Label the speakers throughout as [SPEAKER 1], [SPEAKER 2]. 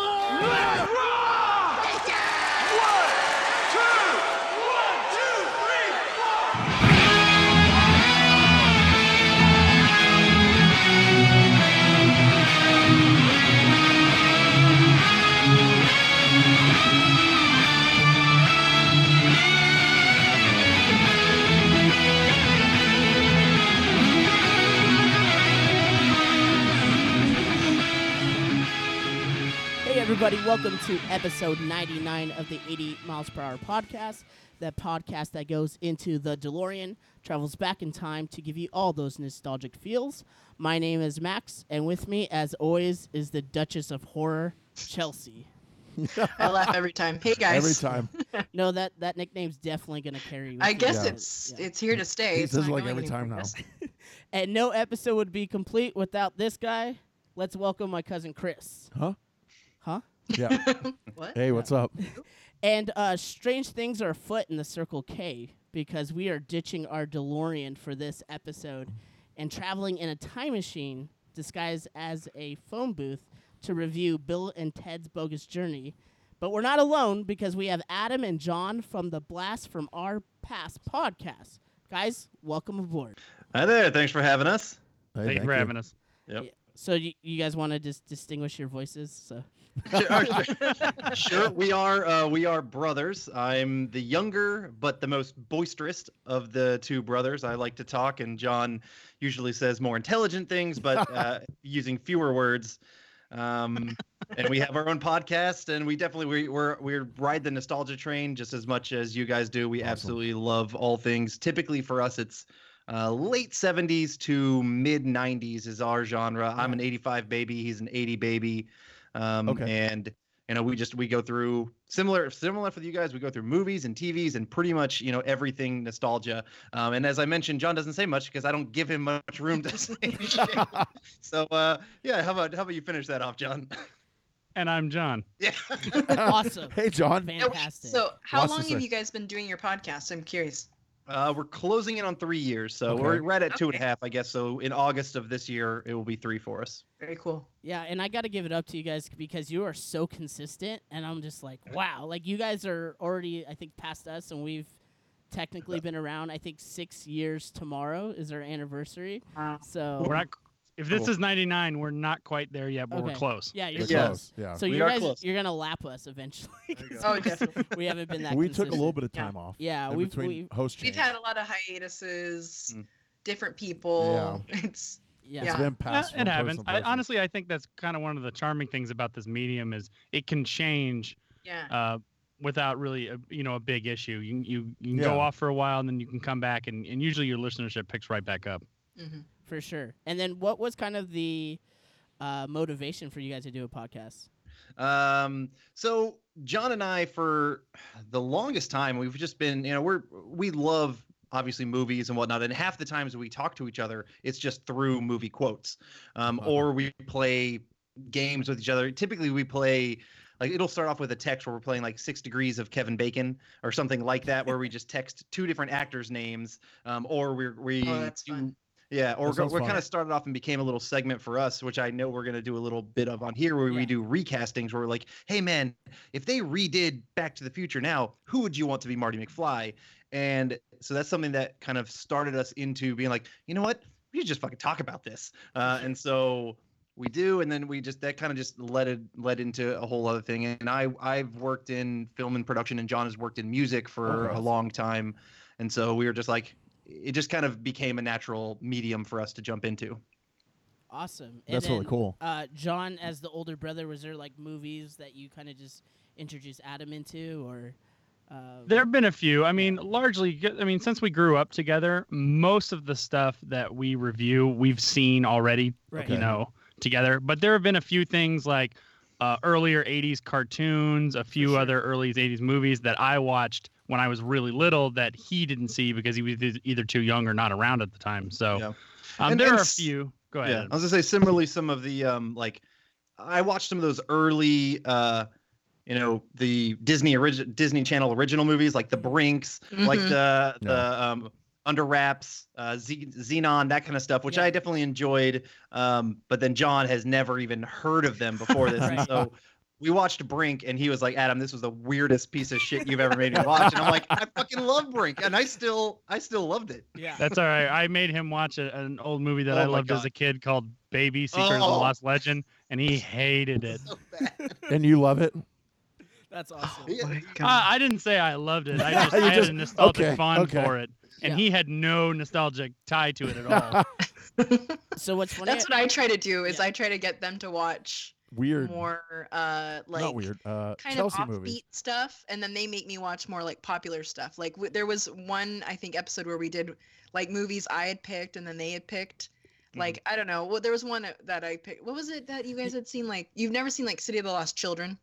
[SPEAKER 1] Let's rock! One, two, one, two, three, four.
[SPEAKER 2] Hey, everybody, welcome to episode 99 of the 80 Miles Per Hour podcast, the podcast that goes into the DeLorean, travels back in time to give you all those nostalgic feels. My name is Max, and with me, as always, is the Duchess of Horror, Chelsea.
[SPEAKER 3] I laugh every time. Hey guys.
[SPEAKER 4] Every time.
[SPEAKER 2] No, that, that nickname's definitely going to carry. With
[SPEAKER 3] I
[SPEAKER 2] you
[SPEAKER 3] guess
[SPEAKER 2] guys.
[SPEAKER 3] it's
[SPEAKER 2] Yeah.
[SPEAKER 3] it's here to stay.
[SPEAKER 4] He
[SPEAKER 3] It's
[SPEAKER 4] says
[SPEAKER 3] not
[SPEAKER 4] it, like
[SPEAKER 3] going
[SPEAKER 4] every time
[SPEAKER 3] anywhere.
[SPEAKER 4] now.
[SPEAKER 2] And no episode would be complete without this guy. Let's welcome my cousin Chris.
[SPEAKER 4] Huh?
[SPEAKER 2] Huh?
[SPEAKER 4] Yeah.
[SPEAKER 3] What?
[SPEAKER 4] Hey, what's up?
[SPEAKER 2] And uh, strange things are afoot in the Circle K because we are ditching our DeLorean for this episode and traveling in a time machine disguised as a phone booth to review Bill and Ted's bogus journey. But we're not alone because we have Adam and John from the Blast from Our Past podcast. Guys, welcome aboard.
[SPEAKER 5] Hi there. Thanks for having us.
[SPEAKER 4] Hey,
[SPEAKER 6] Thank you for having us.
[SPEAKER 5] Yep.
[SPEAKER 2] So you, you guys want to just distinguish your voices? So
[SPEAKER 5] oh, Sure, sure. We are uh, we are brothers. I'm the younger but the most boisterous of the two brothers. I like to talk, and John usually says more intelligent things, but uh, using fewer words. Um, and we have our own podcast, and we definitely we we're, we ride the nostalgia train just as much as you guys do. We
[SPEAKER 4] Awesome.
[SPEAKER 5] absolutely love all things. Typically for us, it's uh, late 70s to mid 90s is our genre. I'm an 85 baby. He's an 80 baby. Um,
[SPEAKER 4] Mm-hmm. Okay.
[SPEAKER 5] And you know, we just we go through similar similar for you guys. We go through movies and TVs and pretty much you know everything nostalgia. Um, and as I mentioned, John doesn't say much because I don't give him much room to say. shit. so uh, yeah, how about how about you finish that off, John?
[SPEAKER 6] And I'm John.
[SPEAKER 5] yeah.
[SPEAKER 2] awesome,
[SPEAKER 4] Hey, John.
[SPEAKER 3] Now,
[SPEAKER 2] fantastic.
[SPEAKER 3] Oh, So how
[SPEAKER 4] Lots to
[SPEAKER 3] long have
[SPEAKER 4] say.
[SPEAKER 3] you guys been doing your podcast? I'm curious.
[SPEAKER 5] Uh, we're closing in on three years, so
[SPEAKER 4] Okay.
[SPEAKER 5] we're right at two and a
[SPEAKER 3] Okay.
[SPEAKER 5] half, I guess. So in August of this year, it will be three for us.
[SPEAKER 3] Very cool.
[SPEAKER 2] Yeah, and I got to give it up to you guys because you are so consistent, and I'm just like, wow, like you guys are already, I think, past us, and we've technically been around. I think six years tomorrow is our anniversary,
[SPEAKER 3] Wow.
[SPEAKER 2] so
[SPEAKER 6] We're not. If this
[SPEAKER 5] Cool.
[SPEAKER 6] is 99, we're not quite there yet, but we're
[SPEAKER 2] Oh. Okay.
[SPEAKER 6] close.
[SPEAKER 2] yeah, you're
[SPEAKER 4] We're
[SPEAKER 5] Yes.
[SPEAKER 2] close.
[SPEAKER 4] close. Yeah.
[SPEAKER 2] So
[SPEAKER 5] We
[SPEAKER 2] you
[SPEAKER 5] are
[SPEAKER 2] guys,
[SPEAKER 5] close.
[SPEAKER 2] you're gonna lap us eventually. 'cause
[SPEAKER 3] Oh, definitely.
[SPEAKER 2] we haven't been that.
[SPEAKER 4] we took a little
[SPEAKER 2] consistent.
[SPEAKER 4] bit of time off.
[SPEAKER 2] Yeah,
[SPEAKER 4] in
[SPEAKER 2] we've,
[SPEAKER 4] between
[SPEAKER 2] we've
[SPEAKER 4] host
[SPEAKER 3] We've
[SPEAKER 4] change.
[SPEAKER 3] had a lot of hiatuses,
[SPEAKER 5] Mm.
[SPEAKER 3] different people. It's
[SPEAKER 2] yeah.
[SPEAKER 4] It's
[SPEAKER 3] yeah.
[SPEAKER 4] been
[SPEAKER 6] Uh,
[SPEAKER 4] passed.
[SPEAKER 6] it
[SPEAKER 4] from
[SPEAKER 6] happens.
[SPEAKER 4] person to
[SPEAKER 6] I,
[SPEAKER 4] person.
[SPEAKER 6] honestly, I think that's kind of one of the charming things about this medium is it can change
[SPEAKER 3] yeah.
[SPEAKER 6] uh, without really, a, you know, a big issue. You can- you, you can
[SPEAKER 4] Yeah.
[SPEAKER 6] go off for a while and then you can come back, and, and usually your listenership picks right back up.
[SPEAKER 3] hmm
[SPEAKER 2] for sure. And then, what was kind of the uh, motivation for you guys to do a podcast?
[SPEAKER 5] Um, so John and I, for the longest time, we've just been, you know, we're we love obviously movies and whatnot, and half the times we talk to each other, it's just through movie quotes, um,
[SPEAKER 4] Uh-huh.
[SPEAKER 5] or we play games with each other. Typically, we play. Like it'll start off with a text where we're playing like six degrees of Kevin Bacon or something like that, where we just text two different actors' names, um, or we're we
[SPEAKER 3] Oh, that's fun.
[SPEAKER 5] yeah, or
[SPEAKER 4] That
[SPEAKER 5] go,
[SPEAKER 4] sounds
[SPEAKER 5] we
[SPEAKER 4] fun.
[SPEAKER 5] kind of started off and became a little segment for us, which I know we're going to do a little bit of on here where
[SPEAKER 2] Yeah.
[SPEAKER 5] we do recastings where we're like, hey, man, if they redid Back to the Future now, who would you want to be Marty McFly? And so that's something that kind of started us into being like, you know what? We should just fucking talk about this. Uh, and so we do and then we just that kind of just led it led into a whole other thing and i i've worked in film and production and john has worked in music for
[SPEAKER 4] Okay.
[SPEAKER 5] a long time and so we were just like it just kind of became a natural medium for us to jump into
[SPEAKER 2] Awesome. And
[SPEAKER 4] That's really
[SPEAKER 2] then-
[SPEAKER 4] cool.
[SPEAKER 2] uh, John as the older brother, was there like movies that you kind of just introduced Adam into, or uh,
[SPEAKER 6] There have been a few. I mean, largely, g- I mean, since we grew up together, most of the stuff that we review, we've seen already,
[SPEAKER 2] Right.
[SPEAKER 6] you
[SPEAKER 4] Okay.
[SPEAKER 6] know, together. But there have been a few things like uh, earlier 80s cartoons, a few
[SPEAKER 2] sure.
[SPEAKER 6] other early 80s movies that I watched when I was really little that he didn't see because he was eith- either too young or not around at the time. So
[SPEAKER 5] Yeah.
[SPEAKER 6] um,
[SPEAKER 5] And
[SPEAKER 6] there
[SPEAKER 5] then
[SPEAKER 6] are a
[SPEAKER 5] s-
[SPEAKER 6] few. Go
[SPEAKER 5] yeah
[SPEAKER 6] ahead.
[SPEAKER 5] i was gonna say similarly some of the um like i watched some of those early uh you know the disney origi- disney channel original movies like the brinks like
[SPEAKER 2] Mm-hmm.
[SPEAKER 3] Mhm.
[SPEAKER 5] the
[SPEAKER 4] Yeah.
[SPEAKER 5] the um under wraps uh Z- xenon that kind of stuff which
[SPEAKER 2] Yeah.
[SPEAKER 5] i definitely enjoyed um but then john has never even heard of them before this and
[SPEAKER 2] Right.
[SPEAKER 5] so we watched Brink, and he was like, "Adam, this was the weirdest piece of shit you've ever made me watch." And I'm like, "I fucking love Brink, and I still, I still loved it."
[SPEAKER 2] Yeah.
[SPEAKER 6] That's all right. I made him watch a, an old movie that
[SPEAKER 5] Oh
[SPEAKER 6] I
[SPEAKER 5] my
[SPEAKER 6] loved as
[SPEAKER 5] God.
[SPEAKER 6] a kid called Baby Secret of the
[SPEAKER 5] Oh.
[SPEAKER 6] Lost Legend, and he hated it.
[SPEAKER 5] So bad.
[SPEAKER 4] and you love it.
[SPEAKER 2] That's awesome.
[SPEAKER 5] Yeah.
[SPEAKER 6] Uh, I didn't say I loved it. I just
[SPEAKER 4] You
[SPEAKER 6] I had
[SPEAKER 4] just-
[SPEAKER 6] a nostalgic
[SPEAKER 4] okay,
[SPEAKER 6] fond
[SPEAKER 4] okay.
[SPEAKER 6] for it, and
[SPEAKER 2] Yeah.
[SPEAKER 6] he had no nostalgic tie to it at all.
[SPEAKER 2] So what's funny?
[SPEAKER 3] That's what I try to do. Is
[SPEAKER 2] Yeah.
[SPEAKER 3] I try to get them to watch
[SPEAKER 4] Weird.
[SPEAKER 3] more uh like
[SPEAKER 4] Not weird. Uh,
[SPEAKER 3] kind
[SPEAKER 4] Chelsea
[SPEAKER 3] of offbeat
[SPEAKER 4] movie.
[SPEAKER 3] stuff, and then they make me watch more like popular stuff. Like w- there was one I think episode where we did like movies I had picked and then they had picked. Like
[SPEAKER 4] Mm.
[SPEAKER 3] I don't know. Well, there was one that I picked. What was it that you guys had seen? Like you've never seen like City of the Lost Children,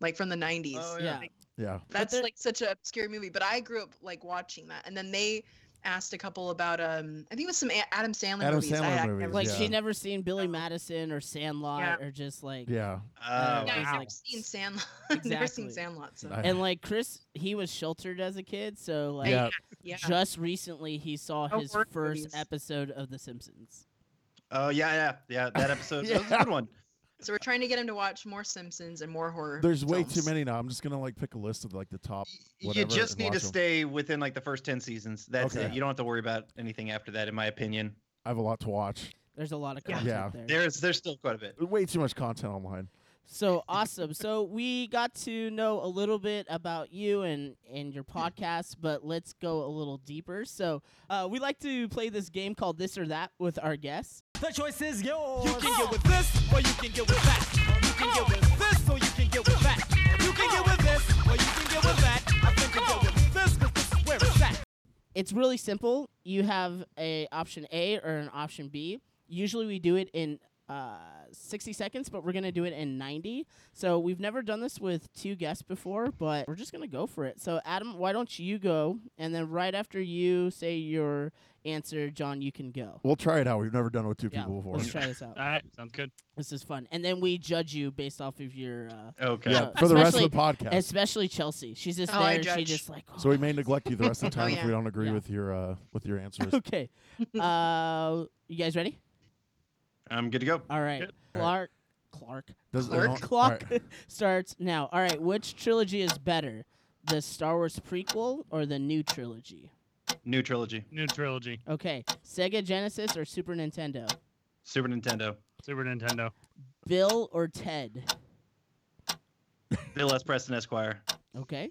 [SPEAKER 3] like from the '90s.
[SPEAKER 5] Oh,
[SPEAKER 2] yeah.
[SPEAKER 4] Yeah.
[SPEAKER 3] That's
[SPEAKER 2] there-
[SPEAKER 3] like such an obscure movie, but I grew up like watching that. And then they asked a couple about um, I think it was some a- Adam Sandler
[SPEAKER 4] Adam
[SPEAKER 3] movies. I,
[SPEAKER 4] Sandler
[SPEAKER 3] I
[SPEAKER 4] movies,
[SPEAKER 3] never
[SPEAKER 2] Like
[SPEAKER 4] Yeah.
[SPEAKER 2] she never seen Billy Madison or Sandlot or just like
[SPEAKER 4] Yeah.
[SPEAKER 5] Oh,
[SPEAKER 3] Yeah, I've
[SPEAKER 2] wow.
[SPEAKER 3] never seen Sandlot. I've never seen
[SPEAKER 2] Exactly.
[SPEAKER 3] Sandlot. So
[SPEAKER 4] I-
[SPEAKER 2] And like Chris, he was sheltered as a kid, so like
[SPEAKER 4] yeah.
[SPEAKER 3] yeah,
[SPEAKER 2] just recently he saw
[SPEAKER 3] Oh,
[SPEAKER 2] his
[SPEAKER 3] horror
[SPEAKER 2] first
[SPEAKER 3] movies.
[SPEAKER 2] episode of The Simpsons.
[SPEAKER 5] oh yeah, yeah, yeah. That episode that was a
[SPEAKER 4] Yeah.
[SPEAKER 5] good one.
[SPEAKER 3] so we're trying to get him to watch more Simpsons and more horror.
[SPEAKER 4] There's way too
[SPEAKER 3] films.
[SPEAKER 4] many now. I'm just gonna like pick a list of like the top.
[SPEAKER 5] Y- You
[SPEAKER 4] whatever
[SPEAKER 5] just
[SPEAKER 4] and
[SPEAKER 5] need to
[SPEAKER 4] watch 'em.
[SPEAKER 5] stay within like the first ten seasons. That's
[SPEAKER 4] Okay.
[SPEAKER 5] it. You don't have to worry about anything after that, in my opinion.
[SPEAKER 4] I have a lot to watch.
[SPEAKER 2] There's a lot of
[SPEAKER 4] Yeah.
[SPEAKER 2] content
[SPEAKER 4] Yeah.
[SPEAKER 2] there.
[SPEAKER 5] There's there's still quite a bit.
[SPEAKER 4] Way too much content online.
[SPEAKER 2] So awesome. so we got to know a little bit about you and, and your podcast, but let's go a little deeper. So uh, we like to play this game called This or That with our guests.
[SPEAKER 7] The choice is yours. You can get with this, or you can get with that. You can get with this, or you can get with that. You can get with this, or you can get with that. I think you get with this, cause this is where it's at.
[SPEAKER 2] It's really simple. You have a option A or an option B. Usually we do it in uh, 60 seconds, but we're gonna do it in 90. So we've never done this with two guests before, but we're just gonna go for it. So Adam, why don't you go, and then right after you say your answer, John, you can go.
[SPEAKER 4] We'll try it out. We've never done it with two people before.
[SPEAKER 2] Let's try this out.
[SPEAKER 6] all right, sounds good.
[SPEAKER 2] This is fun. And then we judge you based off of your, uh,
[SPEAKER 5] Okay.
[SPEAKER 4] Yeah, for the rest of the podcast.
[SPEAKER 2] especially Chelsea. She's just
[SPEAKER 3] Oh, I
[SPEAKER 2] there. She
[SPEAKER 3] judge.
[SPEAKER 2] just like. Oh.
[SPEAKER 4] so we may neglect you the rest of the
[SPEAKER 3] Oh,
[SPEAKER 4] time if
[SPEAKER 3] yeah.
[SPEAKER 4] we don't agree
[SPEAKER 2] Yeah.
[SPEAKER 4] with your uh with your answers.
[SPEAKER 2] okay. Uh, you guys ready?
[SPEAKER 5] I'm good to go.
[SPEAKER 2] All right.
[SPEAKER 6] Yep.
[SPEAKER 2] Clark. Clark.
[SPEAKER 4] Does-
[SPEAKER 2] Clark.
[SPEAKER 4] don't-
[SPEAKER 2] Clark
[SPEAKER 4] all right.
[SPEAKER 2] starts now. All right. Which trilogy is better, the Star Wars prequel or the new trilogy?
[SPEAKER 5] New trilogy.
[SPEAKER 6] New trilogy,
[SPEAKER 2] Okay. Sega Genesis or Super Nintendo?
[SPEAKER 5] Super Nintendo.
[SPEAKER 6] Super Nintendo,
[SPEAKER 2] Bill or Ted?
[SPEAKER 5] Bill S. Preston Esquire.
[SPEAKER 2] Okay.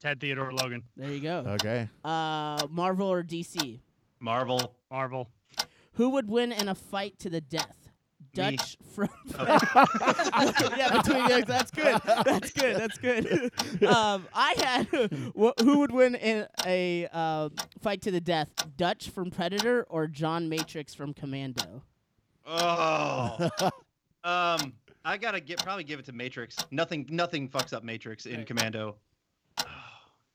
[SPEAKER 6] Ted Theodore Logan,
[SPEAKER 2] There you go.
[SPEAKER 4] Okay.
[SPEAKER 2] Uh, Marvel or DC?
[SPEAKER 5] Marvel.
[SPEAKER 6] Marvel,
[SPEAKER 2] Who would win in a fight to the death?
[SPEAKER 5] Me.
[SPEAKER 2] Dutch from
[SPEAKER 5] Oh.
[SPEAKER 2] yeah, between you. That's good. That's good. That's good. um, I had wh- who would win in a uh, fight to the death? Dutch from Predator or John Matrix from Commando?
[SPEAKER 5] Oh. um, I gotta get probably give it to Matrix. Nothing, nothing fucks up Matrix in Commando.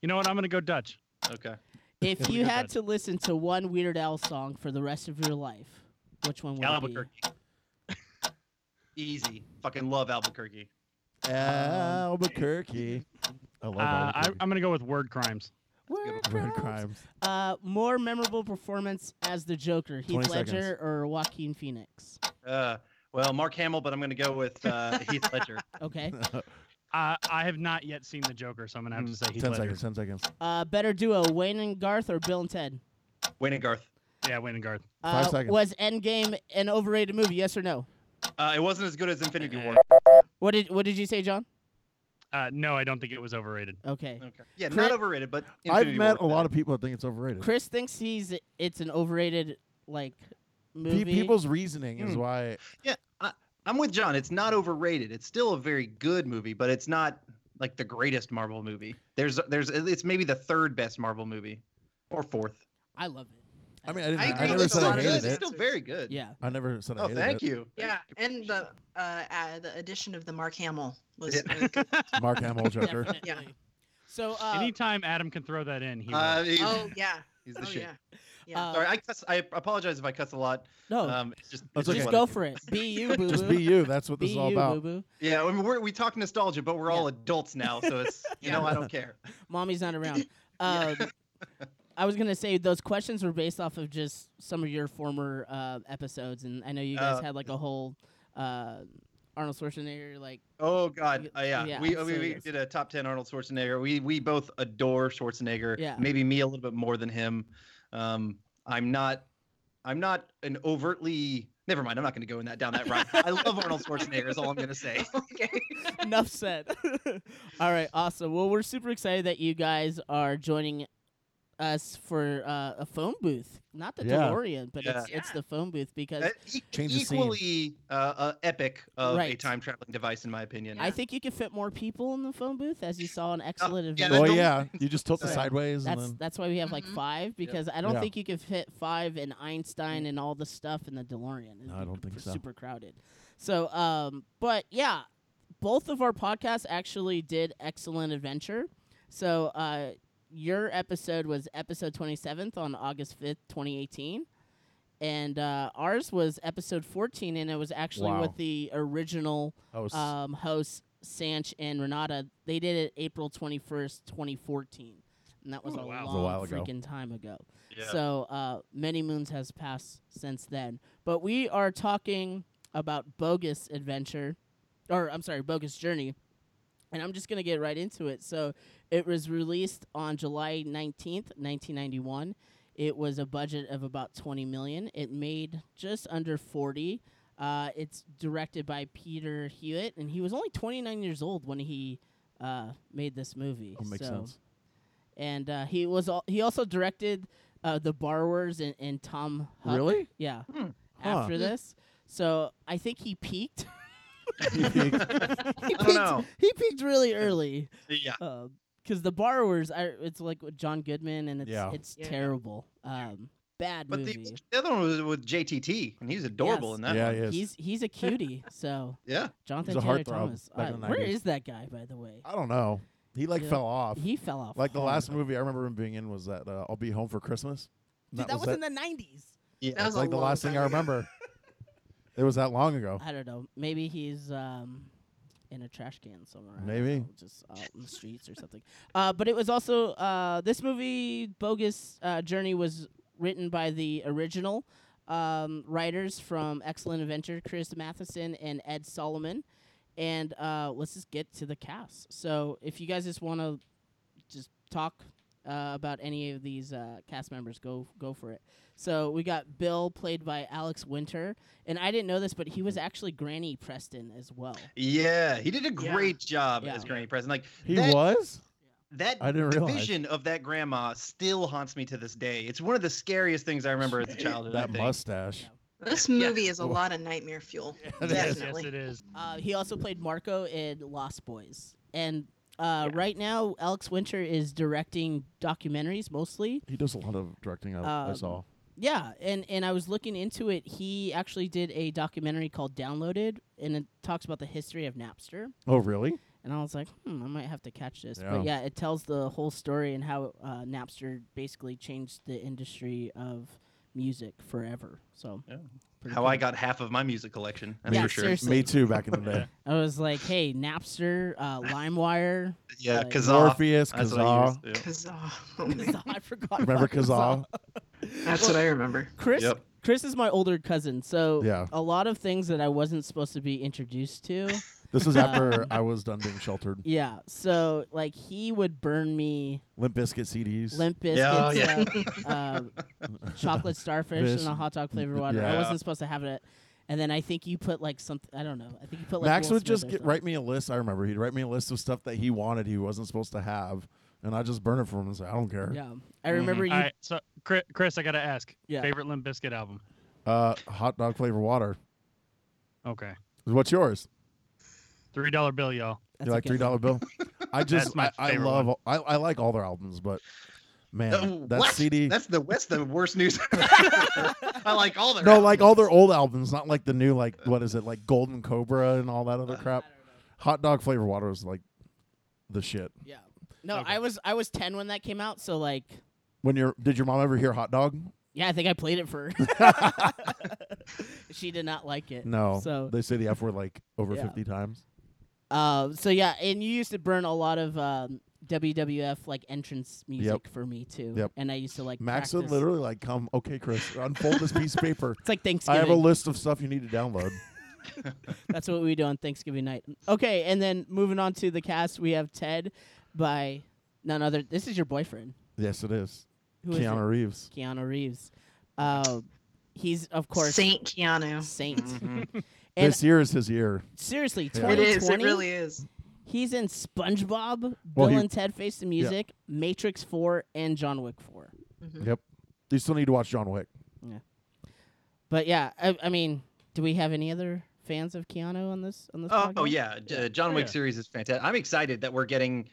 [SPEAKER 6] you know what? I'm gonna go Dutch.
[SPEAKER 5] Okay.
[SPEAKER 2] If you
[SPEAKER 6] good
[SPEAKER 2] had
[SPEAKER 6] Dutch.
[SPEAKER 2] to listen to one Weird Al song for the rest of your life, which one would it be?
[SPEAKER 5] Albuquerque. Easy. Fucking love Albuquerque.
[SPEAKER 4] Albuquerque. I love
[SPEAKER 6] Uh, I,
[SPEAKER 4] Albuquerque.
[SPEAKER 6] I'm gonna go with Word Crimes.
[SPEAKER 2] Word
[SPEAKER 4] Red
[SPEAKER 2] crimes.
[SPEAKER 4] crimes.
[SPEAKER 2] Uh, more memorable performance as the Joker, Heath
[SPEAKER 4] 20
[SPEAKER 2] Ledger
[SPEAKER 4] seconds.
[SPEAKER 2] or Joaquin Phoenix?
[SPEAKER 5] Uh, well, Mark Hamill, but I'm gonna go with uh, Heath Ledger.
[SPEAKER 2] Okay.
[SPEAKER 6] Uh, I have not yet seen the Joker, so I'm gonna have to say Heath
[SPEAKER 4] Ten
[SPEAKER 6] Ledger.
[SPEAKER 4] seconds. Ten seconds.
[SPEAKER 2] Uh, better duo, Wayne and Garth or Bill and Ted?
[SPEAKER 5] Wayne and Garth.
[SPEAKER 6] Yeah, Wayne and Garth.
[SPEAKER 2] Uh,
[SPEAKER 4] Five seconds.
[SPEAKER 2] Was Endgame an overrated movie? Yes or no?
[SPEAKER 5] Uh, it wasn't as good as Infinity War.
[SPEAKER 2] What did What did you say, John?
[SPEAKER 6] Uh, no, I don't think it was overrated.
[SPEAKER 2] Okay.
[SPEAKER 5] Okay. Yeah,
[SPEAKER 2] Crit-
[SPEAKER 5] not overrated, but
[SPEAKER 4] I've
[SPEAKER 5] Infinity
[SPEAKER 4] met a
[SPEAKER 5] War was
[SPEAKER 4] lot of people that think it's overrated.
[SPEAKER 2] Chris thinks he's it's an overrated like
[SPEAKER 4] Pe-
[SPEAKER 2] movie. Hmm.
[SPEAKER 4] people's reasoning is
[SPEAKER 5] Mm.
[SPEAKER 4] why
[SPEAKER 5] better. I'm with John. It's not overrated. It's still a very good movie, but it's not like the greatest Marvel movie. There's, there's, it's maybe the third best Marvel movie, or fourth.
[SPEAKER 2] I love it.
[SPEAKER 4] I mean I didn't
[SPEAKER 3] I agree
[SPEAKER 4] never
[SPEAKER 3] with
[SPEAKER 4] said
[SPEAKER 3] a
[SPEAKER 4] I
[SPEAKER 3] lot of
[SPEAKER 4] hated
[SPEAKER 5] It's
[SPEAKER 3] those.
[SPEAKER 4] it.
[SPEAKER 5] still very good.
[SPEAKER 2] Yeah.
[SPEAKER 4] I never said I
[SPEAKER 5] Oh,
[SPEAKER 4] hated
[SPEAKER 5] thank
[SPEAKER 4] it.
[SPEAKER 5] you.
[SPEAKER 3] Yeah, and the uh, uh the addition of the Mark Hamill was
[SPEAKER 5] Yeah.
[SPEAKER 3] really good.
[SPEAKER 4] Mark Hamill Joker.
[SPEAKER 2] Definitely.
[SPEAKER 3] Yeah.
[SPEAKER 2] So uh,
[SPEAKER 6] Anytime Adam can throw that in, he
[SPEAKER 5] Uh,
[SPEAKER 6] will.
[SPEAKER 5] he's,
[SPEAKER 3] oh yeah,
[SPEAKER 5] he's the
[SPEAKER 3] oh
[SPEAKER 5] shit.
[SPEAKER 3] yeah, yeah.
[SPEAKER 2] uh,
[SPEAKER 5] Sorry, I cuss. I apologize if I cuss a lot.
[SPEAKER 2] no,
[SPEAKER 5] Um, it's just,
[SPEAKER 4] That's
[SPEAKER 5] it's
[SPEAKER 2] Oh.
[SPEAKER 4] okay.
[SPEAKER 2] just
[SPEAKER 5] what
[SPEAKER 2] go
[SPEAKER 5] it is.
[SPEAKER 2] for it. Be you, boo boo.
[SPEAKER 4] Just be you. That's what
[SPEAKER 2] Be
[SPEAKER 4] this is all
[SPEAKER 2] you,
[SPEAKER 4] about.
[SPEAKER 2] boo boo.
[SPEAKER 5] Yeah, I mean, we're, we talk nostalgia, but we're all adults now, so it's you know I don't care.
[SPEAKER 2] Mommy's not around. Um, I was gonna say those questions were based off of just some of your former uh, episodes, and I know you guys
[SPEAKER 5] Oh.
[SPEAKER 2] had like a whole uh, Arnold Schwarzenegger. Like,
[SPEAKER 5] Oh God, uh, yeah.
[SPEAKER 2] yeah,
[SPEAKER 5] we,
[SPEAKER 2] so
[SPEAKER 5] we we
[SPEAKER 2] there's-
[SPEAKER 5] did a top ten Arnold Schwarzenegger. We we both adore Schwarzenegger.
[SPEAKER 2] Yeah.
[SPEAKER 5] Maybe me a little bit more than him. Um, I'm not, I'm not an overtly. Never mind. I'm not going to go in that down that route. I love Arnold Schwarzenegger. Is all I'm going to say.
[SPEAKER 3] okay.
[SPEAKER 2] enough said. All right, awesome. Well, we're super excited that you guys are joining us for uh, a phone booth. Not the
[SPEAKER 4] Yeah.
[SPEAKER 2] DeLorean, but
[SPEAKER 5] Yeah.
[SPEAKER 2] it's it's the phone booth because
[SPEAKER 5] That e-
[SPEAKER 4] Change the scene.
[SPEAKER 5] equally uh, uh, epic of a
[SPEAKER 2] Right.
[SPEAKER 5] time traveling device, in my opinion.
[SPEAKER 2] I think you can fit more people in the phone booth, as you saw in Excellent
[SPEAKER 5] yeah,
[SPEAKER 2] Adventure.
[SPEAKER 5] that
[SPEAKER 4] Oh
[SPEAKER 5] don't-
[SPEAKER 4] yeah, you just tilt the
[SPEAKER 5] Sorry.
[SPEAKER 4] sideways and
[SPEAKER 2] That's
[SPEAKER 4] then
[SPEAKER 2] that's why we have like
[SPEAKER 3] Mhm.
[SPEAKER 2] five because I don't
[SPEAKER 4] Yeah.
[SPEAKER 2] think you can fit five and Einstein and all the stuff in the DeLorean. It'd
[SPEAKER 4] No, I
[SPEAKER 2] be
[SPEAKER 4] don't
[SPEAKER 2] cr-
[SPEAKER 4] think so.
[SPEAKER 2] Super crowded. So, um, but yeah, both of our podcasts actually did excellent adventure. So, uh, your episode was episode twenty seventh on August fifth, twenty eighteen. And uh, ours was episode 14, and it was actually
[SPEAKER 4] Wow.
[SPEAKER 2] with the original
[SPEAKER 4] host.
[SPEAKER 2] um, hosts Sanch and Renata. They did it April 21st, 2014. And that was
[SPEAKER 6] Ooh,
[SPEAKER 2] a
[SPEAKER 6] wow.
[SPEAKER 4] It was a
[SPEAKER 2] long
[SPEAKER 4] while ago.
[SPEAKER 2] freaking time ago. So uh, many moons has passed since then. But we are talking about Bogus Adventure, or I'm sorry, Bogus Journey. And I'm just going to get right into it. So it was released on July 19th, 1991. It was a budget of about 20 million. It made just under 40. Uh, it's directed by Peter Hewitt, and he was only 29 years old when he uh, made this movie.
[SPEAKER 4] Oh, makes
[SPEAKER 2] So-
[SPEAKER 4] sense.
[SPEAKER 2] And uh, he was al- he also directed uh, The Borrowers and, and Tom Huck.
[SPEAKER 4] Really?
[SPEAKER 2] Yeah.
[SPEAKER 5] Hmm.
[SPEAKER 4] Huh.
[SPEAKER 2] After this, so I think he peaked.
[SPEAKER 4] You think-
[SPEAKER 2] he
[SPEAKER 5] I
[SPEAKER 2] peaked,
[SPEAKER 5] don't know.
[SPEAKER 2] he peaked really early
[SPEAKER 5] Yeah.
[SPEAKER 2] because um, the borrowers are it's like with John Goodman and it's
[SPEAKER 4] Yeah.
[SPEAKER 2] it's
[SPEAKER 3] Yeah.
[SPEAKER 2] terrible. Um, bad
[SPEAKER 5] But
[SPEAKER 2] movie.
[SPEAKER 5] the, the other one was with JTT, and he's adorable
[SPEAKER 2] Yes.
[SPEAKER 5] in that.
[SPEAKER 4] yeah,
[SPEAKER 5] one.
[SPEAKER 4] he is.
[SPEAKER 2] He's he's a cutie. so
[SPEAKER 5] Yeah.
[SPEAKER 2] Jonathan
[SPEAKER 4] a
[SPEAKER 2] Taylor
[SPEAKER 4] heartthrob
[SPEAKER 2] Thomas.
[SPEAKER 4] back
[SPEAKER 2] Uh,
[SPEAKER 4] in the
[SPEAKER 2] where
[SPEAKER 4] 90s.
[SPEAKER 2] is that guy, by the way?
[SPEAKER 4] I don't know. He like
[SPEAKER 2] Yeah.
[SPEAKER 4] fell off.
[SPEAKER 2] He fell off.
[SPEAKER 4] like the last
[SPEAKER 2] hard.
[SPEAKER 4] movie I remember him being in was that uh, I'll be home for Christmas. And
[SPEAKER 2] Dude, that, was, in the nineties.
[SPEAKER 5] Yeah.
[SPEAKER 3] That was a
[SPEAKER 4] like the
[SPEAKER 3] long
[SPEAKER 4] last thing I
[SPEAKER 3] time ago.
[SPEAKER 4] remember. it was that long ago.
[SPEAKER 2] I don't know. Maybe he's um, in a trash can somewhere. I don't
[SPEAKER 4] Maybe.
[SPEAKER 2] know, just out in the streets or something. Uh, but it was also uh, this movie, Bogus uh, Journey, was written by the original um, writers from Excellent Adventure, Chris Matheson and Ed Solomon. And uh, let's just get to the cast. So if you guys just want to just talk uh, about any of these uh, cast members, go go for it. So we got Bill played by Alex Winter, and I didn't know this, but he was actually Granny Preston as well.
[SPEAKER 5] Yeah, he did a
[SPEAKER 3] Yeah.
[SPEAKER 5] great job
[SPEAKER 2] Yeah.
[SPEAKER 5] as Granny Preston. Like
[SPEAKER 4] He
[SPEAKER 5] that,
[SPEAKER 4] was?
[SPEAKER 5] that
[SPEAKER 4] I didn't realize.
[SPEAKER 5] vision of that grandma still haunts me to this day. It's one of the scariest things I remember as a child. I
[SPEAKER 4] That
[SPEAKER 5] think.
[SPEAKER 4] mustache.
[SPEAKER 3] This
[SPEAKER 5] Yeah.
[SPEAKER 3] movie is a
[SPEAKER 4] Well-
[SPEAKER 3] lot of nightmare fuel.
[SPEAKER 4] it is.
[SPEAKER 6] yes, yes,
[SPEAKER 3] Definitely.
[SPEAKER 6] it is.
[SPEAKER 2] Uh, he also played Marco in Lost Boys, and uh,
[SPEAKER 6] Yeah.
[SPEAKER 2] right now Alex Winter is directing documentaries mostly.
[SPEAKER 4] He does a lot of directing. I, I
[SPEAKER 2] Um,
[SPEAKER 4] saw.
[SPEAKER 2] Yeah, and and I was looking into it. He actually did a documentary called Downloaded, and it talks about the history of Napster.
[SPEAKER 4] Oh really?
[SPEAKER 2] And I was like, hmm, I might have to catch this.
[SPEAKER 4] Yeah.
[SPEAKER 2] But yeah, it tells the whole story and how uh, Napster basically changed the industry of music forever. So,
[SPEAKER 5] Yeah.
[SPEAKER 2] pretty
[SPEAKER 5] How
[SPEAKER 2] cool.
[SPEAKER 5] I got half of my musical collection. That's
[SPEAKER 2] Yeah,
[SPEAKER 5] for sure.
[SPEAKER 2] seriously.
[SPEAKER 4] Me too. Back in the day.
[SPEAKER 2] I was like, hey, Napster, uh, LimeWire.
[SPEAKER 5] Yeah,
[SPEAKER 2] Like-
[SPEAKER 5] Kazaa.
[SPEAKER 4] Morpheus,
[SPEAKER 5] That's what I
[SPEAKER 4] Kazaa.
[SPEAKER 5] used, yeah.
[SPEAKER 3] Kazaa. Oh, man.
[SPEAKER 2] I forgot.
[SPEAKER 4] Remember
[SPEAKER 2] about
[SPEAKER 4] Kazaa?
[SPEAKER 3] That's what I remember.
[SPEAKER 2] Chris,
[SPEAKER 5] Yep.
[SPEAKER 2] Chris is my older cousin, so
[SPEAKER 4] Yeah.
[SPEAKER 2] a lot of things that I wasn't supposed to be introduced to.
[SPEAKER 4] This is
[SPEAKER 2] Um,
[SPEAKER 4] after I was done being sheltered.
[SPEAKER 2] yeah, so like he would burn me
[SPEAKER 4] Limp Biscuit CDs.
[SPEAKER 2] Limp Bizkit,
[SPEAKER 5] Yeah, oh,
[SPEAKER 2] uh, uh, chocolate starfish,
[SPEAKER 4] This-
[SPEAKER 2] and a hot dog flavored water. I
[SPEAKER 4] yeah.
[SPEAKER 2] wasn't supposed to have it. And then I think you put like something. I don't know. I think you put like
[SPEAKER 4] Max
[SPEAKER 2] Will
[SPEAKER 4] would just
[SPEAKER 2] Smith or
[SPEAKER 4] get,
[SPEAKER 2] something.
[SPEAKER 4] write me a list. I remember he'd write me a list of stuff that he wanted he wasn't supposed to have, and I just burn it for him and say I don't care.
[SPEAKER 2] Yeah, I remember
[SPEAKER 4] Mm-hmm.
[SPEAKER 2] you.
[SPEAKER 6] All right, so Chri- Chris, I gotta ask,
[SPEAKER 2] Yeah.
[SPEAKER 6] favorite Limp Biscuit album?
[SPEAKER 4] Uh, hot dog flavor water.
[SPEAKER 6] Okay,
[SPEAKER 4] What's yours?
[SPEAKER 6] three dollar bill, y'all.
[SPEAKER 2] That's
[SPEAKER 4] you
[SPEAKER 2] a
[SPEAKER 4] like
[SPEAKER 2] good
[SPEAKER 4] three dollar bill? I just
[SPEAKER 6] That's my
[SPEAKER 4] I, I
[SPEAKER 6] favorite
[SPEAKER 4] love I, I like all their albums, but man,
[SPEAKER 5] Oh,
[SPEAKER 4] that
[SPEAKER 5] what?
[SPEAKER 4] CD.
[SPEAKER 5] That's the West. The worst news. I like all their.
[SPEAKER 4] no, like
[SPEAKER 5] albums.
[SPEAKER 4] all their old albums, not like the new like what is it like Golden Cobra and all that other crap. Hot dog flavor water was like the shit.
[SPEAKER 2] Yeah. No,
[SPEAKER 6] Okay.
[SPEAKER 2] I was I was ten when that came out. So like,
[SPEAKER 4] When your did your mom ever hear hot dog?
[SPEAKER 2] yeah, I think I played it for. she did not like it.
[SPEAKER 4] No,
[SPEAKER 2] So
[SPEAKER 4] they say the f word like over
[SPEAKER 2] Yeah.
[SPEAKER 4] fifty times.
[SPEAKER 2] Um, so yeah, and you used to burn a lot of um, WWF like entrance music for me too.
[SPEAKER 4] Yep.
[SPEAKER 2] And I used to like
[SPEAKER 4] Max would
[SPEAKER 2] practice.
[SPEAKER 4] literally like come. Okay, Chris, unfold this piece of paper.
[SPEAKER 2] It's like
[SPEAKER 4] I
[SPEAKER 2] Thanksgiving.
[SPEAKER 4] have a list of stuff you need to download.
[SPEAKER 2] That's what we do on Thanksgiving night. Okay, and then moving on to the cast, we have Ted by none other. This is your boyfriend,
[SPEAKER 4] Yes, it is.
[SPEAKER 2] Who is it?
[SPEAKER 4] Keanu Reeves.
[SPEAKER 2] Keanu Reeves. Uh, he's of course
[SPEAKER 3] Saint Keanu.
[SPEAKER 2] Saint.
[SPEAKER 5] Mm-hmm.
[SPEAKER 2] And-
[SPEAKER 4] This year is his year.
[SPEAKER 2] Seriously,
[SPEAKER 4] Yeah.
[SPEAKER 3] It
[SPEAKER 2] twenty
[SPEAKER 3] is. It
[SPEAKER 2] twenty.
[SPEAKER 3] really is.
[SPEAKER 2] He's in SpongeBob,
[SPEAKER 4] Well,
[SPEAKER 2] Bill
[SPEAKER 4] he-
[SPEAKER 2] and Ted Face the Music, Matrix Four, and John Wick Four.
[SPEAKER 3] Mm-hmm.
[SPEAKER 4] Yep. You still need to watch John Wick.
[SPEAKER 2] But yeah, I, I mean, do we have any other fans of Keanu on this on this?
[SPEAKER 5] Oh, oh
[SPEAKER 2] podcast?
[SPEAKER 5] yeah, J- John Wick
[SPEAKER 6] Yeah.
[SPEAKER 5] series is fantastic. I'm excited that we're getting,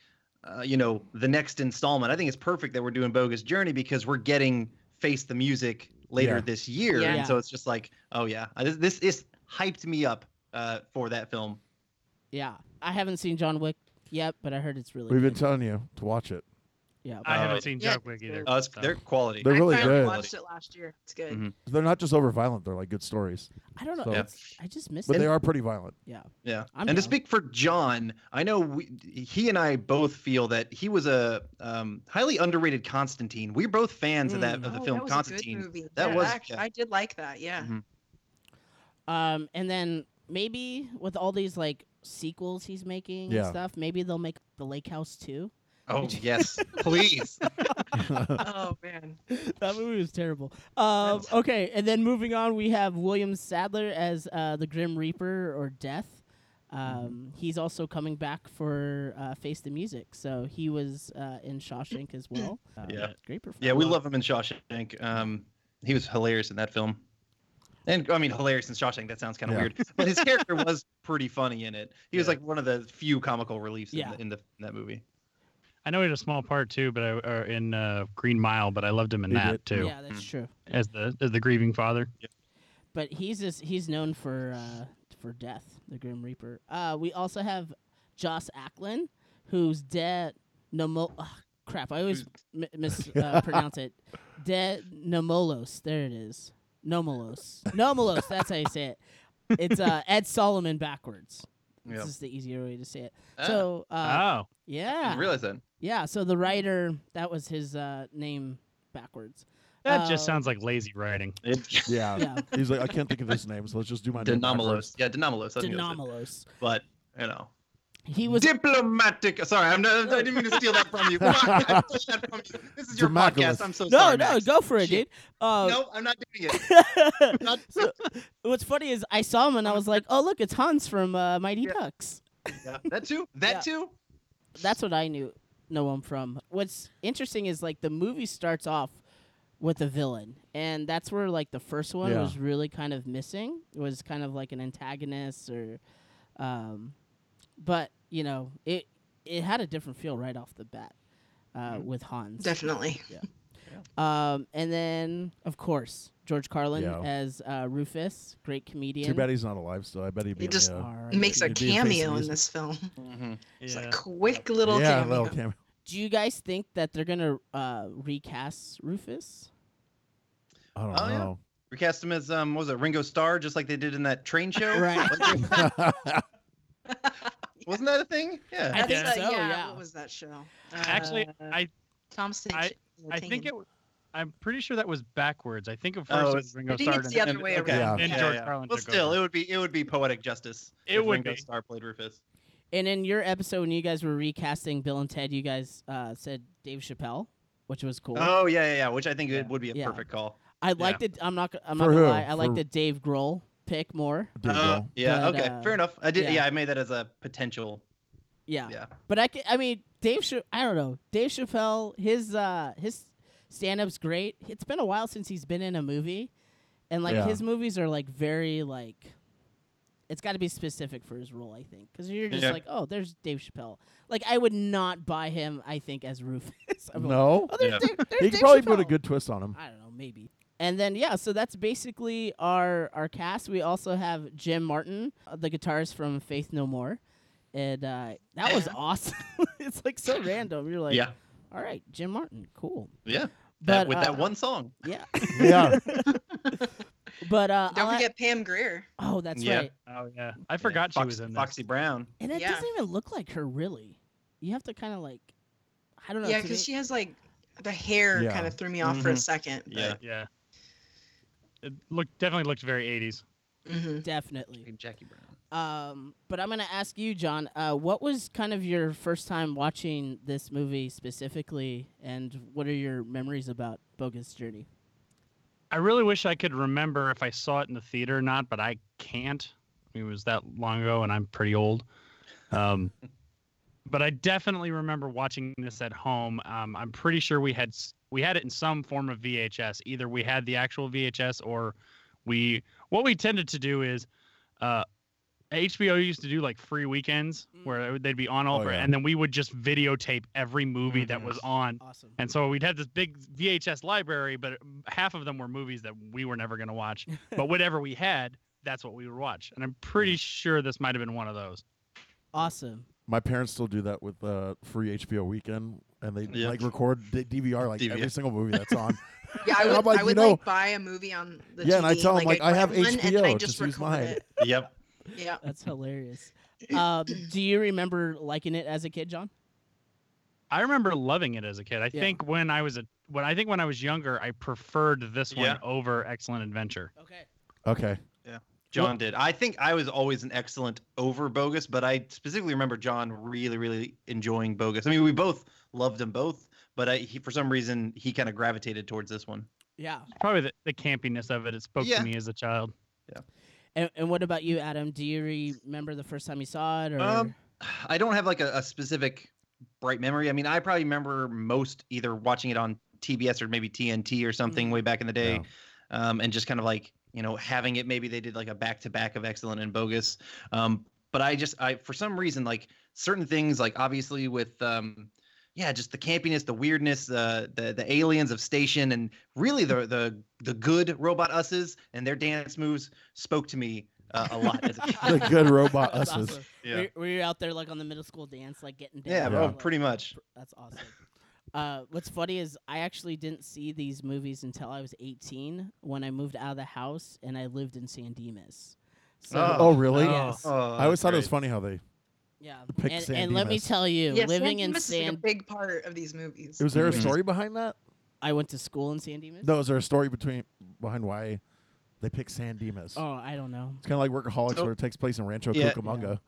[SPEAKER 5] uh, you know, the next installment. I think it's perfect that we're doing Bogus Journey because we're getting Face the Music later
[SPEAKER 4] Yeah.
[SPEAKER 5] this year,
[SPEAKER 2] Yeah.
[SPEAKER 5] and so it's just like, oh yeah, Uh, this this, this hyped me up uh, for that film.
[SPEAKER 2] yeah. I haven't seen John Wick yet, but I heard it's really.
[SPEAKER 4] We've
[SPEAKER 2] good.
[SPEAKER 4] been telling you to watch it.
[SPEAKER 2] yeah,
[SPEAKER 6] I haven't
[SPEAKER 5] Uh,
[SPEAKER 6] seen
[SPEAKER 3] yeah,
[SPEAKER 6] John Wick either.
[SPEAKER 5] Uh, it's,
[SPEAKER 6] so.
[SPEAKER 5] they're quality.
[SPEAKER 4] They're
[SPEAKER 3] I
[SPEAKER 4] really
[SPEAKER 3] finally
[SPEAKER 4] good.
[SPEAKER 3] watched it last year. It's good.
[SPEAKER 5] Mhm.
[SPEAKER 4] They're not just over violent, they're like good stories.
[SPEAKER 2] I don't know.
[SPEAKER 4] So-
[SPEAKER 2] it's- I just missed
[SPEAKER 4] But
[SPEAKER 2] it.
[SPEAKER 4] they are pretty violent.
[SPEAKER 2] yeah.
[SPEAKER 5] Yeah.
[SPEAKER 2] I'm
[SPEAKER 5] and to
[SPEAKER 2] down.
[SPEAKER 5] speak for John, I know we, he and I both feel that he was a um, highly underrated Constantine. We're both fans of that
[SPEAKER 2] Mm.
[SPEAKER 5] of the
[SPEAKER 3] Oh,
[SPEAKER 5] film
[SPEAKER 3] that was A
[SPEAKER 5] Constantine.
[SPEAKER 3] good movie.
[SPEAKER 5] That
[SPEAKER 3] Yeah,
[SPEAKER 5] was-
[SPEAKER 3] act-
[SPEAKER 5] yeah.
[SPEAKER 3] I did like that. Yeah.
[SPEAKER 5] Mhm.
[SPEAKER 2] Um, and then maybe with all these like sequels he's making and
[SPEAKER 4] Yeah.
[SPEAKER 2] stuff, maybe they'll make the Lake House too.
[SPEAKER 5] Oh yes, please.
[SPEAKER 4] Mm-hmm.
[SPEAKER 3] oh man.
[SPEAKER 2] that movie was terrible. Um, okay, and then moving on, we have William Sadler as uh, the Grim Reaper or Death. Um, He's also coming back for uh, Face the Music, so he was uh, in Shawshank as well. Uh,
[SPEAKER 5] Yeah.
[SPEAKER 2] great performance.
[SPEAKER 5] Yeah, we love him in Shawshank. Um, he was hilarious in that film. And I mean, hilarious in Shawshank. That sounds kind of
[SPEAKER 4] Yeah.
[SPEAKER 5] weird, but his character was pretty funny in it. He was
[SPEAKER 6] Yeah.
[SPEAKER 5] like one of the few comical reliefs
[SPEAKER 2] Yeah.
[SPEAKER 5] in, the, in the in that movie.
[SPEAKER 6] I know he had a small part too, but I or in uh, Green Mile, but I loved him in
[SPEAKER 4] He
[SPEAKER 6] that
[SPEAKER 4] did.
[SPEAKER 6] too,
[SPEAKER 2] Yeah, that's true.
[SPEAKER 6] as the as the grieving father.
[SPEAKER 2] But he's just, he's known for uh, for Death, the Grim Reaper. Uh, we also have Joss Ackland, who's dead. Nomo- ugh, crap, I always m- mispronounce it. De Nomolos. There it is. Nomolos. Nomolos. That's how you say it. It's uh, Ed Solomon backwards.
[SPEAKER 5] Yeah.
[SPEAKER 2] This is the easier way to say it.
[SPEAKER 5] Ah,
[SPEAKER 2] So, uh,
[SPEAKER 6] oh,
[SPEAKER 5] I
[SPEAKER 2] yeah.
[SPEAKER 5] Ah, didn't realize that.
[SPEAKER 2] Yeah. So the writer, that was his uh, name backwards.
[SPEAKER 6] that
[SPEAKER 2] uh,
[SPEAKER 3] Oh.
[SPEAKER 6] just sounds like lazy writing.
[SPEAKER 5] It,
[SPEAKER 4] Yeah.
[SPEAKER 2] Yeah.
[SPEAKER 4] He's like, I can't think of his name, so let's just do my name. backwards.
[SPEAKER 5] Denomalos. Yeah, Denomalos. I think that was it.
[SPEAKER 2] Denomalos.
[SPEAKER 5] But you know,
[SPEAKER 2] He was.
[SPEAKER 5] diplomatic. Sorry, I'm not, I didn't mean to steal that from you. Fuck, I stole that from you. This is your
[SPEAKER 4] Dramaculous.
[SPEAKER 5] podcast. I'm so
[SPEAKER 2] no,
[SPEAKER 5] sorry.
[SPEAKER 2] no,
[SPEAKER 5] Max.
[SPEAKER 2] go for it, dude.
[SPEAKER 5] Shit.
[SPEAKER 2] Uh,
[SPEAKER 5] No, I'm not doing it. Not-
[SPEAKER 2] so, what's funny is I saw him and I was like, "Oh, look, it's Hans from uh, Mighty
[SPEAKER 5] Yeah.
[SPEAKER 2] Ducks."
[SPEAKER 5] Yeah, that too. That
[SPEAKER 2] Yeah.
[SPEAKER 5] too.
[SPEAKER 2] that's what I knew know him from. What's interesting is like the movie starts off with a villain, and that's where like the first one
[SPEAKER 4] Yeah.
[SPEAKER 2] was really kind of missing. It was kind of like an antagonist or, um, but you know it it had a different feel right off the bat uh,
[SPEAKER 5] Hmm.
[SPEAKER 2] with Hans.
[SPEAKER 3] Definitely.
[SPEAKER 2] Um, and then of course George Carlin
[SPEAKER 4] Yeah.
[SPEAKER 2] as uh, Rufus, great comedian.
[SPEAKER 4] Too bad he's not alive still. I bet he'd be in
[SPEAKER 3] just-
[SPEAKER 4] the, uh,
[SPEAKER 2] Alright.
[SPEAKER 3] It makes a
[SPEAKER 4] You'd be a face
[SPEAKER 3] cameo
[SPEAKER 4] of
[SPEAKER 3] in
[SPEAKER 4] this.
[SPEAKER 3] this film.
[SPEAKER 4] Mm-hmm.
[SPEAKER 3] It's a
[SPEAKER 6] Yeah.
[SPEAKER 3] quick little
[SPEAKER 4] yeah,
[SPEAKER 3] cameo.
[SPEAKER 4] little cameo.
[SPEAKER 2] Do you guys think that they're gonna uh, recast Rufus?
[SPEAKER 4] I don't
[SPEAKER 5] Oh, yeah.
[SPEAKER 4] know.
[SPEAKER 5] Recast him as um, what was it Ringo Starr, just like they did in that train show?
[SPEAKER 2] Right.
[SPEAKER 5] Like, wasn't that a thing? Yeah.
[SPEAKER 2] I think
[SPEAKER 3] That's
[SPEAKER 2] so,
[SPEAKER 3] a- yeah,
[SPEAKER 2] yeah.
[SPEAKER 3] What was that show?
[SPEAKER 6] Actually,
[SPEAKER 3] Uh,
[SPEAKER 6] I
[SPEAKER 3] Tom Stinch.
[SPEAKER 6] I think it. w- I'm pretty sure that was backwards. I think at first
[SPEAKER 5] Oh,
[SPEAKER 6] it was Ringo
[SPEAKER 3] I think
[SPEAKER 6] Starr.
[SPEAKER 3] it's
[SPEAKER 6] and
[SPEAKER 3] the
[SPEAKER 6] then-
[SPEAKER 3] other way around.
[SPEAKER 5] okay.
[SPEAKER 4] Yeah.
[SPEAKER 6] Then George Carlin
[SPEAKER 5] Well,
[SPEAKER 6] took
[SPEAKER 5] still,
[SPEAKER 6] over.
[SPEAKER 5] it would be it would be poetic justice.
[SPEAKER 6] It
[SPEAKER 5] if
[SPEAKER 6] would
[SPEAKER 5] Ringo
[SPEAKER 6] be.
[SPEAKER 5] Starr played Rufus.
[SPEAKER 2] And in your episode when you guys were recasting Bill and Ted, you guys uh, said Dave Chappelle, which was cool.
[SPEAKER 5] Oh yeah, yeah, yeah. Which I think
[SPEAKER 2] Yeah.
[SPEAKER 5] it would be a
[SPEAKER 2] Yeah.
[SPEAKER 5] perfect call.
[SPEAKER 2] I liked it. I'm not. g- I'm
[SPEAKER 4] For
[SPEAKER 2] not gonna
[SPEAKER 4] who?
[SPEAKER 2] lie. I liked
[SPEAKER 4] For-
[SPEAKER 2] the Dave Grohl pick more.
[SPEAKER 4] There you
[SPEAKER 5] Uh,
[SPEAKER 4] go.
[SPEAKER 5] yeah.
[SPEAKER 2] But,
[SPEAKER 5] okay.
[SPEAKER 2] uh,
[SPEAKER 5] Fair enough. I did.
[SPEAKER 2] yeah.
[SPEAKER 5] Yeah. I made that as a potential.
[SPEAKER 2] Yeah.
[SPEAKER 5] Yeah.
[SPEAKER 2] But I. c- I mean, Dave. Ch- I don't know. Dave Chappelle. His. Uh, his stand-up's great. It's been a while since he's been in a movie, and like
[SPEAKER 4] Yeah.
[SPEAKER 2] his movies are like very like. It's got to be specific for his role, I think, because you're just
[SPEAKER 5] Yeah.
[SPEAKER 2] like, oh, there's Dave Chappelle. Like, I would not buy him. I think as Rufus. I'm like,
[SPEAKER 4] No.
[SPEAKER 2] oh, there's
[SPEAKER 5] Yeah.
[SPEAKER 2] Dave, there's
[SPEAKER 4] He
[SPEAKER 2] Dave
[SPEAKER 4] could probably put a
[SPEAKER 2] Chappelle."
[SPEAKER 4] good twist on him.
[SPEAKER 2] I don't know, maybe. And then yeah, so that's basically our our cast. We also have Jim Martin, uh, the guitarist from Faith No More, and uh, that was awesome. it's like so random. You're like,
[SPEAKER 5] yeah.
[SPEAKER 2] all right, Jim Martin, cool.
[SPEAKER 5] Yeah.
[SPEAKER 2] But
[SPEAKER 5] that, with
[SPEAKER 2] uh,
[SPEAKER 5] that one song.
[SPEAKER 2] yeah.
[SPEAKER 4] Yeah.
[SPEAKER 2] But uh,
[SPEAKER 3] Don't
[SPEAKER 2] I'll-
[SPEAKER 3] forget Pam Greer.
[SPEAKER 2] Oh, that's
[SPEAKER 5] Yeah.
[SPEAKER 2] right.
[SPEAKER 6] Oh yeah, I forgot she
[SPEAKER 5] Fox-
[SPEAKER 6] was in that.
[SPEAKER 5] Foxy Brown.
[SPEAKER 2] And it
[SPEAKER 3] Yeah.
[SPEAKER 2] doesn't even look like her really. You have to kind of like, I don't know.
[SPEAKER 3] Yeah,
[SPEAKER 2] to
[SPEAKER 3] because
[SPEAKER 2] me-
[SPEAKER 3] she has like the hair
[SPEAKER 4] Yeah. Mm-hmm.
[SPEAKER 3] kind of threw me off for a second.
[SPEAKER 5] Yeah.
[SPEAKER 3] but-
[SPEAKER 6] Yeah. It looked definitely looked very 80s.
[SPEAKER 3] hmm
[SPEAKER 2] Definitely.
[SPEAKER 5] Jackie Brown.
[SPEAKER 2] Um, but I'm gonna ask you, John. Uh, what was kind of your first time watching this movie specifically, and what are your memories about Bogus Journey?
[SPEAKER 6] I really wish I could remember if I saw it in the theater or not, but I can't. I mean, it was that long ago, and I'm pretty old. Um, but I definitely remember watching this at home. Um, I'm pretty sure we had s- we had it in some form of VHS. Either we had the actual VHS, or we what we tended to do is uh, HBO used to do like free weekends where they'd be on all
[SPEAKER 4] Oh,
[SPEAKER 6] for-
[SPEAKER 4] yeah. Mm-hmm.
[SPEAKER 6] and then we would just videotape every movie that was on
[SPEAKER 2] Awesome.
[SPEAKER 6] and so we'd have this big VHS library, but um, half of them were movies that we were never going to watch. but whatever we had, that's what we would watch. And I'm pretty sure this might have been one of those.
[SPEAKER 2] Awesome.
[SPEAKER 4] My parents still do that with uh, free HBO weekend, and they
[SPEAKER 5] Yeah.
[SPEAKER 4] like record d- DVR like
[SPEAKER 5] DVR.
[SPEAKER 4] every single movie that's on.
[SPEAKER 3] Yeah, I
[SPEAKER 4] I'm
[SPEAKER 3] would,
[SPEAKER 4] like,
[SPEAKER 3] I
[SPEAKER 4] you
[SPEAKER 3] would
[SPEAKER 4] know-
[SPEAKER 3] like buy a movie on the
[SPEAKER 4] Yeah,
[SPEAKER 3] TV.
[SPEAKER 4] and I tell 'em, like,
[SPEAKER 3] I'd
[SPEAKER 4] I have
[SPEAKER 3] rent one, and then
[SPEAKER 4] HBO,
[SPEAKER 3] I just,
[SPEAKER 4] just use
[SPEAKER 3] record
[SPEAKER 4] mine.
[SPEAKER 3] It.
[SPEAKER 5] Yep.
[SPEAKER 3] Yeah.
[SPEAKER 2] That's hilarious. Uh, do you remember liking it as a kid, John?
[SPEAKER 6] I remember loving it as a kid. I
[SPEAKER 2] Yeah.
[SPEAKER 6] think when I was a when I think when I was younger, I preferred this
[SPEAKER 5] Yeah.
[SPEAKER 6] one over Excellent Adventure.
[SPEAKER 2] Okay.
[SPEAKER 4] Okay,
[SPEAKER 5] John did. I think I was always an excellent over bogus, but I specifically remember John really, really enjoying bogus. I mean, we both loved them both, but I, he, for some reason, he kind of gravitated towards this one.
[SPEAKER 2] Yeah.
[SPEAKER 6] Probably the, the campiness of it. It spoke
[SPEAKER 5] Yeah.
[SPEAKER 6] to me as a child.
[SPEAKER 2] And, and what about you, Adam? Do you remember the first time you saw it? Or
[SPEAKER 5] Um, I don't have like a, a specific bright memory. I mean, I probably remember most either watching it on TBS or maybe TNT or something way back in the day,
[SPEAKER 4] Yeah.
[SPEAKER 5] um, and just kind of like you know having it. Maybe they did like a back to back of Excellent and Bogus. Um, but I just I for some reason like certain things like obviously with um, yeah just the campiness, the weirdness, the the the aliens of Station, and really the the the good robot us's and their dance moves spoke to me uh, a lot as a kid.
[SPEAKER 4] the good robot
[SPEAKER 2] That's
[SPEAKER 4] uses.
[SPEAKER 2] awesome. Were, you- were you out there like on the middle school dance, like getting down?
[SPEAKER 5] Yeah,
[SPEAKER 2] and,
[SPEAKER 5] bro,
[SPEAKER 2] like,
[SPEAKER 5] oh, pretty much.
[SPEAKER 2] pr- That's awesome. Uh, what's funny is I actually didn't see these movies until I was 18 when I moved out of the house and I lived in San Dimas. So,
[SPEAKER 5] Oh.
[SPEAKER 4] Oh, really?
[SPEAKER 6] Oh.
[SPEAKER 4] I always thought it was funny how they.
[SPEAKER 2] yeah.
[SPEAKER 4] Pick
[SPEAKER 2] And,
[SPEAKER 4] San
[SPEAKER 2] and let me
[SPEAKER 4] Dimas.
[SPEAKER 2] tell you,
[SPEAKER 3] Yeah,
[SPEAKER 2] living
[SPEAKER 3] San
[SPEAKER 2] in
[SPEAKER 3] Dimas is, like,
[SPEAKER 2] San,
[SPEAKER 3] a big part of these movies.
[SPEAKER 4] Was there a
[SPEAKER 5] Mhm.
[SPEAKER 4] story behind that?
[SPEAKER 2] I went to school in San Dimas.
[SPEAKER 4] No, was there a story between behind why they picked San Dimas?
[SPEAKER 2] Oh, I don't know.
[SPEAKER 4] It's kind of like Workaholics,
[SPEAKER 5] Oh.
[SPEAKER 4] where it takes place in Rancho
[SPEAKER 5] Yeah.
[SPEAKER 4] Cucamonga.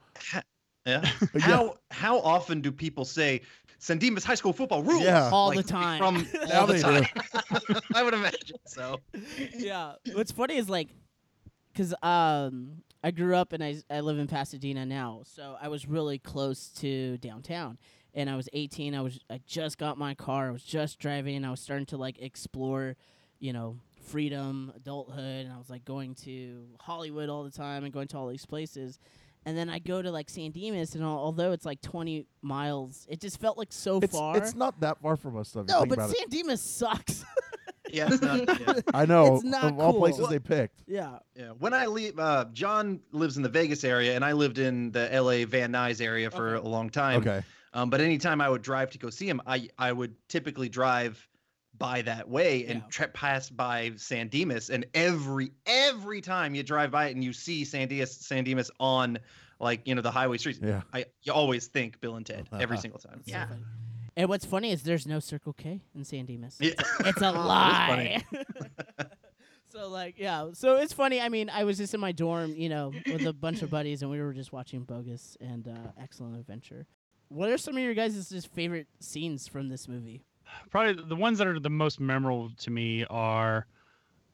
[SPEAKER 5] Yeah.
[SPEAKER 4] But yeah,
[SPEAKER 5] How how often do people say San Dimas High School football rules?
[SPEAKER 4] Yeah.
[SPEAKER 2] All the time.
[SPEAKER 5] From
[SPEAKER 4] Now
[SPEAKER 5] all the
[SPEAKER 4] they
[SPEAKER 5] time. I would imagine so.
[SPEAKER 2] yeah. What's funny is like, cause um, I grew up and I s- I live in Pasadena now, so I was really close to downtown. And I was 18. I was I just got my car. I was just driving. And I was starting to like explore, you know, freedom, adulthood, and I was like going to Hollywood all the time and going to all these places. And then I go to like San Dimas, and al- although it's like 20 miles, it just felt like so
[SPEAKER 4] it's,
[SPEAKER 2] far.
[SPEAKER 4] it's not that far from us, though. if you
[SPEAKER 2] no,
[SPEAKER 4] think
[SPEAKER 2] but
[SPEAKER 4] about it.
[SPEAKER 2] San Dimas sucks.
[SPEAKER 5] Yeah, it's not, yeah.
[SPEAKER 4] I know
[SPEAKER 2] it's not
[SPEAKER 4] of all
[SPEAKER 2] cool.
[SPEAKER 4] places they picked.
[SPEAKER 2] yeah.
[SPEAKER 5] Yeah. When I leave, uh, John lives in the Vegas area, and I lived in the L.A. Van Nuys area for a long time.
[SPEAKER 4] Okay,
[SPEAKER 5] Um, but anytime I would drive to go see him, I I would typically drive by that way and
[SPEAKER 2] Yeah.
[SPEAKER 5] tra- pass by San Dimas, and every every time you drive by it and you see San Dimas, San Dimas on like you know the highway streets,
[SPEAKER 4] yeah.
[SPEAKER 5] I you always think Bill and Ted every single time.
[SPEAKER 2] That's so
[SPEAKER 3] Yeah.
[SPEAKER 2] funny. And what's funny is there's no Circle K in San Dimas.
[SPEAKER 5] Yeah.
[SPEAKER 2] It's a
[SPEAKER 5] funny.
[SPEAKER 2] lie. so like yeah, so it's funny. I mean, I was just in my dorm, you know, with a bunch of buddies, and we were just watching Bogus and uh, Excellent Adventure. What are some of your guys' just favorite scenes from this movie?
[SPEAKER 6] probably the ones that are the most memorable to me are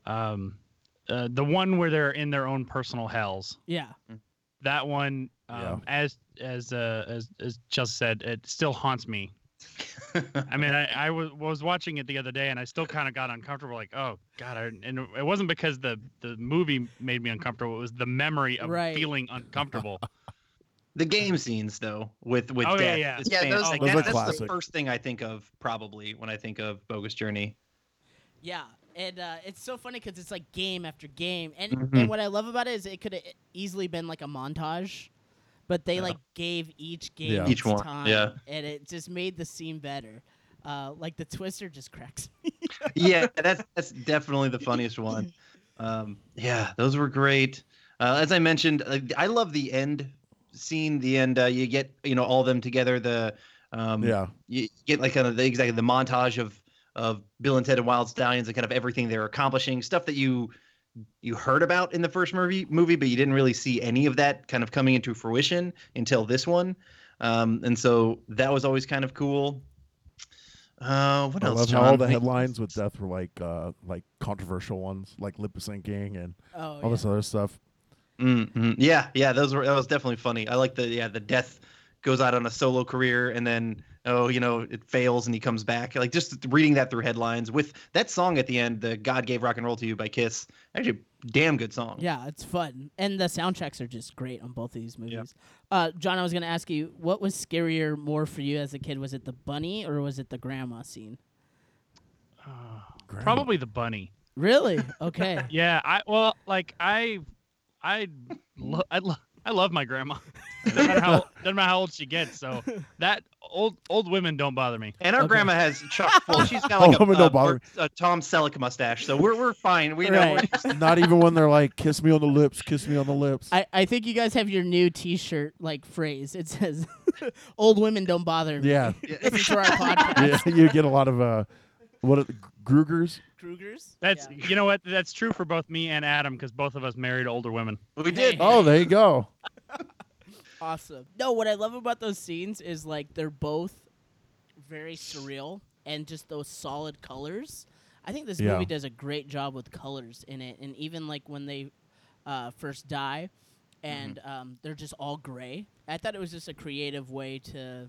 [SPEAKER 6] um, uh, the one where they're in their own personal hells.
[SPEAKER 2] Yeah,
[SPEAKER 6] That one, um,
[SPEAKER 4] Yeah.
[SPEAKER 6] as as uh, as as just said, it still haunts me. I mean, I, I was was watching it the other day, and I still kind of got uncomfortable. Like, oh God! I, and it wasn't because the the movie made me uncomfortable. It was the memory of
[SPEAKER 2] Right.
[SPEAKER 6] feeling uncomfortable.
[SPEAKER 5] The game scenes though, with with
[SPEAKER 6] Oh, yeah,
[SPEAKER 5] death,
[SPEAKER 6] yeah.
[SPEAKER 5] is
[SPEAKER 3] Yeah,
[SPEAKER 5] fan-
[SPEAKER 3] those-
[SPEAKER 5] like,
[SPEAKER 4] Those are
[SPEAKER 5] that- that's the
[SPEAKER 4] classic.
[SPEAKER 5] first thing I think of probably when I think of Bogus Journey.
[SPEAKER 2] yeah, and uh, it's so funny because it's like game after game, and
[SPEAKER 5] Mhm.
[SPEAKER 2] and what I love about it is it could have easily been like a montage, but they
[SPEAKER 5] Yeah.
[SPEAKER 2] like gave each game
[SPEAKER 4] Yeah.
[SPEAKER 5] Each
[SPEAKER 2] its
[SPEAKER 5] one,
[SPEAKER 2] time,
[SPEAKER 5] yeah.
[SPEAKER 2] and it just made the scene better. Uh, like the twister just cracks
[SPEAKER 5] yeah, that's that's definitely the funniest one. Um, yeah, those were great. Uh, as I mentioned, uh, I love the end scene. The end, uh, you get you know all of them together. The um,
[SPEAKER 4] Yeah,
[SPEAKER 5] you get like kind of the, exactly the montage of of Bill and Ted and Wild Stallions and kind of everything they're accomplishing, stuff that you you heard about in the first movie movie, but you didn't really see any of that kind of coming into fruition until this one. Um, and so that was always kind of cool. Uh, what
[SPEAKER 4] I
[SPEAKER 5] else?
[SPEAKER 4] love
[SPEAKER 5] John?
[SPEAKER 4] how all the
[SPEAKER 5] Like-
[SPEAKER 4] headlines with death were like uh like controversial ones, like lip syncing and
[SPEAKER 2] Oh,
[SPEAKER 4] all this other stuff.
[SPEAKER 5] Mm-hmm. Yeah, yeah, those were that was definitely funny. I like the yeah the death goes out on a solo career and then oh you know it fails and he comes back. Like just reading that through headlines with that song at the end, the God gave rock and roll to you by Kiss. Actually, damn good song.
[SPEAKER 2] Yeah, it's fun. And the soundtracks are just great on both of these movies. Uh, John, I was going to ask you, what was scarier more for you as a kid? Was it the bunny or was it the grandma scene?
[SPEAKER 4] Grandma.
[SPEAKER 6] Probably the bunny.
[SPEAKER 2] Really? Okay.
[SPEAKER 6] Yeah, I well, like I, I, lo- I, lo- I love my grandma. doesn't, matter how, doesn't matter how old she gets. So that old old women don't bother me.
[SPEAKER 5] And our
[SPEAKER 2] Okay.
[SPEAKER 5] grandma has chock full. She's got
[SPEAKER 4] Oh,
[SPEAKER 5] like a,
[SPEAKER 4] woman don't
[SPEAKER 5] a-
[SPEAKER 4] bother
[SPEAKER 5] a Tom Selleck mustache, so we're we're fine. We know.
[SPEAKER 2] Right.
[SPEAKER 4] Not even when they're like, "Kiss me on the lips, kiss me on the lips."
[SPEAKER 2] I, I think you guys have your new T-shirt like phrase. It says, "Old women don't bother me."
[SPEAKER 4] yeah,
[SPEAKER 5] Yeah.
[SPEAKER 2] Listen to our podcast.
[SPEAKER 4] yeah, you get a lot of uh, what are- Grugers.
[SPEAKER 2] Krugers.
[SPEAKER 6] That's
[SPEAKER 2] Yeah.
[SPEAKER 6] you know what? That's true for both me and Adam because both of us married older women.
[SPEAKER 5] We did.
[SPEAKER 4] Oh, there you go.
[SPEAKER 2] awesome. No, what I love about those scenes is like they're both very surreal and just those solid colors. I think this
[SPEAKER 4] Yeah.
[SPEAKER 2] movie does a great job with colors in it, and even like when they uh, first die, and um, they're just all gray. I thought it was just a creative way to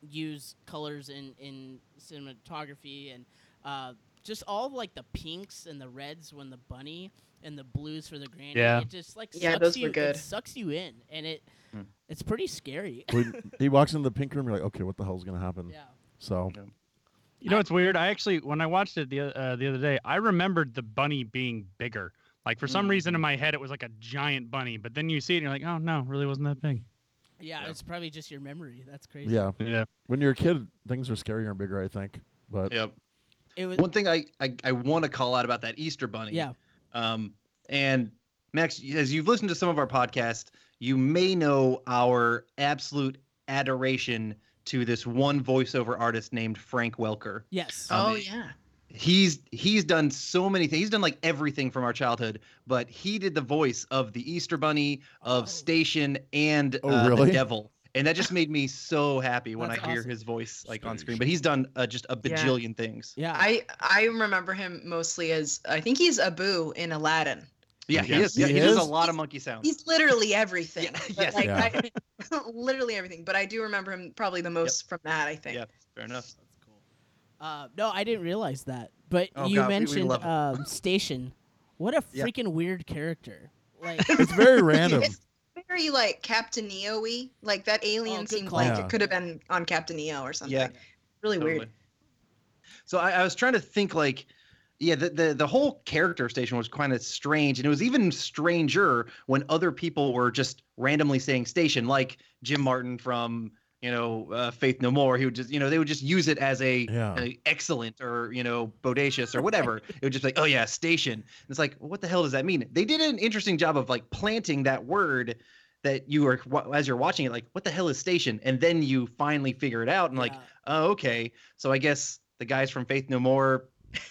[SPEAKER 2] use colors in in cinematography and uh, just all of, like the pinks and the reds when the bunny and the blues for the granny.
[SPEAKER 6] Yeah.
[SPEAKER 2] It just like
[SPEAKER 3] Yeah,
[SPEAKER 2] sucks
[SPEAKER 3] those
[SPEAKER 2] you,
[SPEAKER 3] were good.
[SPEAKER 2] It sucks you in, and it
[SPEAKER 5] Hmm.
[SPEAKER 2] it's pretty scary.
[SPEAKER 4] When he walks into the pink room, you're like, "Okay, what the hell's gonna happen?"
[SPEAKER 2] yeah.
[SPEAKER 4] So
[SPEAKER 6] You know, it's weird. I actually, when I watched it the o- uh, the other day, I remembered the bunny being bigger. Like for some reason in my head, it was like a giant bunny. But then you see it, and you're like, oh no, it really wasn't that big.
[SPEAKER 2] yeah, it's probably just your memory. That's crazy.
[SPEAKER 4] yeah,
[SPEAKER 6] Yeah.
[SPEAKER 4] when you're a kid, things are scarier and bigger, I think. But
[SPEAKER 5] Yep.
[SPEAKER 2] It was.
[SPEAKER 5] One thing I I, I want to call out about that Easter bunny.
[SPEAKER 2] yeah.
[SPEAKER 5] Um, and Max, as you've listened to some of our podcast, you may know our absolute adoration to this one voiceover artist named Frank Welker.
[SPEAKER 2] Yes.
[SPEAKER 5] Um,
[SPEAKER 3] Oh
[SPEAKER 5] it-
[SPEAKER 3] yeah.
[SPEAKER 5] He's he's done so many things. He's done like everything from our childhood, but he did the voice of the Easter Bunny, of
[SPEAKER 2] Oh.
[SPEAKER 5] Station, and
[SPEAKER 4] Oh,
[SPEAKER 5] uh,
[SPEAKER 4] really?
[SPEAKER 5] the Devil. And that just made me so happy when
[SPEAKER 2] That's
[SPEAKER 5] I hear
[SPEAKER 2] awesome.
[SPEAKER 5] his voice like on screen. But he's done uh, just a
[SPEAKER 3] Yeah.
[SPEAKER 5] bajillion things.
[SPEAKER 2] yeah.
[SPEAKER 3] I I remember him mostly as I think he's Abu in Aladdin.
[SPEAKER 5] Yeah, he
[SPEAKER 6] Yes.
[SPEAKER 5] is. Yeah,
[SPEAKER 4] He
[SPEAKER 5] he, does
[SPEAKER 4] is?
[SPEAKER 5] a lot of monkey sounds.
[SPEAKER 3] He's literally everything.
[SPEAKER 5] Yeah,
[SPEAKER 3] But,
[SPEAKER 5] yes.
[SPEAKER 3] Like,
[SPEAKER 4] Yeah.
[SPEAKER 3] I, literally everything. But I do remember him probably the most from that. I think.
[SPEAKER 5] Yep. Fair enough.
[SPEAKER 2] That's cool. Uh, no, I didn't realize that. But
[SPEAKER 5] Oh,
[SPEAKER 2] you
[SPEAKER 5] God, we- we
[SPEAKER 2] mentioned
[SPEAKER 5] love him.
[SPEAKER 2] um, Station. What a
[SPEAKER 5] Yeah.
[SPEAKER 2] freaking weird character. Like,
[SPEAKER 4] it's very random.
[SPEAKER 3] It's very like Captain Neo-y. Like that alien
[SPEAKER 2] good
[SPEAKER 3] seemed
[SPEAKER 2] call.
[SPEAKER 3] like
[SPEAKER 4] Yeah.
[SPEAKER 3] it could have been on Captain Neo or something.
[SPEAKER 5] Yeah.
[SPEAKER 3] Really weird.
[SPEAKER 5] Totally. So I, I was trying to think like, yeah, the, the the whole character station was kind of strange, and it was even stranger when other people were just randomly saying station, like Jim Martin from you know uh, Faith No More. He would just you know they would just use it as a,
[SPEAKER 4] Yeah.
[SPEAKER 5] a excellent or you know bodacious or whatever. it would just be like oh yeah station. And it's like what the hell does that mean? They did an interesting job of like planting that word that you were as you're watching it like what the hell is station and then you finally figure it out and like
[SPEAKER 2] yeah.
[SPEAKER 5] oh, okay. So I guess the guys from Faith No More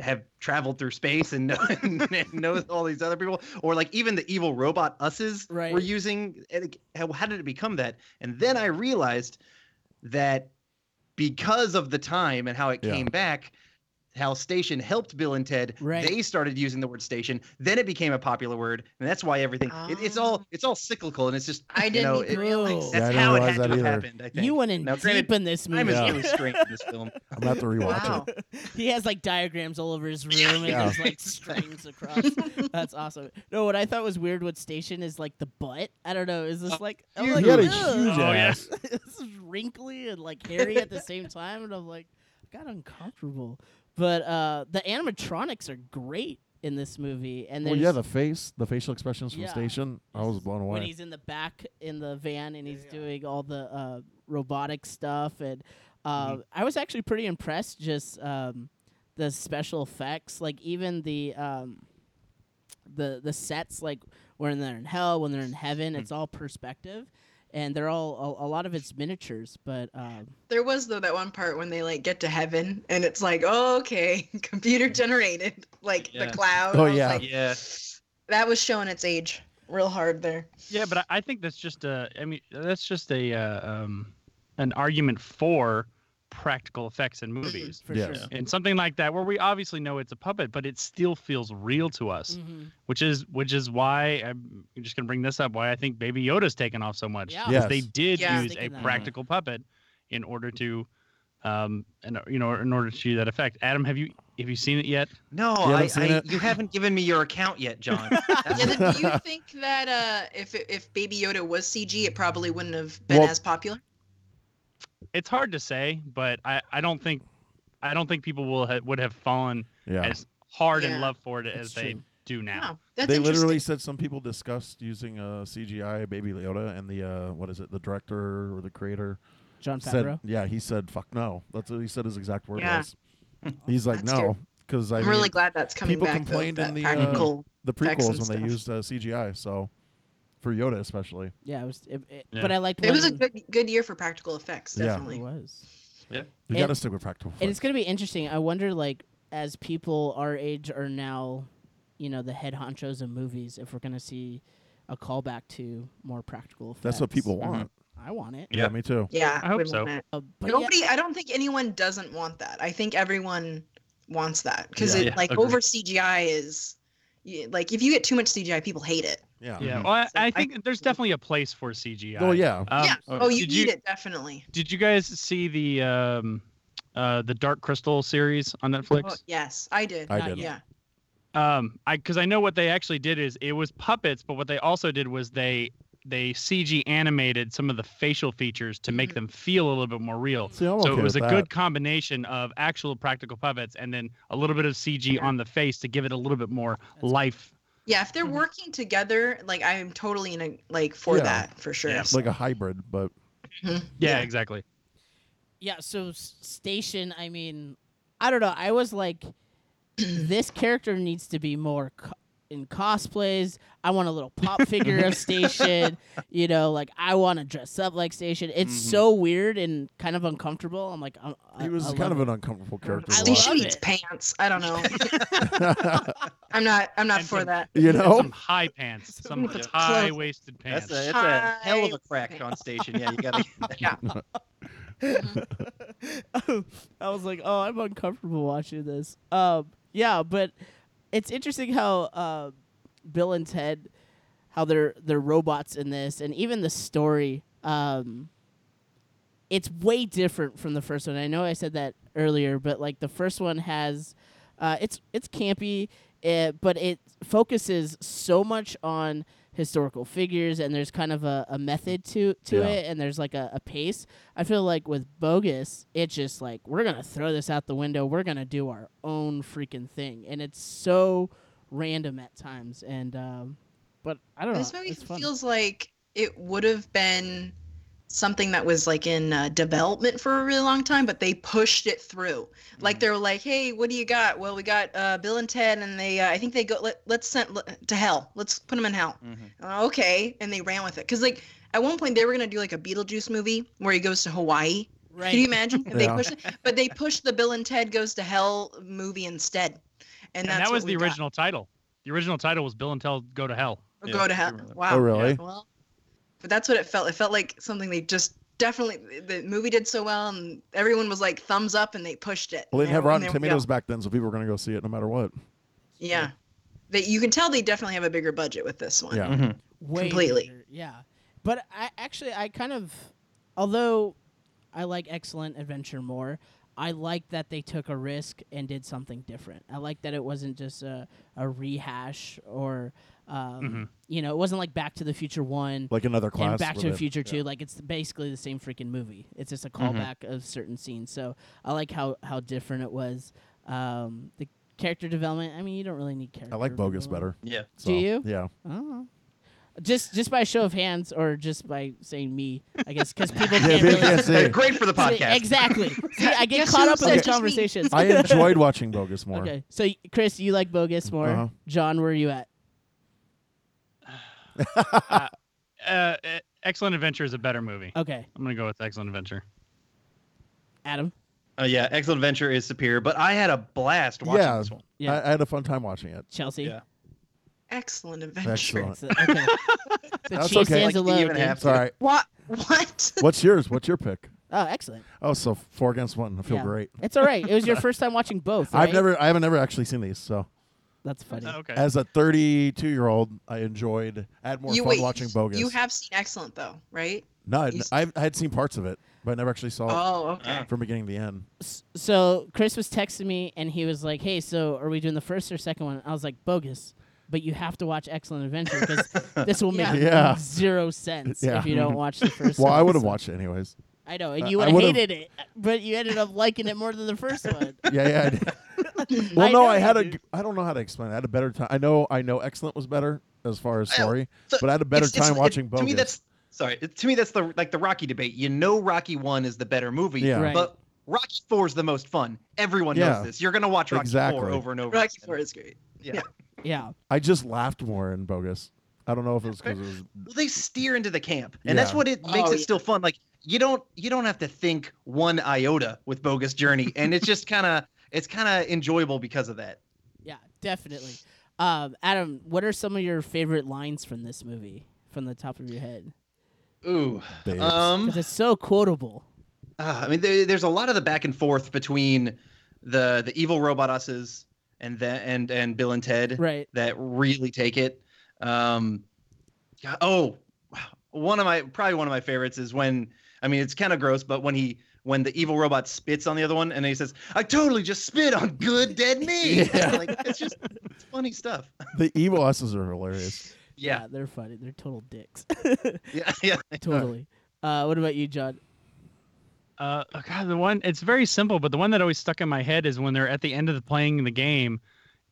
[SPEAKER 5] have traveled through space and, know, and knows all these other people, or like even the evil robot uses
[SPEAKER 2] Right.
[SPEAKER 5] were using. and it- How, how did it become that? And then I realized that because of the time and how it
[SPEAKER 4] Yeah.
[SPEAKER 5] came back. How station helped Bill and Ted.
[SPEAKER 2] Right.
[SPEAKER 5] They started using the word station. Then it became a popular word, and that's why everything. it- it's all it's all cyclical, and it's just
[SPEAKER 3] Ah. I
[SPEAKER 5] you
[SPEAKER 3] didn't
[SPEAKER 5] know,
[SPEAKER 3] even
[SPEAKER 5] it-
[SPEAKER 3] realize.
[SPEAKER 4] Yeah, I
[SPEAKER 5] that's
[SPEAKER 4] didn't
[SPEAKER 5] how it
[SPEAKER 4] realize
[SPEAKER 5] had to
[SPEAKER 4] that
[SPEAKER 5] have
[SPEAKER 4] either.
[SPEAKER 5] happened. I think
[SPEAKER 2] you went in
[SPEAKER 5] Now,
[SPEAKER 2] deep
[SPEAKER 5] granted,
[SPEAKER 2] in this
[SPEAKER 5] time
[SPEAKER 2] movie.
[SPEAKER 5] is
[SPEAKER 4] Yeah.
[SPEAKER 5] really strange in this film.
[SPEAKER 4] I'm about to rewatch
[SPEAKER 3] Wow.
[SPEAKER 4] it.
[SPEAKER 2] he has like diagrams all over his room and
[SPEAKER 4] Yeah.
[SPEAKER 2] there's like strings across. That's awesome. No, what I thought was weird with Station is like the butt. I don't know. Is this like I'm
[SPEAKER 4] He
[SPEAKER 2] like,
[SPEAKER 4] Oh, had a
[SPEAKER 2] "Ugh."
[SPEAKER 4] huge
[SPEAKER 6] Oh, yeah.
[SPEAKER 4] ass.
[SPEAKER 2] this is wrinkly and like hairy at the same time, and I'm like, I got uncomfortable. But uh, the animatronics are great in this movie, and
[SPEAKER 4] Well,
[SPEAKER 2] there's
[SPEAKER 4] yeah, the face, the facial expressions from
[SPEAKER 2] Yeah.
[SPEAKER 4] Station, I was blown
[SPEAKER 2] when
[SPEAKER 4] away.
[SPEAKER 2] he's in the back in the van and he's doing all the uh, robotic stuff and uh,
[SPEAKER 4] Mm-hmm.
[SPEAKER 2] i was actually pretty impressed just um, the special effects like even the um,
[SPEAKER 4] Mm.
[SPEAKER 2] the the sets like when they're in hell when they're in heaven it's all perspective and they're all a, a lot of it's miniatures, but um,
[SPEAKER 3] There was though that one part when they like get to heaven and it's like, oh, okay, computer generated, like
[SPEAKER 5] Yeah.
[SPEAKER 3] the cloud.
[SPEAKER 4] Oh,
[SPEAKER 3] I was
[SPEAKER 4] yeah.
[SPEAKER 3] like,
[SPEAKER 5] Yeah.
[SPEAKER 3] that was showing its age real hard there.
[SPEAKER 6] Yeah, but I- I think that's just a. I mean, that's just a uh, um, an argument for practical effects in movies
[SPEAKER 2] for
[SPEAKER 4] Yes.
[SPEAKER 2] sure.
[SPEAKER 6] and something like that, where we obviously know it's a puppet, but it still feels real to us,
[SPEAKER 2] Mhm.
[SPEAKER 6] which is which is why I'm just gonna bring this up. Why I think Baby Yoda's taken off so much.
[SPEAKER 2] Yeah.
[SPEAKER 6] 'cause
[SPEAKER 4] Yes.
[SPEAKER 6] they did
[SPEAKER 3] Yeah.
[SPEAKER 6] use a
[SPEAKER 2] Thinking that.
[SPEAKER 6] practical puppet in order to, um, and you know, in order to do that effect. Adam, have you have you seen it yet?
[SPEAKER 5] No,
[SPEAKER 4] You
[SPEAKER 5] I,
[SPEAKER 4] haven't seen
[SPEAKER 5] I
[SPEAKER 4] it?
[SPEAKER 5] you haven't given me your account yet, John.
[SPEAKER 3] Yeah, then do you think that uh, if it- if Baby Yoda was CG, it probably wouldn't have been
[SPEAKER 4] Well-
[SPEAKER 3] as popular?
[SPEAKER 6] It's hard to say, but I I don't think. I don't think people will ha- would have fallen
[SPEAKER 4] Yeah.
[SPEAKER 6] as hard
[SPEAKER 3] Yeah.
[SPEAKER 6] and love for it
[SPEAKER 2] That's
[SPEAKER 6] as they
[SPEAKER 2] true.
[SPEAKER 6] do now.
[SPEAKER 3] Wow, that's
[SPEAKER 4] they
[SPEAKER 3] interesting.
[SPEAKER 4] literally said some people discussed using uh, CGI Baby Leota, and the uh, what is it, the director or the creator
[SPEAKER 2] John
[SPEAKER 4] said,
[SPEAKER 2] Favreau.
[SPEAKER 4] yeah, he said, "Fuck no." That's what he said. His exact word
[SPEAKER 3] Yeah.
[SPEAKER 4] was. He's like,
[SPEAKER 3] That's
[SPEAKER 4] "No," because I
[SPEAKER 3] I'm
[SPEAKER 4] mean,
[SPEAKER 3] really glad that's coming
[SPEAKER 4] people
[SPEAKER 3] back. Though,
[SPEAKER 4] complained in
[SPEAKER 3] that
[SPEAKER 4] the, uh,
[SPEAKER 3] practical.
[SPEAKER 4] the
[SPEAKER 3] effects
[SPEAKER 4] prequels
[SPEAKER 3] and
[SPEAKER 4] when they
[SPEAKER 3] stuff.
[SPEAKER 4] used uh, CGI. So for Yoda especially,
[SPEAKER 2] Yeah, it was. It, it-
[SPEAKER 6] Yeah.
[SPEAKER 2] But I liked.
[SPEAKER 3] It was a
[SPEAKER 2] when-
[SPEAKER 3] good good year for practical effects,
[SPEAKER 4] Yeah.
[SPEAKER 2] It
[SPEAKER 3] definitely.
[SPEAKER 2] was.
[SPEAKER 4] you
[SPEAKER 2] And-
[SPEAKER 4] got to stick with practical.
[SPEAKER 2] And it's
[SPEAKER 4] effects.
[SPEAKER 2] going to be interesting. I wonder, like, as people our age are now, you know, the head honchos of movies, if we're going to see a callback to more practical effects.
[SPEAKER 4] That's what people want.
[SPEAKER 2] I want it.
[SPEAKER 6] Yeah.
[SPEAKER 4] Yeah, me too.
[SPEAKER 3] Yeah,
[SPEAKER 6] I hope
[SPEAKER 3] we want
[SPEAKER 6] so.
[SPEAKER 3] that.
[SPEAKER 2] Uh, but yeah,
[SPEAKER 3] Nobody, I don't think anyone doesn't want that. I think everyone wants that because
[SPEAKER 4] Yeah.
[SPEAKER 3] it
[SPEAKER 6] Yeah,
[SPEAKER 3] like
[SPEAKER 6] agree.
[SPEAKER 3] over CGI is y- like if you get too much CGI, people hate it.
[SPEAKER 4] Yeah. Mm-hmm.
[SPEAKER 6] Yeah, well, I,
[SPEAKER 3] So
[SPEAKER 6] I
[SPEAKER 3] I-
[SPEAKER 6] think there's definitely a place for CGI.
[SPEAKER 4] Well, yeah.
[SPEAKER 6] Um,
[SPEAKER 3] yeah. Oh, you
[SPEAKER 6] did
[SPEAKER 3] need
[SPEAKER 6] you
[SPEAKER 3] it definitely.
[SPEAKER 6] did you guys see the um, uh, the Dark Crystal series on
[SPEAKER 3] Oh,
[SPEAKER 6] Netflix?
[SPEAKER 3] yes, I did.
[SPEAKER 4] I
[SPEAKER 2] Not
[SPEAKER 4] did.
[SPEAKER 2] yet.
[SPEAKER 3] yeah.
[SPEAKER 6] Um, I because I know what they actually did is it was puppets, but what they also did was they they CG animated some of the facial features to make
[SPEAKER 3] Mhm.
[SPEAKER 6] them feel a little bit more real.
[SPEAKER 4] Mm-hmm. See, I'm
[SPEAKER 6] so
[SPEAKER 4] okay
[SPEAKER 6] it was a
[SPEAKER 4] with
[SPEAKER 6] good combination of actual practical puppets and then a little bit of CG on the face to give it a little bit more
[SPEAKER 2] cool.
[SPEAKER 6] life.
[SPEAKER 3] Yeah, if they're
[SPEAKER 2] Mhm.
[SPEAKER 3] working together, like I am totally in a like for
[SPEAKER 4] Yeah.
[SPEAKER 3] that for sure.
[SPEAKER 6] Yeah.
[SPEAKER 4] that. like a hybrid, but
[SPEAKER 6] Yeah,
[SPEAKER 3] Yeah.
[SPEAKER 6] exactly.
[SPEAKER 2] yeah, so s- Station, I mean, I don't know. I was like, this character needs to be more co- in cosplays. I want a little pop figure of Station. You know, like, I want to dress up like Station. It's
[SPEAKER 5] Mhm.
[SPEAKER 2] so weird and kind of uncomfortable. I'm like, I, I,
[SPEAKER 4] Mm-hmm. he was
[SPEAKER 2] I
[SPEAKER 4] kind
[SPEAKER 2] love
[SPEAKER 4] of
[SPEAKER 2] it.
[SPEAKER 4] an uncomfortable character.
[SPEAKER 2] I
[SPEAKER 4] to
[SPEAKER 2] love
[SPEAKER 3] Station needs
[SPEAKER 2] it.
[SPEAKER 3] pants. I don't know.
[SPEAKER 4] watch.
[SPEAKER 3] I'm not. I'm not
[SPEAKER 6] And
[SPEAKER 3] for
[SPEAKER 6] some-
[SPEAKER 3] that.
[SPEAKER 4] you
[SPEAKER 6] And
[SPEAKER 4] know,
[SPEAKER 6] Some high pants, some
[SPEAKER 3] Clothes.
[SPEAKER 6] high waisted pants.
[SPEAKER 5] That's a, that's a hell of a crack
[SPEAKER 3] Hi.
[SPEAKER 5] on station. Yeah, you gotta.
[SPEAKER 2] I was like, oh, I'm uncomfortable watching this. Um, yeah, but it's interesting how uh, Bill and Ted, how they're they're robots in this, and even the story. Um, it's way different from the first one. I know I said that earlier, but like the first one has, uh, it's it's campy, uh but it focuses so much on historical figures, and there's kind of a, a method to to
[SPEAKER 4] Yeah.
[SPEAKER 2] it, and there's like a, a pace. I feel like with bogus, it's just like we're gonna throw this out the window. We're gonna do our own freaking thing, and it's so random at times. And um, but I don't
[SPEAKER 3] This
[SPEAKER 2] know.
[SPEAKER 3] movie
[SPEAKER 2] it's fun.
[SPEAKER 3] feels like it would have been something that was like in uh, development for a really long time, but they pushed it through. Like they were like, "Hey, what do you got?" Well, we got uh, Bill and Ted, and they uh, I think they go let, let's send let, to hell. Let's put them in hell.
[SPEAKER 5] mm-hmm.
[SPEAKER 3] Uh, okay, and they ran with it because like at one point they were gonna do like a Beetlejuice movie where he goes to Hawaii.
[SPEAKER 2] right.
[SPEAKER 3] Can you imagine? And
[SPEAKER 4] Yeah.
[SPEAKER 3] they pushed it, but they pushed the Bill and Ted goes to hell movie instead. And,
[SPEAKER 6] and
[SPEAKER 3] that's
[SPEAKER 6] that
[SPEAKER 3] what
[SPEAKER 6] was the
[SPEAKER 3] we got.
[SPEAKER 6] original title. The original title was Bill and Ted Go to Hell.
[SPEAKER 3] Or
[SPEAKER 5] Yeah,
[SPEAKER 3] go to
[SPEAKER 5] I
[SPEAKER 3] hell.
[SPEAKER 5] remember that.
[SPEAKER 3] Wow.
[SPEAKER 4] Oh, really? Yeah.
[SPEAKER 3] Well, but that's what it felt. It felt like something they just definitely. The movie did so well, and everyone was like thumbs up, and they pushed it.
[SPEAKER 4] well, they didn't
[SPEAKER 3] and
[SPEAKER 4] have
[SPEAKER 3] everyone-
[SPEAKER 4] Rotten
[SPEAKER 3] there we go.
[SPEAKER 4] Tomatoes back then, so people were going to go see it no matter what.
[SPEAKER 3] Yeah, that you can tell they definitely have a bigger budget with this one.
[SPEAKER 4] Yeah.
[SPEAKER 2] Way
[SPEAKER 3] Completely.
[SPEAKER 2] bigger, Yeah. But I actually I kind of although I like excellent adventure more, I like that they took a risk and did something different. I like that it wasn't just a, a rehash or um, you know, it wasn't like Back to the Future One
[SPEAKER 4] Mm-hmm. Like another class.
[SPEAKER 2] and Back
[SPEAKER 4] with
[SPEAKER 2] to the
[SPEAKER 4] it. Mm-hmm.
[SPEAKER 2] Future Two. Like it's basically the same freaking movie. It's just a callback of certain scenes. So I like how how different it was. Um, the character development. I mean, you don't really need character.
[SPEAKER 4] I like Bogus
[SPEAKER 2] development.
[SPEAKER 4] better.
[SPEAKER 5] Yeah.
[SPEAKER 4] So,
[SPEAKER 2] you?
[SPEAKER 4] Yeah.
[SPEAKER 2] Oh. Just just by show of hands, or just by saying me, I guess, because people
[SPEAKER 4] Yeah,
[SPEAKER 2] can't
[SPEAKER 4] people
[SPEAKER 2] really
[SPEAKER 4] can't
[SPEAKER 2] see-
[SPEAKER 4] Hey.
[SPEAKER 5] Uh, Great for the
[SPEAKER 2] see-
[SPEAKER 5] podcast.
[SPEAKER 2] Exactly. See, I get
[SPEAKER 3] Guess
[SPEAKER 2] caught
[SPEAKER 3] who
[SPEAKER 2] up in
[SPEAKER 3] said
[SPEAKER 2] these
[SPEAKER 3] just me?
[SPEAKER 2] conversations.
[SPEAKER 4] I enjoyed watching Bogus more.
[SPEAKER 2] okay, so y- Chris, you like Bogus more.
[SPEAKER 4] Uh-huh.
[SPEAKER 2] John, where are you at?
[SPEAKER 6] Uh, uh, Excellent Adventure is a better movie.
[SPEAKER 2] Okay,
[SPEAKER 6] I'm gonna go with Excellent Adventure.
[SPEAKER 2] Adam.
[SPEAKER 5] Oh yeah, Excellent Adventure is superior, but I had a blast watching
[SPEAKER 4] Yeah.
[SPEAKER 5] this one.
[SPEAKER 2] Yeah.
[SPEAKER 4] I, I had a fun time watching it.
[SPEAKER 2] Chelsea.
[SPEAKER 5] Yeah.
[SPEAKER 3] Excellent adventure.
[SPEAKER 4] Excellent.
[SPEAKER 2] So- okay. The
[SPEAKER 4] That's
[SPEAKER 2] chief
[SPEAKER 4] okay.
[SPEAKER 2] stands
[SPEAKER 5] Like, you
[SPEAKER 2] alone.
[SPEAKER 5] even
[SPEAKER 2] dude.
[SPEAKER 5] have-
[SPEAKER 4] Sorry.
[SPEAKER 3] What? What?
[SPEAKER 4] What's yours? What's your pick?
[SPEAKER 2] Oh, excellent.
[SPEAKER 4] Oh, so four against one. I feel
[SPEAKER 2] Yeah.
[SPEAKER 4] great.
[SPEAKER 2] It's all right. It was your first time watching both.
[SPEAKER 4] I've
[SPEAKER 2] right?
[SPEAKER 4] never, I haven't never actually seen these. So,
[SPEAKER 2] That's funny.
[SPEAKER 6] okay.
[SPEAKER 4] as a 32 year old, I enjoyed. I had more fun watching Bogus.
[SPEAKER 3] You have seen Excellent though, right?
[SPEAKER 4] no, I'd-
[SPEAKER 3] you s-
[SPEAKER 4] I've, I had seen parts of it, but I never actually saw
[SPEAKER 3] Oh, okay.
[SPEAKER 4] it from beginning to end.
[SPEAKER 2] S- So Chris was texting me and he was like, "Hey, so are we doing the first or second one?" I was like, "Bogus." But you have to watch Excellent Adventure because this will make
[SPEAKER 3] Yeah.
[SPEAKER 4] Yeah.
[SPEAKER 2] zero sense
[SPEAKER 4] Yeah.
[SPEAKER 2] if you don't watch the first
[SPEAKER 4] Well,
[SPEAKER 2] one.
[SPEAKER 4] I would have
[SPEAKER 2] So-
[SPEAKER 4] watched it anyways.
[SPEAKER 2] I know,
[SPEAKER 4] I-
[SPEAKER 2] and you
[SPEAKER 4] I
[SPEAKER 2] would have
[SPEAKER 4] would've-
[SPEAKER 2] hated it, but you ended up liking it more than the first one.
[SPEAKER 4] Yeah, yeah. I did. well, no,
[SPEAKER 2] know
[SPEAKER 4] I
[SPEAKER 2] you
[SPEAKER 4] had a.
[SPEAKER 2] did.
[SPEAKER 4] g- I don't know how to explain. It. I had a better time. I know, I know, excellent was better as far as
[SPEAKER 5] Oh,
[SPEAKER 4] story,
[SPEAKER 5] so
[SPEAKER 4] but I had a better
[SPEAKER 5] It's- it's-
[SPEAKER 4] time
[SPEAKER 5] it-
[SPEAKER 4] watching Bogus.
[SPEAKER 5] To me, that's sorry. it- To me, that's the like the Rocky debate. You know, Rocky One is the better movie,
[SPEAKER 4] Yeah.
[SPEAKER 2] Right.
[SPEAKER 5] but Rocky Four is the most fun. Everyone
[SPEAKER 4] Yeah.
[SPEAKER 5] knows this. You're gonna watch Rocky
[SPEAKER 4] Exactly.
[SPEAKER 5] Four over and over.
[SPEAKER 3] Rocky
[SPEAKER 5] again.
[SPEAKER 3] Four is great.
[SPEAKER 2] Yeah,
[SPEAKER 4] I just laughed more in Bogus. I don't know if it was because it was.
[SPEAKER 5] Well, they steer into the camp, and that's
[SPEAKER 4] Yeah.
[SPEAKER 5] what it makes
[SPEAKER 3] Oh,
[SPEAKER 5] it
[SPEAKER 3] yeah.
[SPEAKER 5] still fun. Like you don't you don't have to think one iota with Bogus Journey, and it's just kind of it's kind of enjoyable because of that.
[SPEAKER 2] yeah, definitely. Um, Adam, what are some of your favorite lines from this movie, from the top of your head?
[SPEAKER 5] Ooh,
[SPEAKER 4] Babes.
[SPEAKER 5] um,
[SPEAKER 2] Because it's so quotable.
[SPEAKER 5] Uh, I mean, there, there's a lot of the back and forth between the the evil robot us's and the, and and Bill and Ted
[SPEAKER 2] Right.
[SPEAKER 5] that really take it. Um, yeah, oh, one of my probably one of my favorites is when I mean it's kind of gross, but when he when the evil robot spits on the other one and he says, "I totally just spit on good dead me."
[SPEAKER 4] Yeah.
[SPEAKER 5] like, it's just it's funny stuff.
[SPEAKER 4] The evil S's are hilarious.
[SPEAKER 5] Yeah,
[SPEAKER 2] they're funny. They're total dicks.
[SPEAKER 5] yeah, yeah.
[SPEAKER 2] totally. Uh, what about you, John?
[SPEAKER 6] Uh, oh, God, the one it's very simple, but the one that always stuck in my head is when they're at the end of the playing the game,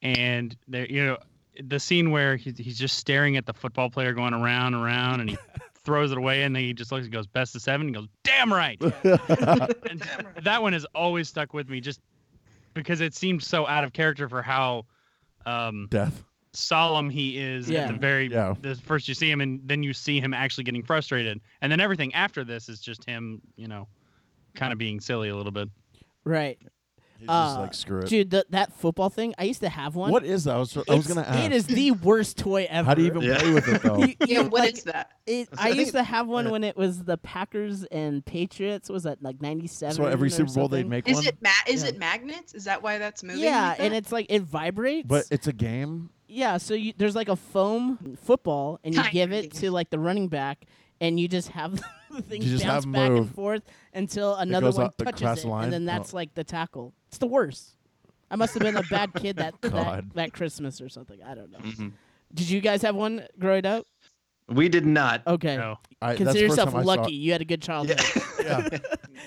[SPEAKER 6] and they you know the scene where he, he's just staring at the football player going around and around, and he throws it away, and then he just looks and goes best of seven, and goes damn right. And that one has always stuck with me just because it seemed so out of character for how um,
[SPEAKER 4] Death.
[SPEAKER 6] solemn he is at
[SPEAKER 2] Yeah.
[SPEAKER 6] the very
[SPEAKER 4] Yeah.
[SPEAKER 6] the first you see him and then you see him actually getting frustrated and then everything after this is just him you know kind of being silly a little bit
[SPEAKER 2] Right,
[SPEAKER 4] He's
[SPEAKER 2] Uh,
[SPEAKER 4] just like screw it.
[SPEAKER 2] dude. The, that football thing. I used to have one.
[SPEAKER 4] what is that? I was, I was
[SPEAKER 2] It's-
[SPEAKER 4] gonna ask.
[SPEAKER 2] It is the worst toy ever.
[SPEAKER 4] How do you even
[SPEAKER 5] Yeah.
[SPEAKER 4] play with it though?
[SPEAKER 2] You-
[SPEAKER 3] Yeah,
[SPEAKER 2] you,
[SPEAKER 3] What is
[SPEAKER 2] like,
[SPEAKER 3] that?
[SPEAKER 2] It,
[SPEAKER 5] So I
[SPEAKER 2] I
[SPEAKER 5] think-
[SPEAKER 2] used to have one
[SPEAKER 5] yeah.
[SPEAKER 2] when it was the Packers and Patriots. Was that like '97?
[SPEAKER 4] so every Super Bowl they'd make
[SPEAKER 3] Is
[SPEAKER 4] one,
[SPEAKER 3] it ma- is
[SPEAKER 2] Yeah.
[SPEAKER 3] it magnets? Is that why that's moving?
[SPEAKER 2] Yeah,
[SPEAKER 3] like
[SPEAKER 2] and
[SPEAKER 3] that?
[SPEAKER 2] it's like it vibrates.
[SPEAKER 4] but it's a game.
[SPEAKER 2] yeah, so you, there's like a foam football, and you
[SPEAKER 3] Tiny.
[SPEAKER 2] give it to like the running back, and you just have the thing
[SPEAKER 4] You just have
[SPEAKER 2] bounce
[SPEAKER 4] 'em
[SPEAKER 2] back
[SPEAKER 4] move.
[SPEAKER 2] and forth until another
[SPEAKER 4] goes
[SPEAKER 2] one
[SPEAKER 4] up the
[SPEAKER 2] touches
[SPEAKER 4] cross
[SPEAKER 2] it,
[SPEAKER 4] line?
[SPEAKER 2] and then
[SPEAKER 4] Oh.
[SPEAKER 2] that's like the tackle. It's the worst. I must have been a bad kid that that,
[SPEAKER 4] God.
[SPEAKER 2] that Christmas or something. I don't know.
[SPEAKER 3] Mm-hmm.
[SPEAKER 5] Mhm.
[SPEAKER 2] Did you guys have one growing up?
[SPEAKER 5] We did not.
[SPEAKER 2] Okay.
[SPEAKER 6] no
[SPEAKER 4] I, that's the
[SPEAKER 2] Consider
[SPEAKER 4] first
[SPEAKER 2] yourself
[SPEAKER 4] time I saw
[SPEAKER 2] lucky. You had a good childhood.
[SPEAKER 4] it. Yeah,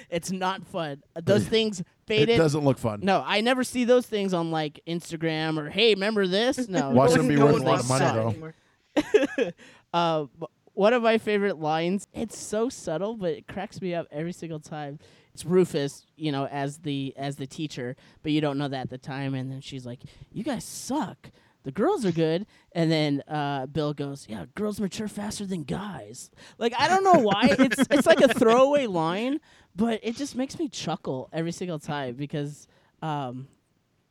[SPEAKER 2] It's not fun. Those things
[SPEAKER 4] it
[SPEAKER 2] faded.
[SPEAKER 4] doesn't look fun.
[SPEAKER 2] No, I never see those things on like Instagram or hey, remember this? No,
[SPEAKER 4] Watch
[SPEAKER 2] those
[SPEAKER 4] them be worth
[SPEAKER 2] things
[SPEAKER 4] a lot of money,
[SPEAKER 2] suck.
[SPEAKER 4] though.
[SPEAKER 2] Uh, b- one of my favorite lines. It's so subtle, but it cracks me up every single time. It's Rufus, you know, as the as the teacher, but you don't know that at the time. And then she's like, "You guys suck. The girls are good." And then uh, Bill goes, "Yeah, girls mature faster than guys." Like I don't know why it's it's like a throwaway line, but it just makes me chuckle every single time because um,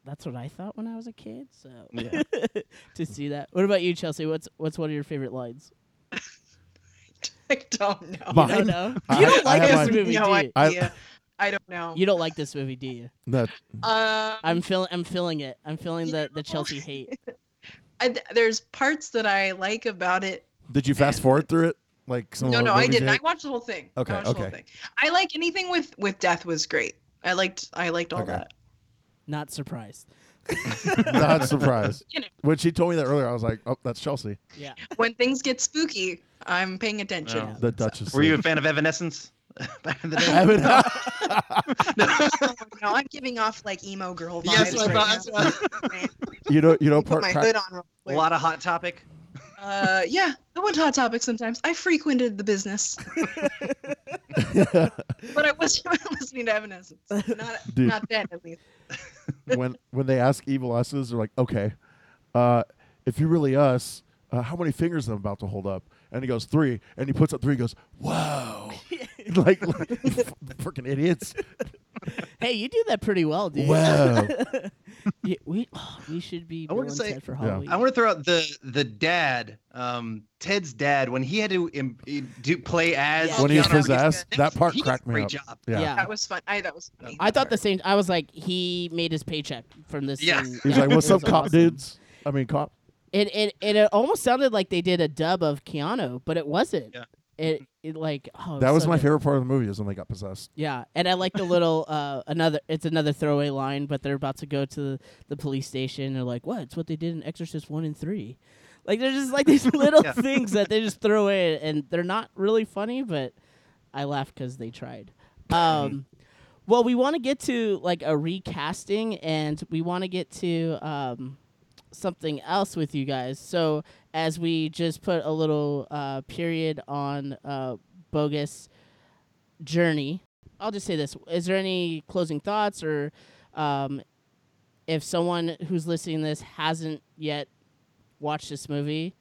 [SPEAKER 2] that's what I thought when I was a kid. So
[SPEAKER 5] Yeah.
[SPEAKER 2] to see that. What about you, Chelsea? What's what's one of your favorite lines?
[SPEAKER 3] I don't know.
[SPEAKER 4] Mine-
[SPEAKER 2] I know.
[SPEAKER 4] I-
[SPEAKER 2] You don't
[SPEAKER 4] I
[SPEAKER 2] like
[SPEAKER 4] have
[SPEAKER 2] this
[SPEAKER 4] mine.
[SPEAKER 2] movie,
[SPEAKER 3] no
[SPEAKER 2] do you?
[SPEAKER 3] idea. I, don't know.
[SPEAKER 2] You don't like this movie, do you?
[SPEAKER 4] That-
[SPEAKER 3] Um,
[SPEAKER 2] I'm
[SPEAKER 5] Mm.
[SPEAKER 2] feeling I'm feeling it. I'm feeling the, the
[SPEAKER 3] No.
[SPEAKER 2] Chelsea hate.
[SPEAKER 3] I, there's parts that I like about it
[SPEAKER 4] did you fast forward through it? Like some
[SPEAKER 3] No,
[SPEAKER 4] of the
[SPEAKER 3] no, I
[SPEAKER 4] movies you
[SPEAKER 3] didn't. I
[SPEAKER 4] hate?
[SPEAKER 3] watched the whole thing.
[SPEAKER 4] Okay,
[SPEAKER 3] I watched The whole
[SPEAKER 4] okay.
[SPEAKER 3] thing. I like anything with with death was great. I liked I liked all
[SPEAKER 4] Okay.
[SPEAKER 3] that.
[SPEAKER 2] Not surprised.
[SPEAKER 4] Not surprised.
[SPEAKER 3] You know.
[SPEAKER 4] When she told me that earlier, I was like, "Oh, that's Chelsea,
[SPEAKER 2] Yeah.
[SPEAKER 3] When things get spooky, I'm paying attention.
[SPEAKER 2] Yeah.
[SPEAKER 4] the Duchess."
[SPEAKER 5] Were you a fan of Evanescence? Back in the day?
[SPEAKER 4] I mean,
[SPEAKER 3] no, I'm giving off like emo girl vibes.
[SPEAKER 5] Yes, I
[SPEAKER 3] right
[SPEAKER 5] thought-
[SPEAKER 3] now.
[SPEAKER 5] that's
[SPEAKER 3] Man,
[SPEAKER 4] you know, you know,
[SPEAKER 3] Put
[SPEAKER 4] part
[SPEAKER 3] my
[SPEAKER 4] crack-
[SPEAKER 3] hood on. Real
[SPEAKER 5] A
[SPEAKER 3] quick.
[SPEAKER 5] lot of Hot Topic.
[SPEAKER 3] Uh, yeah, I went to hot topic sometimes. I frequented the business, but I wasn't listening to Evanescence. Not
[SPEAKER 4] Dude.
[SPEAKER 3] not then at least.
[SPEAKER 4] when when they ask evil us's, they're like, "Okay, uh, if you're really us, uh, how many fingers am I about to hold up?" and he goes three, and he puts up three. He goes, "Wow!" like, like freaking idiots.
[SPEAKER 2] Hey, you do that pretty well, dude.
[SPEAKER 4] Wow.
[SPEAKER 2] Yeah, we oh, we should be
[SPEAKER 5] I wanna
[SPEAKER 2] doing
[SPEAKER 5] say-
[SPEAKER 2] set for
[SPEAKER 4] Yeah.
[SPEAKER 2] Halloween.
[SPEAKER 5] I want to throw out the the dad, um, Ted's dad, when he had to im- e, do play as
[SPEAKER 2] Yeah.
[SPEAKER 4] when he's
[SPEAKER 5] Keanu Reeves,
[SPEAKER 4] possessed, that part
[SPEAKER 5] he did a
[SPEAKER 4] cracked me
[SPEAKER 5] great
[SPEAKER 4] up.
[SPEAKER 5] job.
[SPEAKER 4] Yeah.
[SPEAKER 2] Yeah.
[SPEAKER 3] That was fun. I that was funny.
[SPEAKER 2] I thought the same. I was like, he made his paycheck from this.
[SPEAKER 5] Yeah.
[SPEAKER 2] thing.
[SPEAKER 4] He's like,
[SPEAKER 2] It
[SPEAKER 4] "What's up,
[SPEAKER 2] was
[SPEAKER 4] cop
[SPEAKER 2] awesome.
[SPEAKER 4] dudes?" I mean, cop.
[SPEAKER 2] It, it it uh, almost sounded like they did a dub of Keanu, but it wasn't.
[SPEAKER 5] Yeah.
[SPEAKER 2] It it like oh, it
[SPEAKER 4] That was
[SPEAKER 2] so
[SPEAKER 4] my
[SPEAKER 2] good.
[SPEAKER 4] favorite part of the movie is when they got possessed.
[SPEAKER 2] Yeah, and I like the little uh another. It's another throwaway line, but they're about to go to the, the police station. and They're like, "What? It's what they did in Exorcist one and 3. Like they're just like these little
[SPEAKER 5] Yeah.
[SPEAKER 2] things that they just throw away, and they're not really funny, but I laughed because they tried. Um, well, we want to get to like a recasting, and we want to get to um, something else with you guys. So as we just put a little uh, period on uh, bogus journey, I'll just say this: Is there any closing thoughts, or um, if someone who's listening to this hasn't yet watched this movie,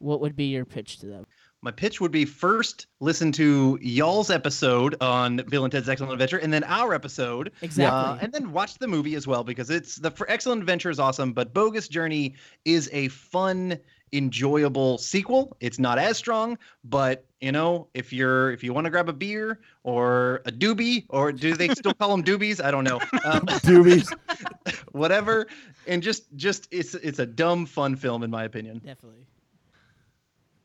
[SPEAKER 2] what would be your pitch to them?
[SPEAKER 5] My pitch would be first listen to y'all's episode on Bill and Ted's Excellent Adventure, and then our episode,
[SPEAKER 2] Exactly.
[SPEAKER 5] Uh, and then watch the movie as well because it's the for Excellent Adventure is awesome, but Bogus Journey is a fun, enjoyable sequel. It's not as strong, but you know, if you're if you want to grab a beer or a doobie, or do they still call them doobies? I don't know. Um,
[SPEAKER 4] Doobies.
[SPEAKER 5] whatever, and just just it's it's a dumb fun film in my opinion.
[SPEAKER 2] Definitely.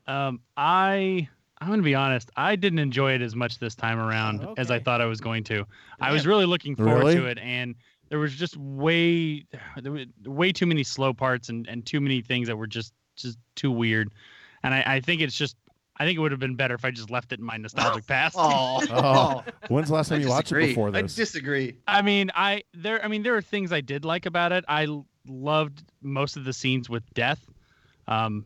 [SPEAKER 6] Um, I I'm gonna be honest. I didn't enjoy it as much this time around
[SPEAKER 2] Oh,
[SPEAKER 6] as I
[SPEAKER 2] okay.
[SPEAKER 6] thought I was going to. I was
[SPEAKER 5] Damn.
[SPEAKER 6] really looking forward
[SPEAKER 4] Really?
[SPEAKER 6] to it, and there was just way there were way too many slow parts and and too many things that were just just too weird. And I, I think it's just I think it would have been better if I just left it in my nostalgic past.
[SPEAKER 5] Oh,
[SPEAKER 4] Oh, When's the last time you watched it before
[SPEAKER 5] I
[SPEAKER 4] this?
[SPEAKER 5] disagree.
[SPEAKER 6] I mean, I there. I mean, there are things I did like about it. I l- loved most of the scenes with death, um,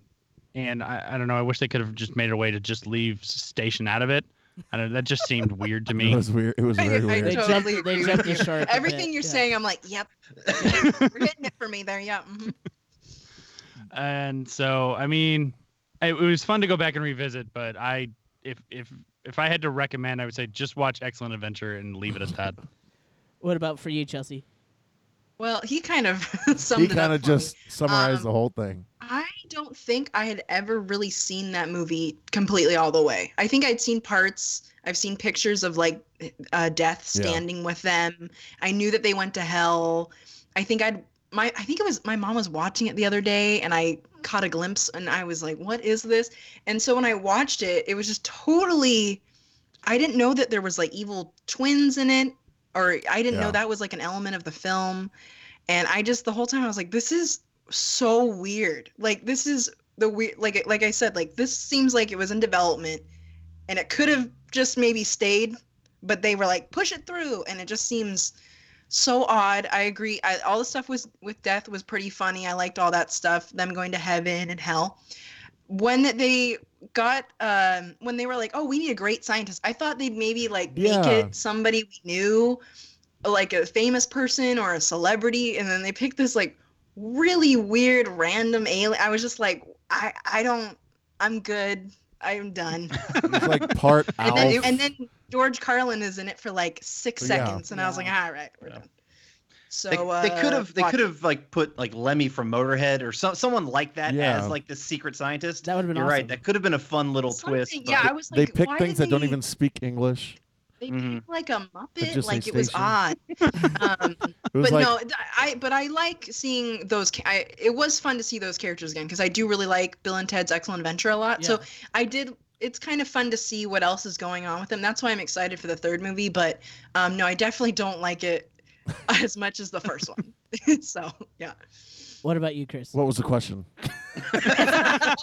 [SPEAKER 6] and I, I don't know. I wish they could have just made a way to just leave Station out of it. I don't. That just seemed weird to
[SPEAKER 4] It
[SPEAKER 6] me.
[SPEAKER 4] was weird. It was
[SPEAKER 3] I-
[SPEAKER 4] very
[SPEAKER 3] I
[SPEAKER 2] They
[SPEAKER 4] weird.
[SPEAKER 3] totally
[SPEAKER 2] jumped,
[SPEAKER 3] agree
[SPEAKER 2] they
[SPEAKER 3] with
[SPEAKER 2] jumped the
[SPEAKER 3] you.
[SPEAKER 2] shark. a
[SPEAKER 3] Everything
[SPEAKER 2] bit,
[SPEAKER 3] you're
[SPEAKER 2] yeah.
[SPEAKER 3] saying, I'm like, yep, you're hitting it for me there. Yeah. mhm.
[SPEAKER 6] And so, I mean, it, it was fun to go back and revisit. But I, if if if I had to recommend, I would say just watch Excellent Adventure and leave it at that.
[SPEAKER 2] What about for you, Chelsea?
[SPEAKER 3] Well, he kind of summed
[SPEAKER 4] He
[SPEAKER 3] it up
[SPEAKER 4] kind of
[SPEAKER 3] for me.
[SPEAKER 4] just summarized
[SPEAKER 3] Um,
[SPEAKER 4] the whole thing.
[SPEAKER 3] I don't think I had ever really seen that movie completely all the way. I think I'd seen parts. I've seen pictures of like uh, death
[SPEAKER 4] Yeah.
[SPEAKER 3] standing with them. I knew that they went to hell. I think I'd my I think it was my mom was watching it the other day and I caught a glimpse and I was like, "What is this?" And so when I watched it, it was just totally. I didn't know that there was like evil twins in it, or I didn't
[SPEAKER 4] Yeah.
[SPEAKER 3] know that was like an element of the film. And I just the whole time I was like, "This is so weird. Like this is the weird. Like like I said, like this seems like it was in development, and it could have just maybe stayed, but they were like push it through, and it just seems so odd. I agree. I, all the stuff was with death was pretty funny. I liked all that stuff. Them going to heaven and hell. When they got um when they were like, oh, we need a great scientist. I thought they'd maybe like make
[SPEAKER 4] Yeah.
[SPEAKER 3] it somebody we knew, like a famous person or a celebrity, and then they picked this like really weird random alien. I was just like, I I don't. I'm good. I'm done.
[SPEAKER 4] It was like part
[SPEAKER 3] And
[SPEAKER 4] owl.
[SPEAKER 3] then, and then George Carlin is in it for like six
[SPEAKER 4] Yeah.
[SPEAKER 3] seconds, and I was like, all right, we're done. So
[SPEAKER 5] They, they could
[SPEAKER 3] uh,
[SPEAKER 5] have they
[SPEAKER 3] watch-
[SPEAKER 5] could have like put like Lemmy from Motorhead or so, someone like that
[SPEAKER 4] Yeah.
[SPEAKER 5] as like the secret scientist.
[SPEAKER 2] That would have been
[SPEAKER 5] You're
[SPEAKER 2] awesome.
[SPEAKER 5] right. That could have been a fun little twist.
[SPEAKER 3] something- Yeah,
[SPEAKER 5] but-
[SPEAKER 3] I was
[SPEAKER 4] they
[SPEAKER 3] like,
[SPEAKER 4] pick
[SPEAKER 3] why
[SPEAKER 4] things
[SPEAKER 3] did
[SPEAKER 4] that don't
[SPEAKER 3] they-
[SPEAKER 4] even speak English.
[SPEAKER 3] They
[SPEAKER 6] Mhm.
[SPEAKER 5] Mm-hmm.
[SPEAKER 3] picked like a Muppet,
[SPEAKER 4] just say
[SPEAKER 3] like it was
[SPEAKER 4] station.
[SPEAKER 3] odd. Um,
[SPEAKER 4] It was
[SPEAKER 3] but
[SPEAKER 4] like
[SPEAKER 3] no, th- I but I like seeing those. ca- I it was fun to see those characters again because I do really like Bill and Ted's Excellent Adventure a lot. So
[SPEAKER 2] Yeah.
[SPEAKER 3] I did. It's kind of fun to see what else is going on with them. That's why I'm excited for the third movie. But um, no, I definitely don't like it as much as the first one. so yeah.
[SPEAKER 2] What about you, Chris?
[SPEAKER 4] what was the question?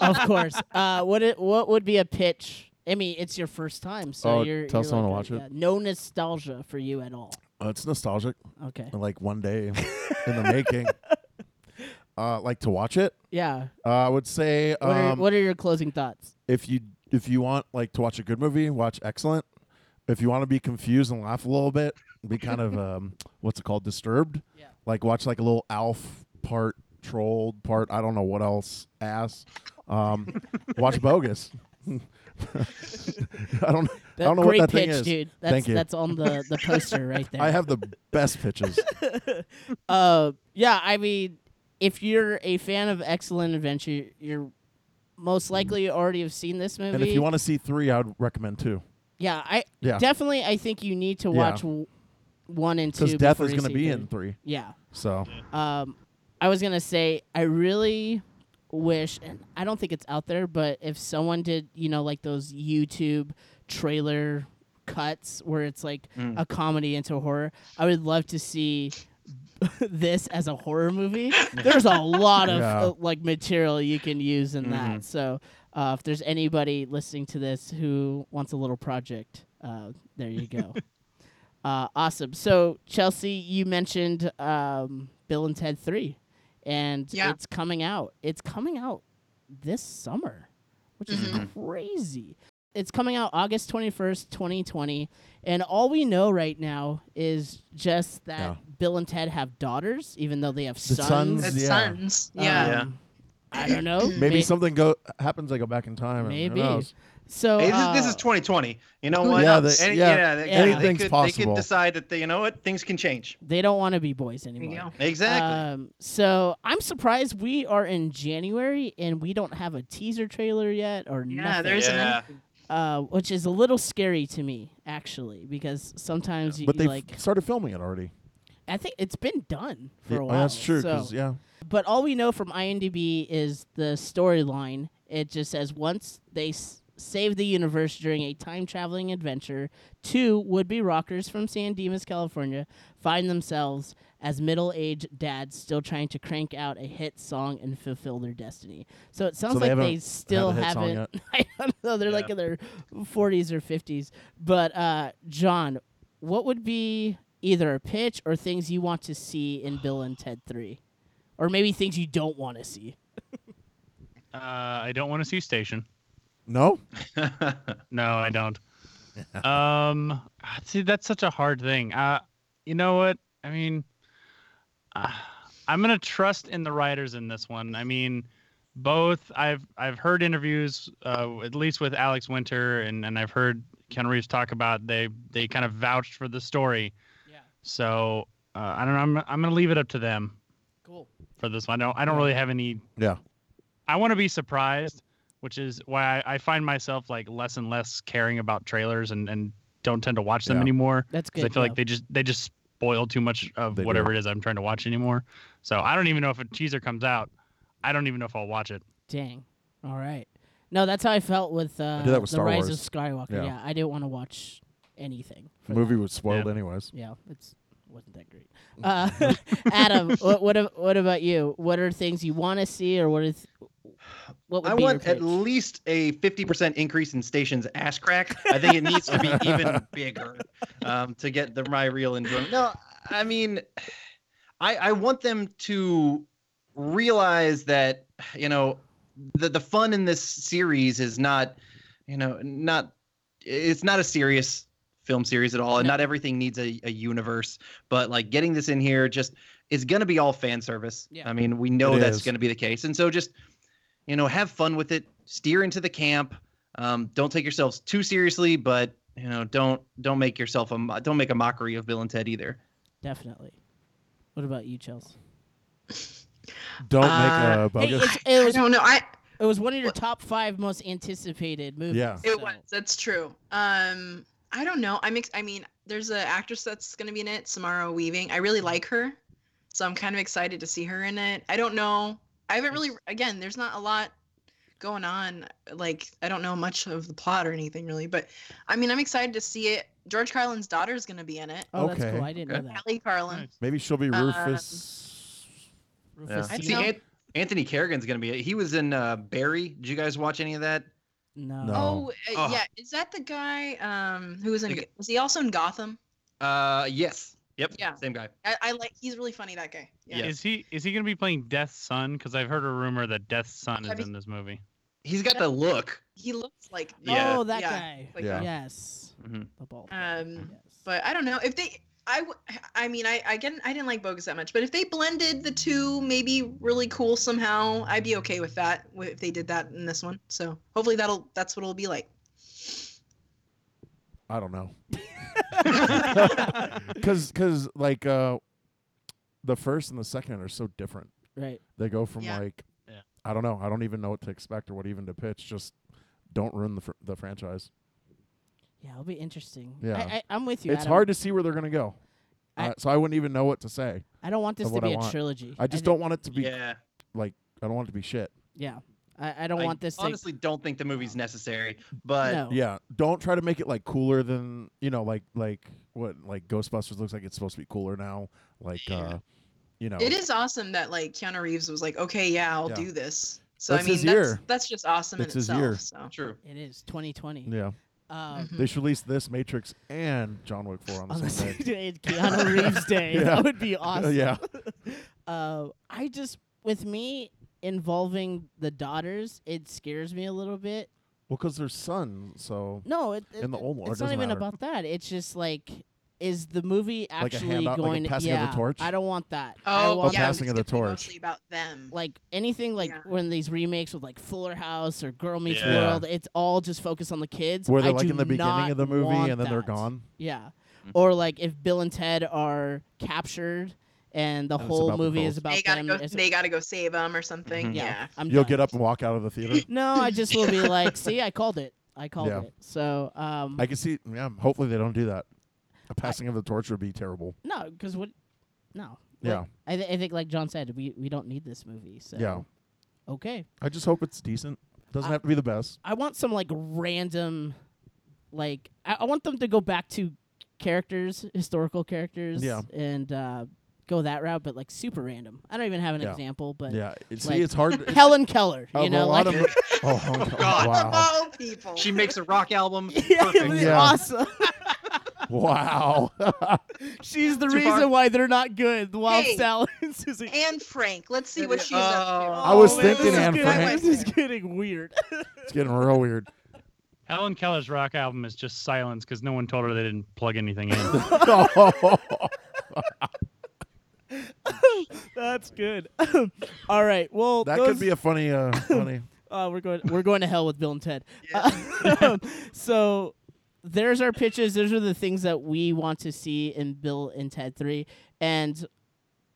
[SPEAKER 2] of course. Uh, what it, what would be a pitch? I mean, it's your first time, so
[SPEAKER 4] Oh,
[SPEAKER 2] you're
[SPEAKER 4] tell
[SPEAKER 2] you're
[SPEAKER 4] someone
[SPEAKER 2] like,
[SPEAKER 4] to watch
[SPEAKER 2] yeah, No nostalgia for you at all.
[SPEAKER 4] Uh, it's nostalgic.
[SPEAKER 2] Okay.
[SPEAKER 4] and, Like one day in the making. Uh, like to watch it.
[SPEAKER 2] Yeah.
[SPEAKER 4] Uh, I would say
[SPEAKER 2] What are
[SPEAKER 4] um,
[SPEAKER 2] what are your closing thoughts?
[SPEAKER 4] if you if you want like to watch a good movie, watch Excellent. If you want to be confused and laugh a little bit, be kind of um, what's it called, disturbed.
[SPEAKER 2] Yeah.
[SPEAKER 4] Like watch like a little Alf part, trolled part, I don't know what else, ass. Um, watch Bogus. I don't. I
[SPEAKER 2] That
[SPEAKER 4] don't know
[SPEAKER 2] great
[SPEAKER 4] what that
[SPEAKER 2] pitch,
[SPEAKER 4] thing is.
[SPEAKER 2] dude. That's
[SPEAKER 4] Thank you.
[SPEAKER 2] that's on the, the poster right there.
[SPEAKER 4] I have the best pitches.
[SPEAKER 2] uh, yeah, I mean, if you're a fan of Excellent Adventure, you're most likely already have seen this movie.
[SPEAKER 4] Mm. and if you want to see three, I would recommend two.
[SPEAKER 2] yeah, I
[SPEAKER 4] Yeah.
[SPEAKER 2] definitely, I think you need to
[SPEAKER 4] Yeah.
[SPEAKER 2] watch w- one and two
[SPEAKER 4] Because death
[SPEAKER 2] before
[SPEAKER 4] is
[SPEAKER 2] you
[SPEAKER 4] going to
[SPEAKER 2] see
[SPEAKER 4] be
[SPEAKER 2] three.
[SPEAKER 4] in three.
[SPEAKER 2] Yeah.
[SPEAKER 4] So
[SPEAKER 2] Um, I was gonna say I really wish, and I don't think it's out there, but if someone did, you know, like those YouTube trailer cuts where it's like a comedy into horror, I would love to see this as a horror movie. There's a lot of
[SPEAKER 4] Yeah.
[SPEAKER 2] uh, like material you can use in that. So uh, if there's anybody listening to this who wants a little project, uh, there you go. Uh, awesome. So Chelsea, you mentioned um, Bill and Ted Three, and
[SPEAKER 3] Yeah.
[SPEAKER 2] it's coming out. It's coming out this summer, which is
[SPEAKER 3] Mhm.
[SPEAKER 2] crazy. It's coming out August twenty first, twenty twenty, and all we know right now is just that
[SPEAKER 4] Yeah.
[SPEAKER 2] Bill and Ted have daughters, even though they have
[SPEAKER 4] The
[SPEAKER 2] sons.
[SPEAKER 4] sons,
[SPEAKER 3] It's
[SPEAKER 4] Yeah.
[SPEAKER 3] sons. Oh, Yeah.
[SPEAKER 5] Yeah.
[SPEAKER 2] Um, I don't know.
[SPEAKER 4] maybe
[SPEAKER 2] May-
[SPEAKER 4] something go happens. I go back in time. and who
[SPEAKER 2] Maybe.
[SPEAKER 4] knows?
[SPEAKER 2] So
[SPEAKER 5] Hey, this, is- this
[SPEAKER 2] uh,
[SPEAKER 5] is 2020. You know
[SPEAKER 3] Who
[SPEAKER 5] what?
[SPEAKER 4] Ah. Yeah, knows? they-
[SPEAKER 5] Any-
[SPEAKER 4] yeah,
[SPEAKER 5] they, they
[SPEAKER 4] anything's
[SPEAKER 5] could, They
[SPEAKER 4] possible.
[SPEAKER 5] could decide that they, you know what, things can change.
[SPEAKER 2] they don't want to be boys
[SPEAKER 3] There
[SPEAKER 2] anymore.
[SPEAKER 3] you go.
[SPEAKER 5] Exactly.
[SPEAKER 4] Uh,
[SPEAKER 2] Um, so I'm surprised we are in January and we don't have a teaser trailer yet or
[SPEAKER 3] Yeah,
[SPEAKER 2] nothing,
[SPEAKER 3] there's
[SPEAKER 5] Yeah.
[SPEAKER 3] an
[SPEAKER 2] uh, which is a little scary to me actually because sometimes you,
[SPEAKER 4] But
[SPEAKER 2] you,
[SPEAKER 4] they
[SPEAKER 2] like
[SPEAKER 4] started filming it already.
[SPEAKER 2] I think it's been done for
[SPEAKER 4] Yeah,
[SPEAKER 2] a
[SPEAKER 4] oh,
[SPEAKER 2] while.
[SPEAKER 4] that's true.
[SPEAKER 2] so-
[SPEAKER 4] 'cause, yeah,
[SPEAKER 2] But all we know from IMDb is the storyline. It just says once they s- save the universe during a time traveling adventure, two would be rockers from San Dimas, California, find themselves as middle aged dads still trying to crank out a hit song and fulfill their destiny. So it sounds
[SPEAKER 4] So they
[SPEAKER 2] like
[SPEAKER 4] haven't
[SPEAKER 2] they still
[SPEAKER 4] had a hit song
[SPEAKER 2] haven't. I don't know. They're like in their 40s or 50s. But, uh, John, what would be either a pitch or things you want to see in Bill and Ted 3? or maybe things you don't want to see.
[SPEAKER 6] Uh, I don't want to see Station.
[SPEAKER 4] no,
[SPEAKER 6] No, I don't. um, ah, see, that's such a hard thing. Uh, you know what? I mean, uh, I'm gonna trust in the writers in this one. I mean, both I've I've heard interviews, uh, at least with Alex Winter, and and I've heard Ken Reeves talk about they they kind of vouched for the story.
[SPEAKER 2] Yeah.
[SPEAKER 6] So uh, I don't know. I'm I'm gonna leave it up to them
[SPEAKER 2] Cool.
[SPEAKER 6] for this one. I don't I don't really have any.
[SPEAKER 4] Yeah.
[SPEAKER 6] I want to be surprised, which is why I, I find myself like less and less caring about trailers and and don't tend to watch them
[SPEAKER 4] Yeah.
[SPEAKER 6] anymore
[SPEAKER 2] That's
[SPEAKER 6] because
[SPEAKER 2] good.
[SPEAKER 6] I feel
[SPEAKER 2] yeah.
[SPEAKER 6] like they just they just spoil too much of
[SPEAKER 4] They do.
[SPEAKER 6] whatever it is I'm trying to watch anymore. So I don't even know if a teaser comes out. I don't even know if I'll watch it.
[SPEAKER 2] Dang. All right. No, that's how I felt with, uh,
[SPEAKER 4] did that with
[SPEAKER 2] the
[SPEAKER 4] Star
[SPEAKER 2] Rise of
[SPEAKER 4] Wars.
[SPEAKER 2] Skywalker.
[SPEAKER 4] Yeah.
[SPEAKER 2] Yeah, I didn't want to watch anything.
[SPEAKER 4] the
[SPEAKER 2] for
[SPEAKER 4] movie
[SPEAKER 2] that.
[SPEAKER 4] was spoiled anyways.
[SPEAKER 2] Yeah, it's wasn't that great. Uh, Adam, what, what ab- what about you? What are things you want to see, or what is what would
[SPEAKER 5] I
[SPEAKER 2] be your
[SPEAKER 5] want at
[SPEAKER 2] pitch?
[SPEAKER 5] least a 50% increase in station's ass crack. I think it needs to be even bigger um, to get the my real enjoyment. No, I mean, I I want them to realize that you know the the fun in this series is not you know not it's not a serious film series at all and
[SPEAKER 2] No.
[SPEAKER 5] not everything needs a, a universe but like getting this in here just is going to be all fan service
[SPEAKER 2] Yeah.
[SPEAKER 5] i mean we know
[SPEAKER 4] It
[SPEAKER 5] that's
[SPEAKER 4] is.
[SPEAKER 5] going to be the case and so just you know have fun with it steer into the camp um, don't take yourselves too seriously but you know don't don't make yourself a mo- don't make a mockery of bill and ted either
[SPEAKER 2] Definitely. What about you, Chels?
[SPEAKER 4] Don't
[SPEAKER 3] Uh,
[SPEAKER 4] make a bogus.
[SPEAKER 2] it's-
[SPEAKER 3] I
[SPEAKER 2] it was
[SPEAKER 3] don't know. I
[SPEAKER 2] it was one of your top five most anticipated movies.
[SPEAKER 4] Yeah.
[SPEAKER 3] It
[SPEAKER 2] so-
[SPEAKER 3] was. That's true. Um, I don't know. I'm. Ex- I mean, there's an actress that's gonna be in it, Samara Weaving. I really like her, so I'm kind of excited to see her in it. I don't know. I haven't really. Again, there's not a lot going on. Like, I don't know much of the plot or anything really. But I mean, I'm excited to see it. George Carlin's daughter is gonna be in it.
[SPEAKER 2] Oh, that's
[SPEAKER 4] Okay.
[SPEAKER 2] cool. I didn't
[SPEAKER 5] Okay.
[SPEAKER 2] know that.
[SPEAKER 3] Ellie Carlin.
[SPEAKER 4] Maybe she'll be
[SPEAKER 3] Um,
[SPEAKER 4] Rufus.
[SPEAKER 2] Rufus
[SPEAKER 3] I
[SPEAKER 5] See,
[SPEAKER 2] Sewell?
[SPEAKER 3] know.
[SPEAKER 5] Ant- anthony kerrigan's going to be he was in uh, barry did you guys watch any of that
[SPEAKER 4] No.
[SPEAKER 3] Oh, uh,
[SPEAKER 5] Oh.
[SPEAKER 3] yeah. Is that the guy um, who was in?
[SPEAKER 5] The
[SPEAKER 3] Was he also in Gotham?
[SPEAKER 5] uh yes yep
[SPEAKER 3] Yeah.
[SPEAKER 5] same guy
[SPEAKER 3] I, I like. He's really funny. That guy. Yeah.
[SPEAKER 5] Yes.
[SPEAKER 6] Is he is he gonna be playing Death's Son? Because I've heard a rumor that Death's Son
[SPEAKER 3] Have
[SPEAKER 6] is
[SPEAKER 3] you-
[SPEAKER 6] in this movie.
[SPEAKER 5] he's got the look
[SPEAKER 3] He looks like.
[SPEAKER 5] Yeah.
[SPEAKER 2] Oh, that
[SPEAKER 3] Yeah.
[SPEAKER 2] guy.
[SPEAKER 3] Like
[SPEAKER 4] Yeah. Mm-hmm.
[SPEAKER 2] Yes.
[SPEAKER 5] Mhm.
[SPEAKER 2] The bald. guy,
[SPEAKER 3] Um,
[SPEAKER 2] yes.
[SPEAKER 3] but I don't know if they I, w- I mean, I, I, get, I didn't like Bogus that much, but if they blended the two, maybe really cool somehow, I'd be okay with that w- if they did that in this one. So hopefully that'll, that's what it'll be like.
[SPEAKER 4] I don't know. Cause, cause like uh, the first and the second are so different.
[SPEAKER 2] Right.
[SPEAKER 4] They go from
[SPEAKER 3] Yeah.
[SPEAKER 4] like,
[SPEAKER 6] Yeah.
[SPEAKER 4] I don't know. I don't even know what to expect or what even to pitch. Just don't ruin the fr- the franchise.
[SPEAKER 2] Yeah, it'll be interesting.
[SPEAKER 4] Yeah.
[SPEAKER 2] I, I, I'm with you.
[SPEAKER 4] it's
[SPEAKER 2] Adam.
[SPEAKER 4] hard to see where they're gonna go.
[SPEAKER 2] um, I-
[SPEAKER 4] uh, so I wouldn't even know what to say.
[SPEAKER 2] I don't want this
[SPEAKER 4] of
[SPEAKER 2] to
[SPEAKER 4] what
[SPEAKER 2] be
[SPEAKER 4] I
[SPEAKER 2] a
[SPEAKER 4] want.
[SPEAKER 2] trilogy.
[SPEAKER 4] I just
[SPEAKER 2] think-
[SPEAKER 4] don't want it to be.
[SPEAKER 5] yeah.
[SPEAKER 4] I don't want it to be shit.
[SPEAKER 2] Yeah. I, I don't want this to
[SPEAKER 5] honestly don't think the movie's necessary, but
[SPEAKER 2] no.
[SPEAKER 4] Yeah, don't try to make it like cooler than you know, like like what like Ghostbusters looks like it's supposed to be cooler now. Like,
[SPEAKER 5] Yeah.
[SPEAKER 4] uh you know,
[SPEAKER 3] It is awesome that like Keanu Reeves was like, okay, yeah, I'll
[SPEAKER 4] Yeah.
[SPEAKER 3] do this. So
[SPEAKER 4] That's
[SPEAKER 3] I mean,
[SPEAKER 4] his
[SPEAKER 3] that's
[SPEAKER 4] year.
[SPEAKER 3] that's just awesome
[SPEAKER 4] It's
[SPEAKER 3] in
[SPEAKER 4] his
[SPEAKER 3] itself.
[SPEAKER 4] year.
[SPEAKER 3] So.
[SPEAKER 5] true.
[SPEAKER 2] It is 2020.
[SPEAKER 4] Yeah,
[SPEAKER 2] Um,
[SPEAKER 3] Mhm.
[SPEAKER 4] they should release this Matrix and John Wick Four on the
[SPEAKER 2] on the
[SPEAKER 4] same
[SPEAKER 2] same
[SPEAKER 4] day.
[SPEAKER 2] day, Keanu Reeves Day.
[SPEAKER 4] Yeah.
[SPEAKER 2] That would be awesome.
[SPEAKER 4] yeah,
[SPEAKER 2] Uh, I just, with me involving the daughters, it scares me a little bit.
[SPEAKER 4] well, because they're sons, so
[SPEAKER 2] No, it, it,
[SPEAKER 4] And the old one, it
[SPEAKER 2] it's not
[SPEAKER 4] doesn't
[SPEAKER 2] even
[SPEAKER 4] matter.
[SPEAKER 2] about that. It's just like, is the movie
[SPEAKER 4] Like a
[SPEAKER 2] actually
[SPEAKER 4] handout, like a
[SPEAKER 2] going to
[SPEAKER 4] passing of the
[SPEAKER 2] yeah,
[SPEAKER 4] torch?
[SPEAKER 2] I don't want that. I
[SPEAKER 3] Oh
[SPEAKER 2] want
[SPEAKER 3] yeah,
[SPEAKER 4] passing
[SPEAKER 3] it's
[SPEAKER 4] of the
[SPEAKER 3] definitely
[SPEAKER 4] torch.
[SPEAKER 3] Mostly about them.
[SPEAKER 2] like anything like
[SPEAKER 3] Yeah.
[SPEAKER 2] when these remakes with like Fuller House or Girl Meets
[SPEAKER 6] Yeah.
[SPEAKER 2] World, it's all just focused on the kids.
[SPEAKER 4] where they're
[SPEAKER 2] I
[SPEAKER 4] like
[SPEAKER 2] do
[SPEAKER 4] in the beginning
[SPEAKER 2] not
[SPEAKER 4] of the movie
[SPEAKER 2] want
[SPEAKER 4] and then they're
[SPEAKER 2] that.
[SPEAKER 4] gone. Mm-hmm.
[SPEAKER 2] Yeah.
[SPEAKER 5] Mhm.
[SPEAKER 2] Or like if Bill and Ted are captured and the
[SPEAKER 4] And it's
[SPEAKER 2] whole
[SPEAKER 4] about them
[SPEAKER 2] movie is
[SPEAKER 4] both.
[SPEAKER 2] about
[SPEAKER 3] they gotta
[SPEAKER 2] them.
[SPEAKER 3] go.
[SPEAKER 2] it's-
[SPEAKER 3] They gotta go save them or something.
[SPEAKER 4] Mm-hmm.
[SPEAKER 5] Mhm.
[SPEAKER 2] yeah.
[SPEAKER 3] Yeah.
[SPEAKER 2] I'm
[SPEAKER 4] You'll
[SPEAKER 2] done.
[SPEAKER 4] get up and walk out of the theater.
[SPEAKER 2] No, I just will be like, see, I called it. I called
[SPEAKER 4] Yeah.
[SPEAKER 2] it. So um,
[SPEAKER 4] I can see. Yeah, hopefully they don't do that. A passing of the torch would be terrible.
[SPEAKER 2] no, because what? No. Like,
[SPEAKER 4] Yeah.
[SPEAKER 2] I, th- I think like John said, we we don't need this movie. So
[SPEAKER 4] Yeah.
[SPEAKER 2] Okay.
[SPEAKER 4] I just hope it's decent. Doesn't
[SPEAKER 2] I-
[SPEAKER 4] have to be the best.
[SPEAKER 2] I want some like random, like I, I want them to go back to characters, historical characters,
[SPEAKER 4] Yeah.
[SPEAKER 2] and uh, go that route, but like super random. I don't even have an
[SPEAKER 4] Yeah.
[SPEAKER 2] example, but
[SPEAKER 4] Yeah, it, see,
[SPEAKER 2] like-
[SPEAKER 4] it's hard. It's,
[SPEAKER 2] Helen Keller, you
[SPEAKER 4] of a
[SPEAKER 2] know,
[SPEAKER 4] lot
[SPEAKER 2] like
[SPEAKER 4] of. oh, oh,
[SPEAKER 5] God.
[SPEAKER 4] wow!
[SPEAKER 3] All people.
[SPEAKER 5] She makes a rock album.
[SPEAKER 2] yeah, it
[SPEAKER 5] Perfect.
[SPEAKER 2] was
[SPEAKER 4] Yeah.
[SPEAKER 2] awesome.
[SPEAKER 4] Wow.
[SPEAKER 2] She's the
[SPEAKER 5] Too
[SPEAKER 2] reason
[SPEAKER 5] far?
[SPEAKER 2] why they're not good. The Wild
[SPEAKER 3] Hey.
[SPEAKER 2] Sally and Susie.
[SPEAKER 3] Anne Frank. Let's see what she's up to.
[SPEAKER 4] I was
[SPEAKER 2] Oh, man,
[SPEAKER 4] thinking
[SPEAKER 2] this is
[SPEAKER 4] Anne
[SPEAKER 2] getting-
[SPEAKER 4] Frank.
[SPEAKER 2] This is getting weird.
[SPEAKER 4] it's getting real weird.
[SPEAKER 6] Helen Keller's rock album is just silence because no one told her they didn't plug anything in.
[SPEAKER 2] That's good. All right. Well,
[SPEAKER 4] that
[SPEAKER 2] those,
[SPEAKER 4] could be a funny, uh, funny.
[SPEAKER 2] Uh, we're going. We're going to hell with Bill and Ted. Uh, so there's our pitches. Those are the things that we want to see in Bill and Ted Three. And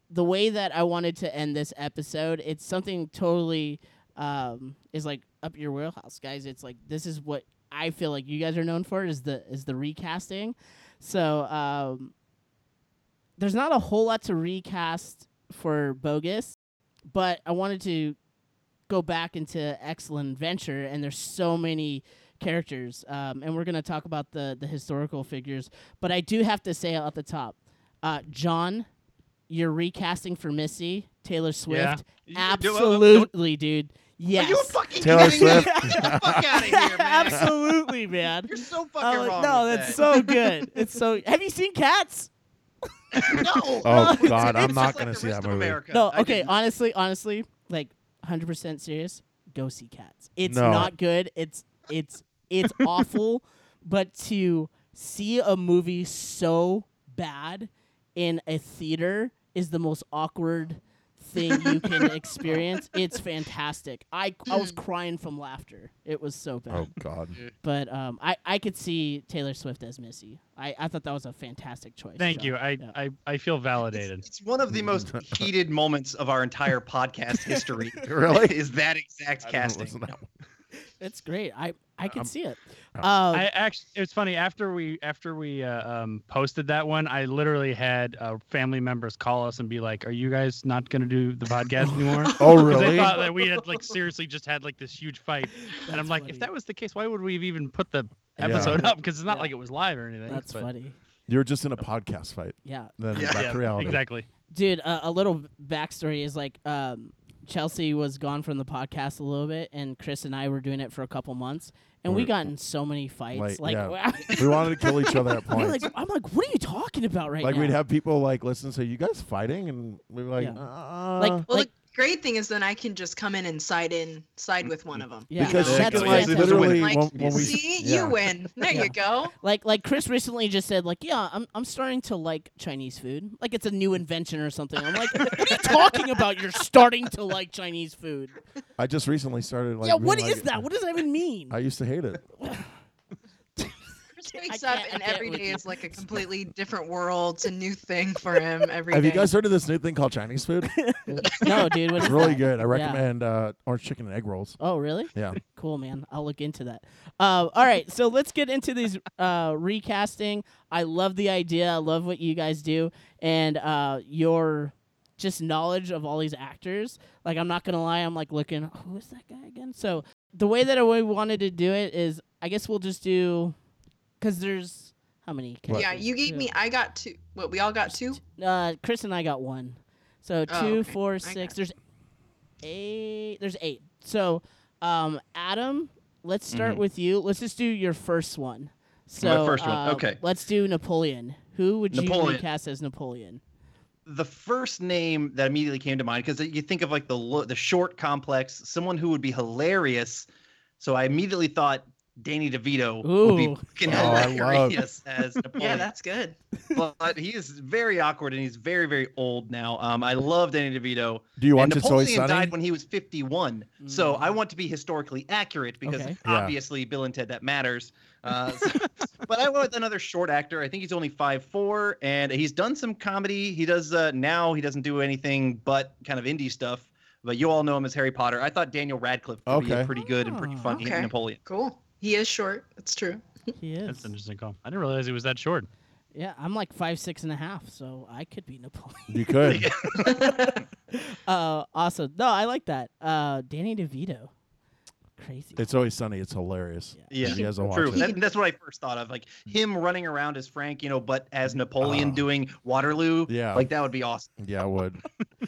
[SPEAKER 2] the way that I wanted to end this episode, it's something totally um, is like up your wheelhouse, guys. It's like this is what I feel like you guys are known for is the is the recasting. So um, there's not a whole lot to recast for Bogus, but I wanted to go back into Excellent Adventure, and there's so many characters, um, and we're gonna talk about the the historical figures. But I do have to say at the top, uh, John, you're recasting for Missy Taylor Swift.
[SPEAKER 5] You- do- uh, uh,
[SPEAKER 2] Absolutely, dude.
[SPEAKER 5] Are
[SPEAKER 2] Yes.
[SPEAKER 5] you fucking
[SPEAKER 4] Taylor
[SPEAKER 5] kidding me?
[SPEAKER 4] Swift.
[SPEAKER 5] Get the fuck out of here, man.
[SPEAKER 2] Absolutely, man.
[SPEAKER 5] You're so
[SPEAKER 2] Oh,
[SPEAKER 5] fucking wrong.
[SPEAKER 2] no,
[SPEAKER 5] with
[SPEAKER 2] that's
[SPEAKER 5] that.
[SPEAKER 2] so good. It's so. Have you seen Cats?
[SPEAKER 5] no.
[SPEAKER 4] Oh,
[SPEAKER 5] It's-
[SPEAKER 4] God,
[SPEAKER 5] it's
[SPEAKER 4] I'm not gonna
[SPEAKER 5] just like the
[SPEAKER 4] see that
[SPEAKER 5] rest of
[SPEAKER 4] movie.
[SPEAKER 5] America.
[SPEAKER 2] No.
[SPEAKER 5] I
[SPEAKER 2] Okay.
[SPEAKER 5] didn't-
[SPEAKER 2] Honestly, honestly, like 100% serious. Go see Cats. It's
[SPEAKER 4] No.
[SPEAKER 2] not good. It's it's it's awful. But to see a movie so bad in a theater is the most awkward thing you can experience. It's fantastic. I I was
[SPEAKER 5] Mm.
[SPEAKER 2] crying from laughter. It was so bad.
[SPEAKER 4] Oh God.
[SPEAKER 2] But um, I, I could see Taylor Swift as Missy. I, I thought that was a fantastic choice.
[SPEAKER 6] Thank
[SPEAKER 2] John.
[SPEAKER 6] you. I,
[SPEAKER 2] Yeah.
[SPEAKER 6] I, I feel validated.
[SPEAKER 5] It's, it's one of the most heated moments of our entire podcast history.
[SPEAKER 4] Really?
[SPEAKER 5] Is that exact
[SPEAKER 4] I didn't
[SPEAKER 5] casting?
[SPEAKER 4] listen to that one.
[SPEAKER 2] It's great. I I could
[SPEAKER 4] I'm-
[SPEAKER 2] see it.
[SPEAKER 4] I'm-
[SPEAKER 2] Uh,
[SPEAKER 6] I actually, it was funny after we after we uh, um, posted that one. I literally had uh, family members call us and be like, "Are you guys not going to do the podcast anymore?"
[SPEAKER 4] Oh
[SPEAKER 6] Because
[SPEAKER 4] really?
[SPEAKER 6] they thought that we had like seriously just had like this huge fight, and I'm
[SPEAKER 2] That's
[SPEAKER 6] like,
[SPEAKER 2] funny.
[SPEAKER 6] if that was the case, why would we have even put the
[SPEAKER 2] Yeah.
[SPEAKER 6] episode up? Because it's not
[SPEAKER 2] Yeah.
[SPEAKER 6] like it was live or anything.
[SPEAKER 2] that's
[SPEAKER 6] but-
[SPEAKER 2] funny.
[SPEAKER 4] you were just in a podcast fight.
[SPEAKER 2] Yeah,
[SPEAKER 4] Then
[SPEAKER 5] Yeah.
[SPEAKER 4] back to reality.
[SPEAKER 6] Exactly.
[SPEAKER 2] dude. Uh, a little b- backstory is like um, Chelsea was gone from the podcast a little bit, and Chris and I were doing it for a couple months, and we
[SPEAKER 4] We're-
[SPEAKER 2] got in so many
[SPEAKER 4] Like,
[SPEAKER 2] fights. Like,
[SPEAKER 4] yeah. We wanted to kill each other at
[SPEAKER 2] I'm,
[SPEAKER 4] points.
[SPEAKER 2] like I'm like, what are you talking about right
[SPEAKER 4] Like
[SPEAKER 2] now?
[SPEAKER 4] we'd have people like listen and say, "You guys fighting?" And we were like,
[SPEAKER 2] Yeah.
[SPEAKER 4] uh,
[SPEAKER 2] like,
[SPEAKER 3] Well,
[SPEAKER 2] like
[SPEAKER 3] great thing is then I can just come in and side in side with one of them.
[SPEAKER 2] Yeah.
[SPEAKER 4] because
[SPEAKER 2] There you
[SPEAKER 4] that's
[SPEAKER 2] go.
[SPEAKER 4] why
[SPEAKER 2] Yeah, that's
[SPEAKER 4] literally
[SPEAKER 3] like,
[SPEAKER 4] when, when we
[SPEAKER 3] see,
[SPEAKER 4] yeah.
[SPEAKER 3] you win. There you go.
[SPEAKER 2] Like like Chris recently just said like yeah I'm I'm starting to like Chinese food like it's a new invention or something I'm like what are you talking about you're starting to like Chinese food
[SPEAKER 4] I just recently started like
[SPEAKER 2] yeah what is
[SPEAKER 4] being like-
[SPEAKER 2] that what does that even mean
[SPEAKER 4] I used to hate it.
[SPEAKER 3] Chris
[SPEAKER 2] I
[SPEAKER 3] wakes up
[SPEAKER 2] can't- I
[SPEAKER 3] and
[SPEAKER 2] can't
[SPEAKER 3] every
[SPEAKER 2] with
[SPEAKER 3] day
[SPEAKER 2] you.
[SPEAKER 3] is like a completely different world. It's a new thing for him every day.
[SPEAKER 4] Have you guys heard of this new thing called Chinese food?
[SPEAKER 2] no dude what
[SPEAKER 4] It's
[SPEAKER 2] is
[SPEAKER 4] really
[SPEAKER 2] that?
[SPEAKER 4] good. I recommend uh, orange chicken and egg rolls.
[SPEAKER 2] oh really
[SPEAKER 4] Yeah.
[SPEAKER 2] Cool, man. I'll look into that. Uh, all right, so let's get into these uh, recasting. I love the idea. I love what you guys do, and uh, your just knowledge of all these actors. Like, I'm not gonna lie. I'm like looking. "Oh, Who is that guy again? So the way that we wanted to do it is, I guess we'll just do, cause there's how many?
[SPEAKER 3] Yeah,
[SPEAKER 2] characters?
[SPEAKER 3] you gave
[SPEAKER 2] Two.
[SPEAKER 3] me. I got two. What we all got two.
[SPEAKER 2] Uh, Chris and I got one. So
[SPEAKER 3] Oh,
[SPEAKER 2] two,
[SPEAKER 3] okay.
[SPEAKER 2] four,
[SPEAKER 3] got
[SPEAKER 2] six. There's eight. There's eight. So, um, Adam, let's start with you. Let's just do your first one. So
[SPEAKER 5] Mm-hmm. first one,
[SPEAKER 2] uh,
[SPEAKER 5] okay.
[SPEAKER 2] Let's do Napoleon. Who would you
[SPEAKER 5] Napoleon.
[SPEAKER 2] recast as Napoleon?
[SPEAKER 5] the first name that immediately came to mind because you think of like the lo- the short complex, someone who would be hilarious. So I immediately thought Danny DeVito would
[SPEAKER 2] Ooh.
[SPEAKER 5] be fucking
[SPEAKER 4] Oh, I love-
[SPEAKER 5] hilarious as
[SPEAKER 3] Yeah,
[SPEAKER 5] Napoleon.
[SPEAKER 3] that's good.
[SPEAKER 5] but he is very awkward and he's very very old now. Um, I love Danny DeVito.
[SPEAKER 4] Do you watch
[SPEAKER 5] and
[SPEAKER 4] It's Always
[SPEAKER 5] Napoleon
[SPEAKER 4] Sunny?
[SPEAKER 5] died when he was 51. So I want to be historically accurate because
[SPEAKER 2] Mm. Okay.
[SPEAKER 4] Yeah.
[SPEAKER 5] obviously Bill and Ted that matters. Uh, so- but I went with another short actor. I think he's only 5'4 and he's done some comedy. He does uh, now he doesn't do anything but kind of indie stuff. But you all know him as Harry Potter. I thought Daniel Radcliffe would
[SPEAKER 4] Okay.
[SPEAKER 5] be pretty good and pretty
[SPEAKER 2] Ah,
[SPEAKER 5] funny
[SPEAKER 3] okay.
[SPEAKER 5] in Napoleon.
[SPEAKER 3] Cool. He is short. That's true.
[SPEAKER 2] He is.
[SPEAKER 6] That's an interesting call. I didn't realize he was that short.
[SPEAKER 2] Yeah, I'm like five, six and a half, so I could be Napoleon.
[SPEAKER 4] You could.
[SPEAKER 2] uh, awesome. No, I like that. Uh, Danny DeVito. Crazy.
[SPEAKER 4] it's always sunny. It's hilarious.
[SPEAKER 5] Yeah,
[SPEAKER 4] You guys don't watch
[SPEAKER 5] true.
[SPEAKER 4] it.
[SPEAKER 5] That- that's what I first thought of, like him running around as Frank, you know, but as Napoleon
[SPEAKER 4] Oh.
[SPEAKER 5] doing Waterloo.
[SPEAKER 4] Yeah.
[SPEAKER 5] like that would be awesome.
[SPEAKER 4] Yeah, I would.
[SPEAKER 2] All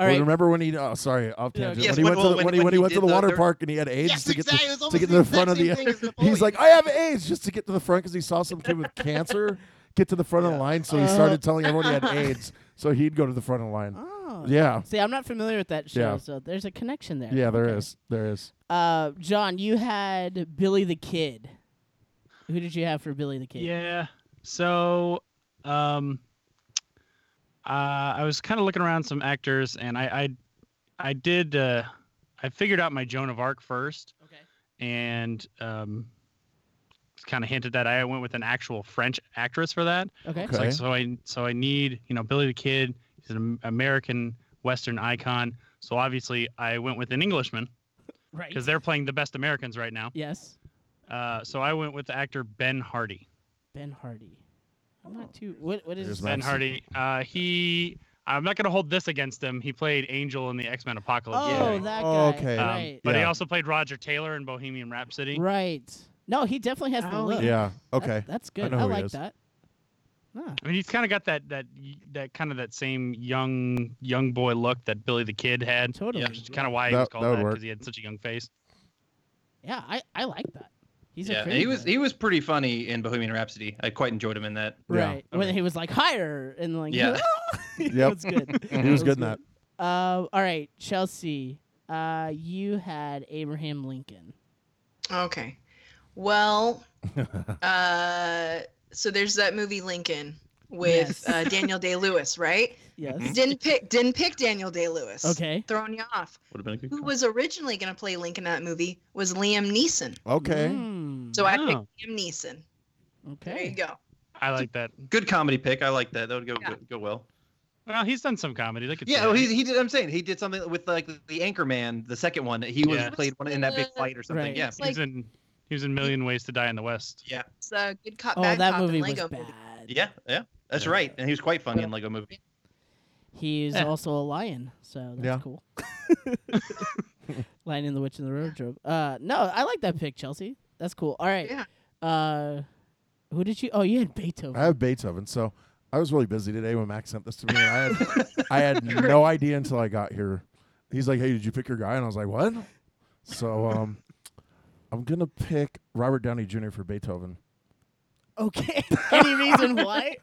[SPEAKER 4] Well,
[SPEAKER 2] right.
[SPEAKER 4] Remember when he? Oh, sorry, off
[SPEAKER 2] Yeah,
[SPEAKER 4] tangent.
[SPEAKER 5] yes,
[SPEAKER 4] when he went
[SPEAKER 5] when-
[SPEAKER 4] to the,
[SPEAKER 5] when-
[SPEAKER 4] when, he
[SPEAKER 5] when
[SPEAKER 4] when he
[SPEAKER 5] he
[SPEAKER 4] went to
[SPEAKER 5] did
[SPEAKER 4] the
[SPEAKER 5] the
[SPEAKER 4] water
[SPEAKER 5] third-
[SPEAKER 4] park and he had AIDS
[SPEAKER 5] Yes,
[SPEAKER 4] to get
[SPEAKER 5] exactly. It was
[SPEAKER 4] to, to
[SPEAKER 5] almost
[SPEAKER 4] get to
[SPEAKER 5] the
[SPEAKER 4] the
[SPEAKER 5] exact
[SPEAKER 4] front of
[SPEAKER 5] same
[SPEAKER 4] the.
[SPEAKER 5] thing as
[SPEAKER 4] He's
[SPEAKER 5] Napoleon.
[SPEAKER 4] like, I have AIDS, just to get to the front because he saw some kid with cancer get to the front of the line.
[SPEAKER 5] Uh-huh.
[SPEAKER 4] So he started telling everyone he had AIDS, so he'd go to the front of the line.
[SPEAKER 2] Oh.
[SPEAKER 4] Yeah,
[SPEAKER 2] See, I'm not familiar with that show,
[SPEAKER 4] Yeah.
[SPEAKER 2] so there's a connection there.
[SPEAKER 4] yeah, there
[SPEAKER 2] Okay.
[SPEAKER 4] is, there is.
[SPEAKER 2] Uh, John, you had Billy the Kid. Who did you have for Billy the Kid?
[SPEAKER 6] Yeah. So, um, uh, I was kind of looking around some actors, and I, I, I did, uh, I figured out my Joan of Arc first,
[SPEAKER 2] Okay.
[SPEAKER 6] and um, kind of hinted that I went with an actual French actress for that.
[SPEAKER 2] Okay.
[SPEAKER 4] Okay.
[SPEAKER 6] It's like, so I so I need you know Billy the Kid. He's an Am- American Western icon. So obviously I went with an Englishman
[SPEAKER 2] Right.
[SPEAKER 6] because they're playing the best Americans right now.
[SPEAKER 2] Yes.
[SPEAKER 6] Uh, so I went with the actor Ben Hardy.
[SPEAKER 2] Ben Hardy. I'm not too. What? What is?
[SPEAKER 4] Here's
[SPEAKER 2] His
[SPEAKER 4] my-
[SPEAKER 6] Ben
[SPEAKER 4] Nice.
[SPEAKER 6] Hardy. Uh, he I'm not gonna hold this against him. He played Angel in the X Men Apocalypse.
[SPEAKER 2] oh,
[SPEAKER 6] movie.
[SPEAKER 2] that
[SPEAKER 4] Oh,
[SPEAKER 2] guy.
[SPEAKER 4] okay.
[SPEAKER 6] Um,
[SPEAKER 2] Right.
[SPEAKER 6] But he
[SPEAKER 4] Yeah.
[SPEAKER 6] also played Roger Taylor in Bohemian Rhapsody.
[SPEAKER 2] right. No, he definitely has the
[SPEAKER 3] Oh,
[SPEAKER 2] look.
[SPEAKER 4] Yeah.
[SPEAKER 2] That's-
[SPEAKER 4] Okay.
[SPEAKER 2] That's, good.
[SPEAKER 4] know
[SPEAKER 2] I,
[SPEAKER 4] who he
[SPEAKER 2] like
[SPEAKER 4] is.
[SPEAKER 2] that. Ah,
[SPEAKER 6] I mean, he's kind of got that that y- that kind of that same young young boy look that Billy the Kid had.
[SPEAKER 2] Totally.
[SPEAKER 6] Which is kind of why he
[SPEAKER 4] That-
[SPEAKER 6] was called
[SPEAKER 4] that would
[SPEAKER 6] that
[SPEAKER 4] work.
[SPEAKER 6] because he had such a young face.
[SPEAKER 2] yeah, I, I like that. He's a
[SPEAKER 5] yeah,
[SPEAKER 2] crazy
[SPEAKER 5] he was
[SPEAKER 2] guy.
[SPEAKER 5] he was pretty funny in Bohemian Rhapsody. I quite enjoyed him in that.
[SPEAKER 4] Yeah.
[SPEAKER 2] right when he was like higher and like
[SPEAKER 5] Yeah.
[SPEAKER 4] Yep.
[SPEAKER 2] That's good.
[SPEAKER 4] He was good in that.
[SPEAKER 2] Uh, all right, Chelsea. Uh, you had Abraham Lincoln.
[SPEAKER 3] Okay. Well, uh, so there's that movie Lincoln with
[SPEAKER 2] Yes.
[SPEAKER 3] uh, Daniel Day Lewis, right?
[SPEAKER 5] Hmm?
[SPEAKER 2] Yes.
[SPEAKER 3] Didn't pick didn't pick Daniel Day Lewis.
[SPEAKER 2] Okay.
[SPEAKER 3] Throwing you off.
[SPEAKER 5] Would have been a good.
[SPEAKER 3] Who was originally going to play Lincoln in that movie was Liam Neeson.
[SPEAKER 4] Okay.
[SPEAKER 2] Mm,
[SPEAKER 3] So uh, I picked
[SPEAKER 6] Wow.
[SPEAKER 3] Liam Neeson. There you
[SPEAKER 2] okay.
[SPEAKER 3] go.
[SPEAKER 6] I like that.
[SPEAKER 5] Good comedy pick. I like that. That would go
[SPEAKER 3] Yeah.
[SPEAKER 5] go, go well.
[SPEAKER 6] Well, he's done some comedy. They could
[SPEAKER 5] Yeah,
[SPEAKER 6] say
[SPEAKER 5] oh,
[SPEAKER 6] that.
[SPEAKER 5] he, he did. I'm saying he did something with like the Anchorman, the second one. He was
[SPEAKER 6] Yeah.
[SPEAKER 5] played one in that big fight or something.
[SPEAKER 2] Right.
[SPEAKER 5] Yeah,
[SPEAKER 3] It's
[SPEAKER 6] he was
[SPEAKER 3] like-
[SPEAKER 6] in he was in Million Ways to Die in the West.
[SPEAKER 5] yeah,
[SPEAKER 3] It's a good cop,
[SPEAKER 2] Oh,
[SPEAKER 3] bad
[SPEAKER 2] that
[SPEAKER 3] cop
[SPEAKER 2] movie
[SPEAKER 3] and
[SPEAKER 2] was
[SPEAKER 3] Lego
[SPEAKER 2] bad.
[SPEAKER 3] movie.
[SPEAKER 5] yeah, yeah. That's
[SPEAKER 4] Yeah.
[SPEAKER 5] right. And he was quite funny in Lego Movie.
[SPEAKER 2] He's
[SPEAKER 6] Yeah.
[SPEAKER 2] also a lion, so that's
[SPEAKER 4] Yeah.
[SPEAKER 2] cool. lion in the Witch and the Wardrobe. Uh, no, I like that pick, Chelsea. That's cool. All right.
[SPEAKER 3] Yeah.
[SPEAKER 2] Uh, who did you? Oh, you had Beethoven.
[SPEAKER 4] I have Beethoven, so I was really busy today when Max sent this to me. And I had I had no idea until I got here. He's like, "Hey, did you pick your guy?" And I was like, "What?" So um, I'm gonna pick Robert Downey Jr. for Beethoven.
[SPEAKER 2] Okay. Any reason why?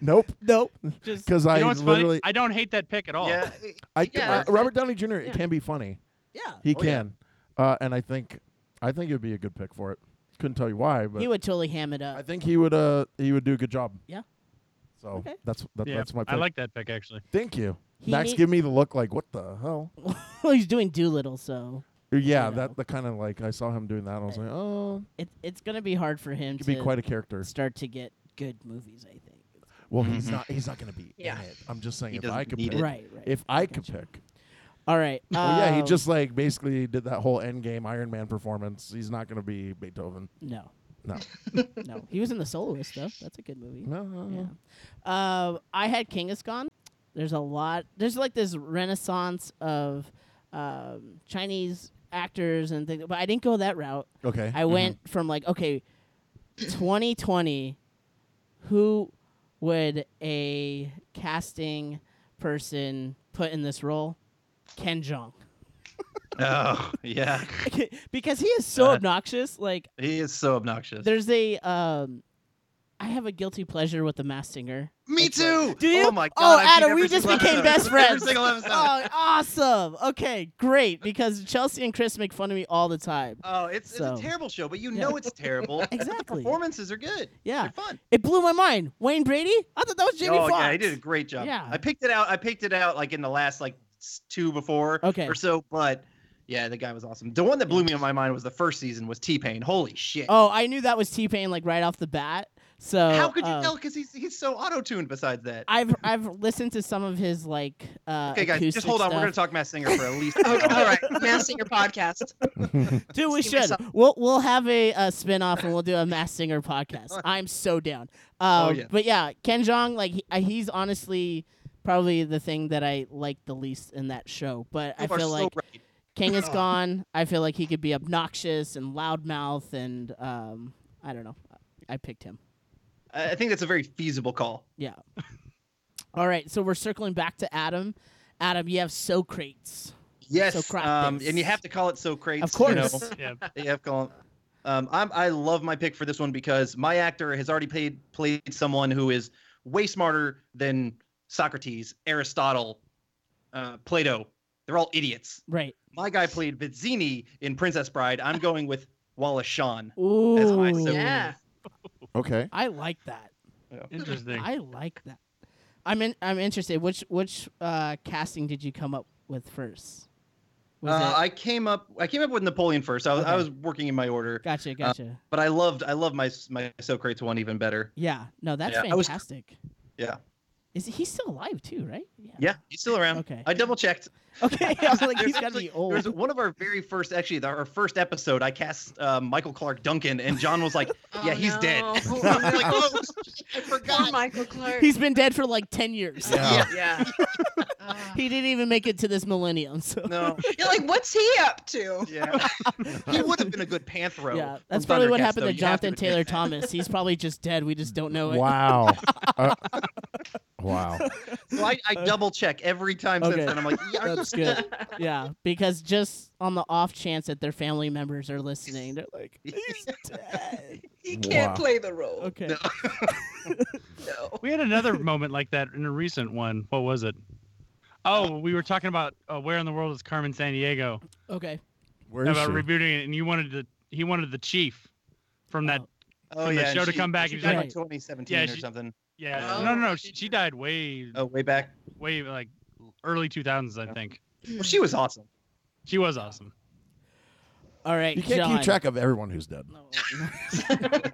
[SPEAKER 4] Nope.
[SPEAKER 2] Nope. Just
[SPEAKER 4] Because
[SPEAKER 6] You
[SPEAKER 4] I
[SPEAKER 6] know what's funny?
[SPEAKER 4] literally,
[SPEAKER 6] I don't hate that pick at all.
[SPEAKER 5] Yeah.
[SPEAKER 4] I,
[SPEAKER 5] yeah.
[SPEAKER 4] uh, Robert Downey Jr. It can be funny.
[SPEAKER 2] yeah.
[SPEAKER 4] He
[SPEAKER 5] Oh, yeah.
[SPEAKER 4] can, uh, and I think, I think it would be a good pick for it. Couldn't tell you why, but
[SPEAKER 2] He would totally ham it up.
[SPEAKER 4] I think he would. Uh, he would do a good job.
[SPEAKER 2] Yeah.
[SPEAKER 4] So
[SPEAKER 2] Okay.
[SPEAKER 4] that's that,
[SPEAKER 6] Yeah,
[SPEAKER 4] that's my. Pick.
[SPEAKER 6] I like that pick actually.
[SPEAKER 4] Thank you.
[SPEAKER 2] He
[SPEAKER 4] Max,
[SPEAKER 2] need-
[SPEAKER 4] give me the look like what the hell?
[SPEAKER 2] well, he's doing Doolittle, so
[SPEAKER 4] Yeah,
[SPEAKER 2] know.
[SPEAKER 4] that the kind of like I saw him doing that. and I was like, oh,
[SPEAKER 2] it, it's gonna be hard for him
[SPEAKER 4] could
[SPEAKER 2] to
[SPEAKER 4] be quite a character.
[SPEAKER 2] start to get good movies. I think.
[SPEAKER 4] Well, he's not. He's not going to be
[SPEAKER 3] Yeah.
[SPEAKER 4] in it. I'm just saying
[SPEAKER 5] Mm-hmm. He
[SPEAKER 4] if I
[SPEAKER 5] doesn't
[SPEAKER 4] could
[SPEAKER 5] need
[SPEAKER 4] pick,
[SPEAKER 5] it.
[SPEAKER 2] Right. Right.
[SPEAKER 4] if I could pick.
[SPEAKER 2] All right. Oh
[SPEAKER 4] Well, yeah, he just like basically did that whole Endgame Iron Man performance. He's not going to be Beethoven.
[SPEAKER 2] um, no.
[SPEAKER 4] No.
[SPEAKER 2] No, he was in The Soloist though. That's a good movie.
[SPEAKER 4] No, no,
[SPEAKER 2] Yeah.
[SPEAKER 4] no.
[SPEAKER 2] Um, I had Kangaskhan. There's a lot. There's like this renaissance of um, Chinese actors and things, but I didn't go that route.
[SPEAKER 4] Okay.
[SPEAKER 2] I went from like okay, 2020. Who would a casting person put in this role? Ken Jeong,
[SPEAKER 5] Oh, yeah.
[SPEAKER 2] because he is so
[SPEAKER 5] Uh,
[SPEAKER 2] obnoxious. Like
[SPEAKER 5] He is so obnoxious.
[SPEAKER 2] there's a um, I have a guilty pleasure with the Mass Singer.
[SPEAKER 5] Me
[SPEAKER 2] It's like-
[SPEAKER 5] too.
[SPEAKER 2] Do you?
[SPEAKER 5] Oh my god.
[SPEAKER 2] Oh,
[SPEAKER 5] I've seen
[SPEAKER 2] Adam,
[SPEAKER 5] every
[SPEAKER 2] we just
[SPEAKER 5] single
[SPEAKER 2] became
[SPEAKER 5] episode.
[SPEAKER 2] best friends.
[SPEAKER 5] Every single episode. Oh,
[SPEAKER 2] Oh, awesome. Okay, great. Because Chelsea and Chris make fun of me all the time.
[SPEAKER 5] Oh, it's,
[SPEAKER 2] So.
[SPEAKER 5] it's a terrible show, but you
[SPEAKER 2] Yeah.
[SPEAKER 5] know it's terrible. The
[SPEAKER 2] Exactly.
[SPEAKER 5] performances are good.
[SPEAKER 2] Yeah.
[SPEAKER 5] They're fun.
[SPEAKER 2] It blew my mind. Wayne Brady? I thought that was Jamie
[SPEAKER 5] oh
[SPEAKER 2] Foxx.
[SPEAKER 5] yeah, he did a great job.
[SPEAKER 2] Yeah.
[SPEAKER 5] I picked it out. I picked it out like in the last like s- two before
[SPEAKER 2] Okay.
[SPEAKER 5] or so, but yeah, the guy was awesome. The one that blew me on my mind was the first season was T Pain. Holy shit.
[SPEAKER 2] Oh, I knew that was T Pain like right off the bat. So
[SPEAKER 5] How could you
[SPEAKER 2] uh,
[SPEAKER 5] tell? Because he's he's so auto tuned. Besides that,
[SPEAKER 2] I've I've listened to some of his like uh
[SPEAKER 5] okay, guys, just
[SPEAKER 2] acoustic
[SPEAKER 5] hold on. We're
[SPEAKER 2] stuff.
[SPEAKER 5] gonna talk Matt Singer for at least.
[SPEAKER 3] Okay, all right, Mass Singer podcast.
[SPEAKER 2] Dude, we
[SPEAKER 3] Excuse
[SPEAKER 2] should.
[SPEAKER 3] myself.
[SPEAKER 2] We'll we'll have a, uh spin off and we'll do a Mass Singer podcast. I'm so down. Um,
[SPEAKER 5] Oh, yeah.
[SPEAKER 2] But yeah, Ken Jong, like he, uh, he's honestly probably the thing that I like the least in that show. But I
[SPEAKER 5] You are
[SPEAKER 2] feel
[SPEAKER 5] so
[SPEAKER 2] like
[SPEAKER 5] right.
[SPEAKER 2] King is gone. I feel like he could be obnoxious and loudmouth and um, I don't know. I picked him.
[SPEAKER 5] I I think that's a very feasible call.
[SPEAKER 2] Yeah. All right, so we're circling back to Adam. Adam, you have so crates.
[SPEAKER 5] Yes,
[SPEAKER 2] crap
[SPEAKER 5] um,
[SPEAKER 2] this.
[SPEAKER 5] and you have to call it so crazy.
[SPEAKER 2] Of
[SPEAKER 5] you know.
[SPEAKER 2] course.
[SPEAKER 6] Yeah.
[SPEAKER 5] They have gone. Um, I'm, I love my pick for this one because my actor has already played played someone who is way smarter than Socrates, Aristotle, uh, Plato. They're all idiots.
[SPEAKER 2] Right.
[SPEAKER 5] My guy played Vizzini in Princess Bride. I'm going with Wallace Shawn.
[SPEAKER 2] Ooh.
[SPEAKER 5] my so-
[SPEAKER 3] Yeah.
[SPEAKER 4] Okay.
[SPEAKER 2] I like that.
[SPEAKER 6] Interesting.
[SPEAKER 2] I like that. I'm in, I'm interested. Which which uh, casting did you come up with first? Was
[SPEAKER 5] Uh,
[SPEAKER 2] it-
[SPEAKER 5] I came up I came up with Napoleon first. I was, I
[SPEAKER 2] Okay.
[SPEAKER 5] was working in my order,
[SPEAKER 2] gotcha, gotcha.
[SPEAKER 5] but I loved I loved my my Socrates one even better.
[SPEAKER 2] yeah, no, that's
[SPEAKER 5] yeah, I was-
[SPEAKER 2] fantastic.
[SPEAKER 5] Yeah.
[SPEAKER 2] Is he's still alive too? Right? Yeah.
[SPEAKER 5] Yeah, he's still around.
[SPEAKER 2] Okay.
[SPEAKER 5] I double checked.
[SPEAKER 2] Okay. I was like,
[SPEAKER 5] There's
[SPEAKER 2] he's got to
[SPEAKER 5] actually-
[SPEAKER 2] be old.
[SPEAKER 5] There's one of our very first, actually, the- our first episode. I cast uh, Michael Clark Duncan, and John was like, "Yeah,
[SPEAKER 3] Oh,
[SPEAKER 5] he's dead."
[SPEAKER 3] no.
[SPEAKER 5] I'm like, "Oh, shit, I
[SPEAKER 3] Poor
[SPEAKER 5] forgot."
[SPEAKER 3] Michael Clark.
[SPEAKER 2] He's been dead for like ten years.
[SPEAKER 4] Yeah.
[SPEAKER 3] yeah.
[SPEAKER 2] he didn't even make it to this millennium. So
[SPEAKER 5] No,
[SPEAKER 3] You're like, what's he up to?
[SPEAKER 5] yeah, he would have been a good Panthro.
[SPEAKER 2] yeah,
[SPEAKER 5] from
[SPEAKER 2] that's probably what
[SPEAKER 5] Thundercats,
[SPEAKER 2] happened to
[SPEAKER 5] though. You have
[SPEAKER 2] Jonathan
[SPEAKER 5] admit
[SPEAKER 2] Taylor
[SPEAKER 5] that.
[SPEAKER 2] Thomas. He's probably just dead. We just don't know it.
[SPEAKER 4] Wow. Uh, wow.
[SPEAKER 5] So I, I double check every time
[SPEAKER 2] Okay.
[SPEAKER 5] since then. I'm like, "Yeah, are you
[SPEAKER 2] That's good. Yeah, because just on the off chance that their family members are listening, they're like, he's dead.
[SPEAKER 3] He can't
[SPEAKER 4] Wow.
[SPEAKER 3] play the role.
[SPEAKER 2] Okay.
[SPEAKER 3] No.
[SPEAKER 6] We had another moment like that in a recent one. What was it? Oh, we were talking about uh, where in the world is Carmen San Diego
[SPEAKER 2] Okay.
[SPEAKER 4] Where is
[SPEAKER 6] about
[SPEAKER 4] she?
[SPEAKER 6] rebooting it, and you wanted the he wanted the chief from that.
[SPEAKER 2] Oh.
[SPEAKER 5] Oh
[SPEAKER 6] From the
[SPEAKER 5] yeah, and
[SPEAKER 6] show to
[SPEAKER 5] she-
[SPEAKER 6] come back,
[SPEAKER 5] She
[SPEAKER 6] he's
[SPEAKER 5] died
[SPEAKER 2] like-
[SPEAKER 5] in 2017
[SPEAKER 6] Yeah,
[SPEAKER 5] or
[SPEAKER 6] she-
[SPEAKER 5] something.
[SPEAKER 6] Yeah,
[SPEAKER 5] Oh,
[SPEAKER 6] no, no, no.
[SPEAKER 3] she
[SPEAKER 6] She,
[SPEAKER 3] did.
[SPEAKER 6] she died way,
[SPEAKER 5] Oh, way back.
[SPEAKER 6] way like early 2000s, I think.
[SPEAKER 5] Well, she was awesome.
[SPEAKER 6] She was awesome.
[SPEAKER 2] All right.
[SPEAKER 4] You can't
[SPEAKER 2] John.
[SPEAKER 4] keep track of everyone who's dead.
[SPEAKER 2] No.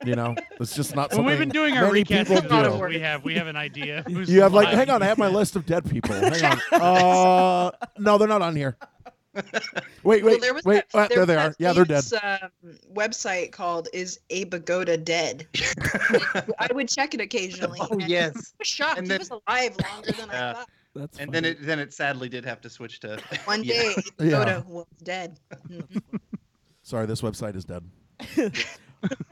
[SPEAKER 4] You know, it's just not
[SPEAKER 6] When
[SPEAKER 4] something.
[SPEAKER 6] we've been doing our
[SPEAKER 4] many
[SPEAKER 6] recap,
[SPEAKER 4] people
[SPEAKER 6] it's not
[SPEAKER 4] do.
[SPEAKER 6] what we have we have an idea. who's
[SPEAKER 4] You have like,
[SPEAKER 6] alive.
[SPEAKER 4] hang on, I have my list of dead people. Hang on. Uh, no, they're not on here. Wait,
[SPEAKER 3] Well,
[SPEAKER 4] wait,
[SPEAKER 3] there was
[SPEAKER 4] wait.
[SPEAKER 3] that-
[SPEAKER 4] uh, there
[SPEAKER 3] was
[SPEAKER 4] they
[SPEAKER 3] that
[SPEAKER 4] are. Yeah, they're dead.
[SPEAKER 3] famous, Um, website called "Is a Pagoda Dead?" I would check it occasionally.
[SPEAKER 5] Oh
[SPEAKER 3] and
[SPEAKER 5] yes.
[SPEAKER 3] I was shocked.
[SPEAKER 5] And
[SPEAKER 3] he
[SPEAKER 5] then-
[SPEAKER 3] was alive longer than I
[SPEAKER 5] Yeah.
[SPEAKER 3] thought.
[SPEAKER 2] That's
[SPEAKER 5] And then
[SPEAKER 2] funny.
[SPEAKER 5] it then it sadly did have to switch to
[SPEAKER 3] One
[SPEAKER 5] Yeah.
[SPEAKER 3] day, a
[SPEAKER 4] Yeah.
[SPEAKER 3] Pagoda was dead.
[SPEAKER 6] Uh,
[SPEAKER 3] Mhm.
[SPEAKER 4] Sorry, this website is dead.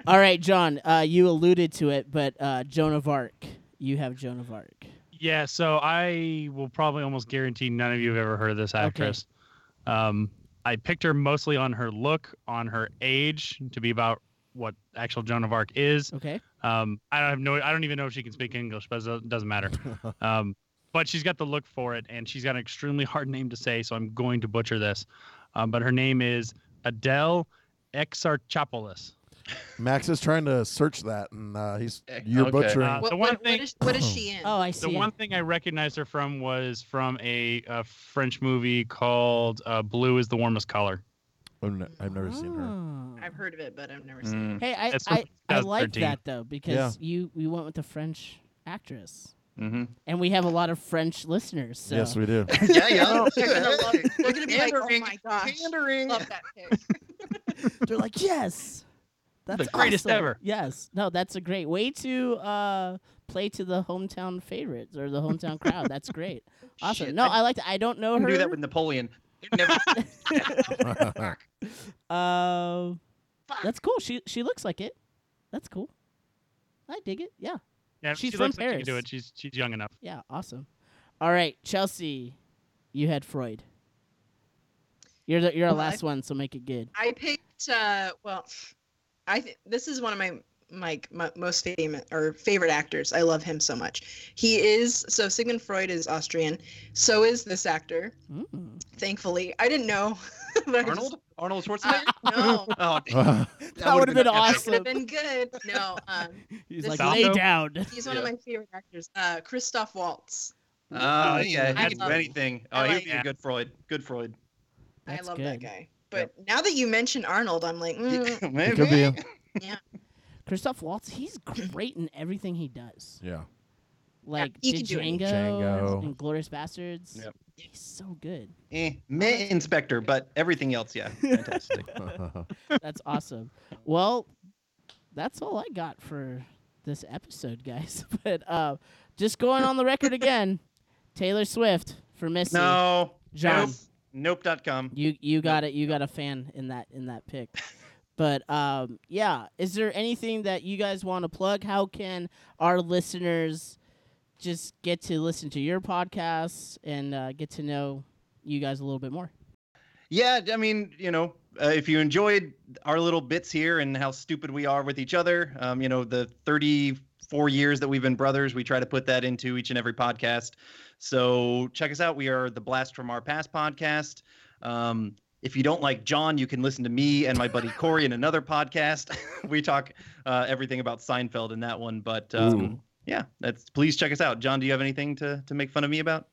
[SPEAKER 2] All right, John. Uh, you alluded to it, but uh, Joan of Arc. You have Joan of Arc.
[SPEAKER 6] Yeah, so I will probably almost guarantee none of you have ever heard of this actress. Um, I picked her mostly on her look, on her age to be about what actual Joan of Arc is.
[SPEAKER 2] Okay.
[SPEAKER 6] Um, I don't have no, I don't even know if she can speak English, but it doesn't matter. Um, but she's got the look for it, and she's got an extremely hard name to say, so I'm going to butcher this. Um, but her name is Adele Exarchopoulos.
[SPEAKER 4] Max is trying to search that, and uh, he's
[SPEAKER 5] Eh,
[SPEAKER 4] you're
[SPEAKER 5] okay.
[SPEAKER 4] butchering.
[SPEAKER 6] Uh,
[SPEAKER 3] What,
[SPEAKER 6] the one
[SPEAKER 3] what,
[SPEAKER 6] thing-
[SPEAKER 3] what, is, what is she in?
[SPEAKER 2] Oh, I see.
[SPEAKER 6] The one thing I recognized her from was from a, uh French movie called uh, "Blue Is the Warmest Color."
[SPEAKER 4] Oh, no, I've never seen her.
[SPEAKER 2] Oh.
[SPEAKER 3] I've heard of it, but I've never seen it.
[SPEAKER 5] Mm,
[SPEAKER 2] Hey, I,
[SPEAKER 6] That's from
[SPEAKER 2] I, I like
[SPEAKER 6] 2013.
[SPEAKER 2] that though because you we went with the French actress,
[SPEAKER 5] mhm.
[SPEAKER 2] and we have a lot of French listeners. So.
[SPEAKER 4] Yes, we do.
[SPEAKER 5] yeah, yeah.
[SPEAKER 3] They're gonna love it. Oh, They're gonna be like, oh
[SPEAKER 5] Pandering.
[SPEAKER 3] my gosh,
[SPEAKER 5] Pandering.
[SPEAKER 3] love that pick.
[SPEAKER 2] They're like, yes, that's
[SPEAKER 6] The greatest
[SPEAKER 2] awesome."
[SPEAKER 6] ever.
[SPEAKER 2] Yes, no, that's a great way to uh, play to the hometown favorites or the hometown crowd. That's great. Awesome.
[SPEAKER 5] Shit,
[SPEAKER 2] no,
[SPEAKER 5] I
[SPEAKER 2] I liked. I don't know
[SPEAKER 5] couldn't
[SPEAKER 2] her.
[SPEAKER 5] do that with Napoleon. It never-
[SPEAKER 2] Uh,
[SPEAKER 3] Fuck.
[SPEAKER 2] that's cool. She she looks like it. That's cool. I dig it. Yeah.
[SPEAKER 6] Yeah,
[SPEAKER 2] She's
[SPEAKER 6] she
[SPEAKER 2] from
[SPEAKER 6] looks like she can do
[SPEAKER 2] Paris.
[SPEAKER 6] it. She's she's young enough.
[SPEAKER 2] Yeah. Awesome. All right, Chelsea, you had Freud. You're the, you're our
[SPEAKER 3] Well, I-
[SPEAKER 2] last one, so make it good.
[SPEAKER 3] I picked. Uh, well, I th- this is one of my my, my most famous or favorite actors. I love him so much. He is so Sigmund Freud is Austrian. So is this actor.
[SPEAKER 2] Mm.
[SPEAKER 3] Thankfully, I didn't know. but I just-
[SPEAKER 5] Arnold? Arnold
[SPEAKER 3] Uh,
[SPEAKER 5] Schwarzenegger?
[SPEAKER 3] no,
[SPEAKER 5] Oh,
[SPEAKER 2] That would've been
[SPEAKER 5] epic.
[SPEAKER 2] awesome.
[SPEAKER 3] would have been good. No, um,
[SPEAKER 2] He's
[SPEAKER 3] This
[SPEAKER 2] like
[SPEAKER 6] is-
[SPEAKER 2] lay
[SPEAKER 6] Falco?
[SPEAKER 2] down.
[SPEAKER 3] he's one of
[SPEAKER 5] Yeah.
[SPEAKER 3] my favorite actors. Uh, Christoph Waltz.
[SPEAKER 5] Oh, yeah.
[SPEAKER 3] I
[SPEAKER 5] He can do
[SPEAKER 3] love-
[SPEAKER 5] anything. Oh,
[SPEAKER 3] I
[SPEAKER 5] he'd
[SPEAKER 3] like
[SPEAKER 5] be a
[SPEAKER 6] that.
[SPEAKER 5] good Freud. Good Freud.
[SPEAKER 2] That's
[SPEAKER 3] I love
[SPEAKER 2] good.
[SPEAKER 3] that guy. But now that you mention Arnold, I'm like, mm,
[SPEAKER 4] It
[SPEAKER 5] Maybe.
[SPEAKER 4] could be. him.
[SPEAKER 2] Christoph Waltz, he's great in everything he does.
[SPEAKER 4] Yeah.
[SPEAKER 2] Like
[SPEAKER 3] he
[SPEAKER 2] did
[SPEAKER 3] can do
[SPEAKER 2] Django,
[SPEAKER 3] anything.
[SPEAKER 4] Django.
[SPEAKER 2] and Glorious Bastards.
[SPEAKER 5] Yep.
[SPEAKER 2] He's so good.
[SPEAKER 5] Eh, meh, Inspector, but everything else, yeah. Fantastic.
[SPEAKER 2] That's awesome. Well, that's all I got for this episode, guys. But uh, just going on the record again, Taylor Swift for Missy.
[SPEAKER 5] no.
[SPEAKER 2] John.
[SPEAKER 5] Nope. Nope.com.
[SPEAKER 2] You you got it. You got a fan in that in that pick. But um, yeah, is there anything that you guys want to plug? How can our listeners just get to listen to your podcasts and uh, get to know you guys a little bit more?
[SPEAKER 5] Yeah, I mean, you know, uh, if you enjoyed our little bits here and how stupid we are with each other, um, you know, the 34 years that we've been brothers, we try to put that into each and every podcast. So check us out. We are the Blast from Our Past podcast. Um, if you don't like John, you can listen to me and my buddy Corey in another podcast. we talk uh, everything about Seinfeld in that one. But um, yeah, that's please check us out. John, do you have anything to to make fun of me about?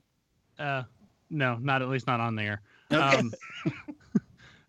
[SPEAKER 6] Uh, no, not at least not on there.
[SPEAKER 5] Okay.
[SPEAKER 6] Um,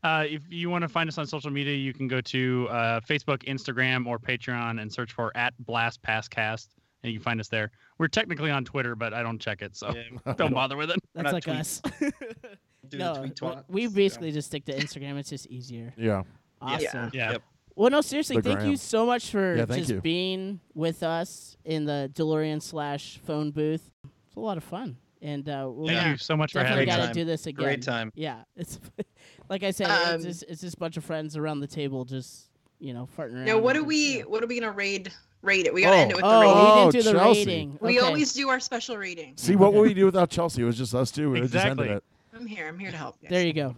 [SPEAKER 6] uh, if you want to find us on social media, you can go to uh, Facebook, Instagram, or Patreon and search for at Blast Passcast, and you can find us there. We're technically on Twitter, but I don't check it, so don't bother with it.
[SPEAKER 2] That's
[SPEAKER 5] not
[SPEAKER 2] like
[SPEAKER 5] tweet-
[SPEAKER 2] us.
[SPEAKER 5] Do the
[SPEAKER 2] no,
[SPEAKER 5] tweet
[SPEAKER 2] we-
[SPEAKER 5] twat.
[SPEAKER 2] we
[SPEAKER 5] Yeah.
[SPEAKER 2] basically just stick to Instagram. It's just easier.
[SPEAKER 4] Yeah.
[SPEAKER 2] Awesome.
[SPEAKER 6] Yeah.
[SPEAKER 5] Yep.
[SPEAKER 2] Well, no, seriously,
[SPEAKER 4] The
[SPEAKER 2] thank you
[SPEAKER 4] gram.
[SPEAKER 2] so much for
[SPEAKER 4] Yeah, thank
[SPEAKER 2] just
[SPEAKER 4] you.
[SPEAKER 2] being with us in the DeLorean slash phone booth. It's a lot of fun, and uh, we'll
[SPEAKER 6] Thank
[SPEAKER 3] Yeah.
[SPEAKER 6] you so much for
[SPEAKER 2] definitely
[SPEAKER 5] Great
[SPEAKER 6] having
[SPEAKER 2] got
[SPEAKER 6] us.
[SPEAKER 2] to
[SPEAKER 5] time.
[SPEAKER 2] do this again.
[SPEAKER 5] Great time.
[SPEAKER 2] Yeah, it's like I said,
[SPEAKER 3] Um,
[SPEAKER 2] it's, just, it's just a bunch of friends around the table, just you know, farting around.
[SPEAKER 3] no, what
[SPEAKER 2] and just,
[SPEAKER 3] are we?
[SPEAKER 2] you know.
[SPEAKER 3] What are we gonna raid? Rate it. We gotta end it with the rating.
[SPEAKER 2] Oh,
[SPEAKER 4] rating.
[SPEAKER 2] we didn't do the
[SPEAKER 4] Oh, Chelsea.
[SPEAKER 2] rating.
[SPEAKER 3] We
[SPEAKER 2] Okay.
[SPEAKER 3] always do our special reading.
[SPEAKER 4] See, what would we do without Chelsea? It was just us two. We would've
[SPEAKER 6] Exactly.
[SPEAKER 4] just ended it.
[SPEAKER 3] I'm here. I'm here to help. Guys.
[SPEAKER 2] There you go.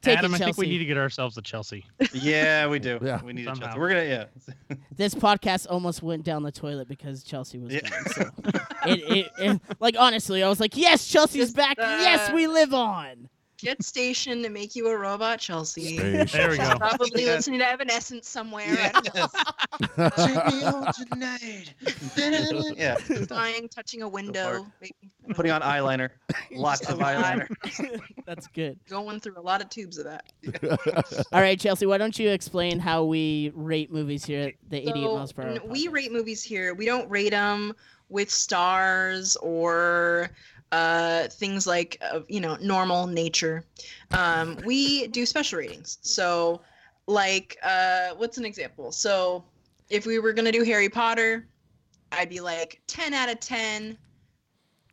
[SPEAKER 2] Take
[SPEAKER 6] Adam,
[SPEAKER 2] it,
[SPEAKER 6] I
[SPEAKER 2] Chelsea.
[SPEAKER 6] think we need to get ourselves a Chelsea.
[SPEAKER 5] Yeah, we do.
[SPEAKER 4] Yeah.
[SPEAKER 5] we need a
[SPEAKER 6] Somehow.
[SPEAKER 5] Chelsea. We're gonna yeah.
[SPEAKER 2] this podcast almost went down the toilet because Chelsea was
[SPEAKER 5] Yeah.
[SPEAKER 2] gone. So it, it, it, like honestly, I was like, yes, Chelsea's
[SPEAKER 3] Just,
[SPEAKER 2] back. yes,
[SPEAKER 3] uh,
[SPEAKER 2] we live on.
[SPEAKER 3] Jet station to make you a robot, Chelsea.
[SPEAKER 4] Space.
[SPEAKER 6] There we go.
[SPEAKER 3] Probably
[SPEAKER 5] Yeah.
[SPEAKER 3] listening to Evanescence somewhere. I don't know.
[SPEAKER 5] Yes. Take me home tonight. yeah,
[SPEAKER 3] Flying, touching a window, maybe.
[SPEAKER 5] putting on eyeliner, lots of eyeliner.
[SPEAKER 2] That's good.
[SPEAKER 3] going through a lot of tubes of that.
[SPEAKER 2] All right, Chelsea, why don't you explain how we rate movies here at the 88
[SPEAKER 3] So,
[SPEAKER 2] miles per hour?
[SPEAKER 3] n- we
[SPEAKER 2] podcast?
[SPEAKER 3] rate movies here. We don't rate them with stars or uh, things like uh, you know normal nature. Um, we do special ratings. So, like, uh, what's an example? So, if we were gonna do Harry Potter, I'd be like ten out of ten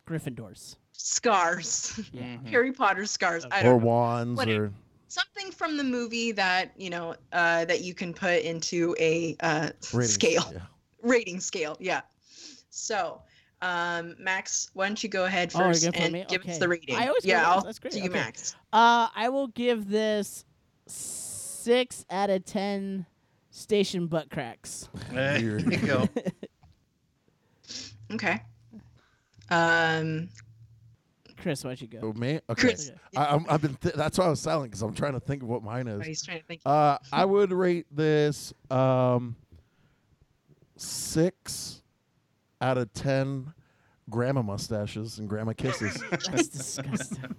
[SPEAKER 2] Gryffindors.
[SPEAKER 3] scars.
[SPEAKER 2] Yeah.
[SPEAKER 3] Harry Potter scars. I don't
[SPEAKER 4] or
[SPEAKER 3] know.
[SPEAKER 4] wands
[SPEAKER 3] What-
[SPEAKER 4] or
[SPEAKER 3] something from the movie that you know uh, that you can put into a uh,
[SPEAKER 4] ratings.
[SPEAKER 3] scale.
[SPEAKER 4] Yeah.
[SPEAKER 3] rating scale. Yeah. So, um, Max, why don't you go ahead
[SPEAKER 2] Oh, you're
[SPEAKER 3] first
[SPEAKER 2] going for
[SPEAKER 3] and
[SPEAKER 2] me?
[SPEAKER 3] give us
[SPEAKER 2] Okay.
[SPEAKER 3] the rating?
[SPEAKER 2] I always go
[SPEAKER 3] yeah,
[SPEAKER 2] last.
[SPEAKER 3] I'll
[SPEAKER 2] That's great.
[SPEAKER 3] to you,
[SPEAKER 2] Okay.
[SPEAKER 3] Max.
[SPEAKER 2] Uh, I will give this six out of ten Station butt cracks.
[SPEAKER 5] there you go.
[SPEAKER 3] Okay. Um,
[SPEAKER 2] Chris, why'd you go?
[SPEAKER 4] Oh, me? Okay.
[SPEAKER 3] Chris.
[SPEAKER 4] I, I'm, I've been. Th- that's why I was silent because I'm trying to think of what mine
[SPEAKER 3] oh,
[SPEAKER 4] is.
[SPEAKER 3] he's trying to think.
[SPEAKER 4] Uh, I would rate this um, six out of ten grandma mustaches and grandma kisses.
[SPEAKER 2] That's disgusting.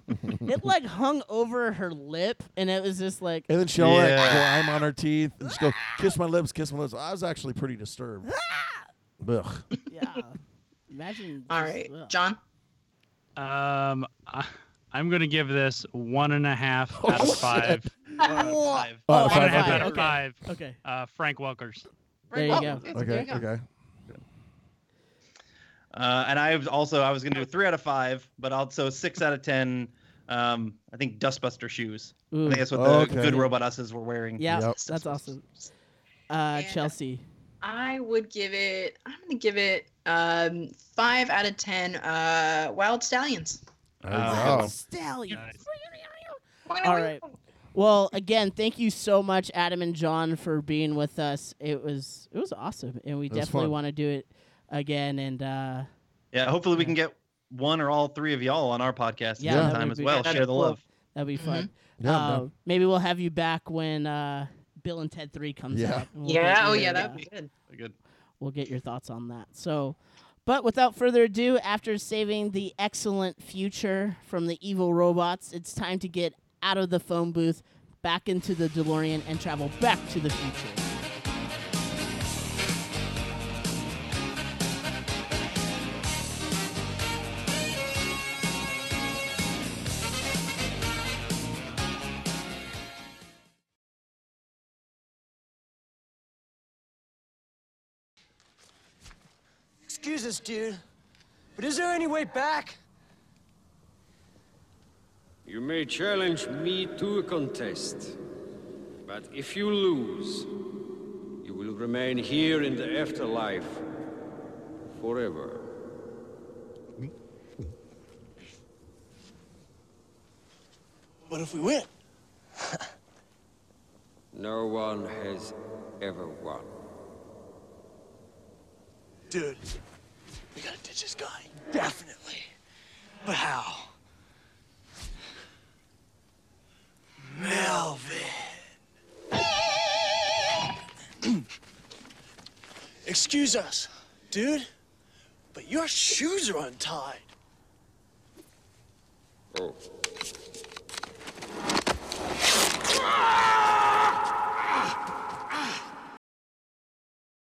[SPEAKER 2] it like hung over her lip, and it was just like,
[SPEAKER 4] and then she'll like
[SPEAKER 5] Yeah.
[SPEAKER 4] climb on her teeth and just go, kiss my lips, kiss my lips. I was actually pretty disturbed.
[SPEAKER 3] Ah!
[SPEAKER 4] Ugh.
[SPEAKER 2] yeah. Imagine.
[SPEAKER 3] All
[SPEAKER 2] just-
[SPEAKER 3] right,
[SPEAKER 2] ugh.
[SPEAKER 3] John.
[SPEAKER 6] Um, I, I'm gonna give this one and a half out of
[SPEAKER 4] shit.
[SPEAKER 6] five.
[SPEAKER 5] Five.
[SPEAKER 4] Oh,
[SPEAKER 2] Oh,
[SPEAKER 6] One and a
[SPEAKER 4] five,
[SPEAKER 6] half
[SPEAKER 4] okay.
[SPEAKER 6] out of
[SPEAKER 2] okay.
[SPEAKER 6] five.
[SPEAKER 2] Okay.
[SPEAKER 6] Uh, Frank Welkers.
[SPEAKER 2] There you
[SPEAKER 3] Oh,
[SPEAKER 2] go.
[SPEAKER 3] okay, so there
[SPEAKER 4] Okay,
[SPEAKER 3] you go.
[SPEAKER 4] okay.
[SPEAKER 5] Uh, and I was also I was gonna do three out of five, but also six out of ten. Um, I think Dustbuster shoes. I
[SPEAKER 2] Ooh.
[SPEAKER 5] think that's what the
[SPEAKER 4] Okay.
[SPEAKER 5] good robot uses were wearing.
[SPEAKER 2] Yeah,
[SPEAKER 4] Yep.
[SPEAKER 2] that's awesome. Uh,
[SPEAKER 3] Yeah.
[SPEAKER 2] Chelsea.
[SPEAKER 3] I would give it. I'm gonna give it um five out of ten. Uh, wild stallions.
[SPEAKER 4] There you
[SPEAKER 5] Uh,
[SPEAKER 4] go.
[SPEAKER 2] Stallion.
[SPEAKER 6] Nice.
[SPEAKER 2] All right. Well, again, thank you so much, Adam and John, for being with us. It was it was awesome, and we
[SPEAKER 4] It was
[SPEAKER 2] definitely
[SPEAKER 4] fun.
[SPEAKER 2] want to do it again. And uh,
[SPEAKER 5] Yeah. Hopefully we can get one or all three of y'all on our podcast
[SPEAKER 2] Yeah,
[SPEAKER 5] yeah,
[SPEAKER 2] that
[SPEAKER 5] time
[SPEAKER 2] would
[SPEAKER 5] as
[SPEAKER 2] be-
[SPEAKER 5] well.
[SPEAKER 2] that'd
[SPEAKER 5] Share
[SPEAKER 2] be
[SPEAKER 5] the
[SPEAKER 2] cool.
[SPEAKER 5] love.
[SPEAKER 2] that'd be fun.
[SPEAKER 4] Yeah, I'm
[SPEAKER 2] Uh,
[SPEAKER 4] down.
[SPEAKER 2] maybe we'll have you back when uh, Bill and Ted Three comes
[SPEAKER 4] Yeah.
[SPEAKER 2] out. and we'll
[SPEAKER 3] Yeah.
[SPEAKER 2] get
[SPEAKER 3] Oh
[SPEAKER 2] your,
[SPEAKER 3] yeah,
[SPEAKER 2] uh,
[SPEAKER 3] that'd be good.
[SPEAKER 5] Good.
[SPEAKER 2] we'll get your thoughts on that. So, but without further ado, after saving the excellent future from the evil robots, it's time to get out of the phone booth, back into the DeLorean, and travel back to the future.
[SPEAKER 8] Excuse us, dude, but is there any way back?
[SPEAKER 9] You may challenge me to a contest, but if you lose, you will remain here in the afterlife forever.
[SPEAKER 8] What if we win?
[SPEAKER 9] No one has ever won.
[SPEAKER 8] Dude, we gotta ditch this guy. Definitely. But how? Melvin. Excuse us, dude, but your shoes are untied.
[SPEAKER 9] Oh,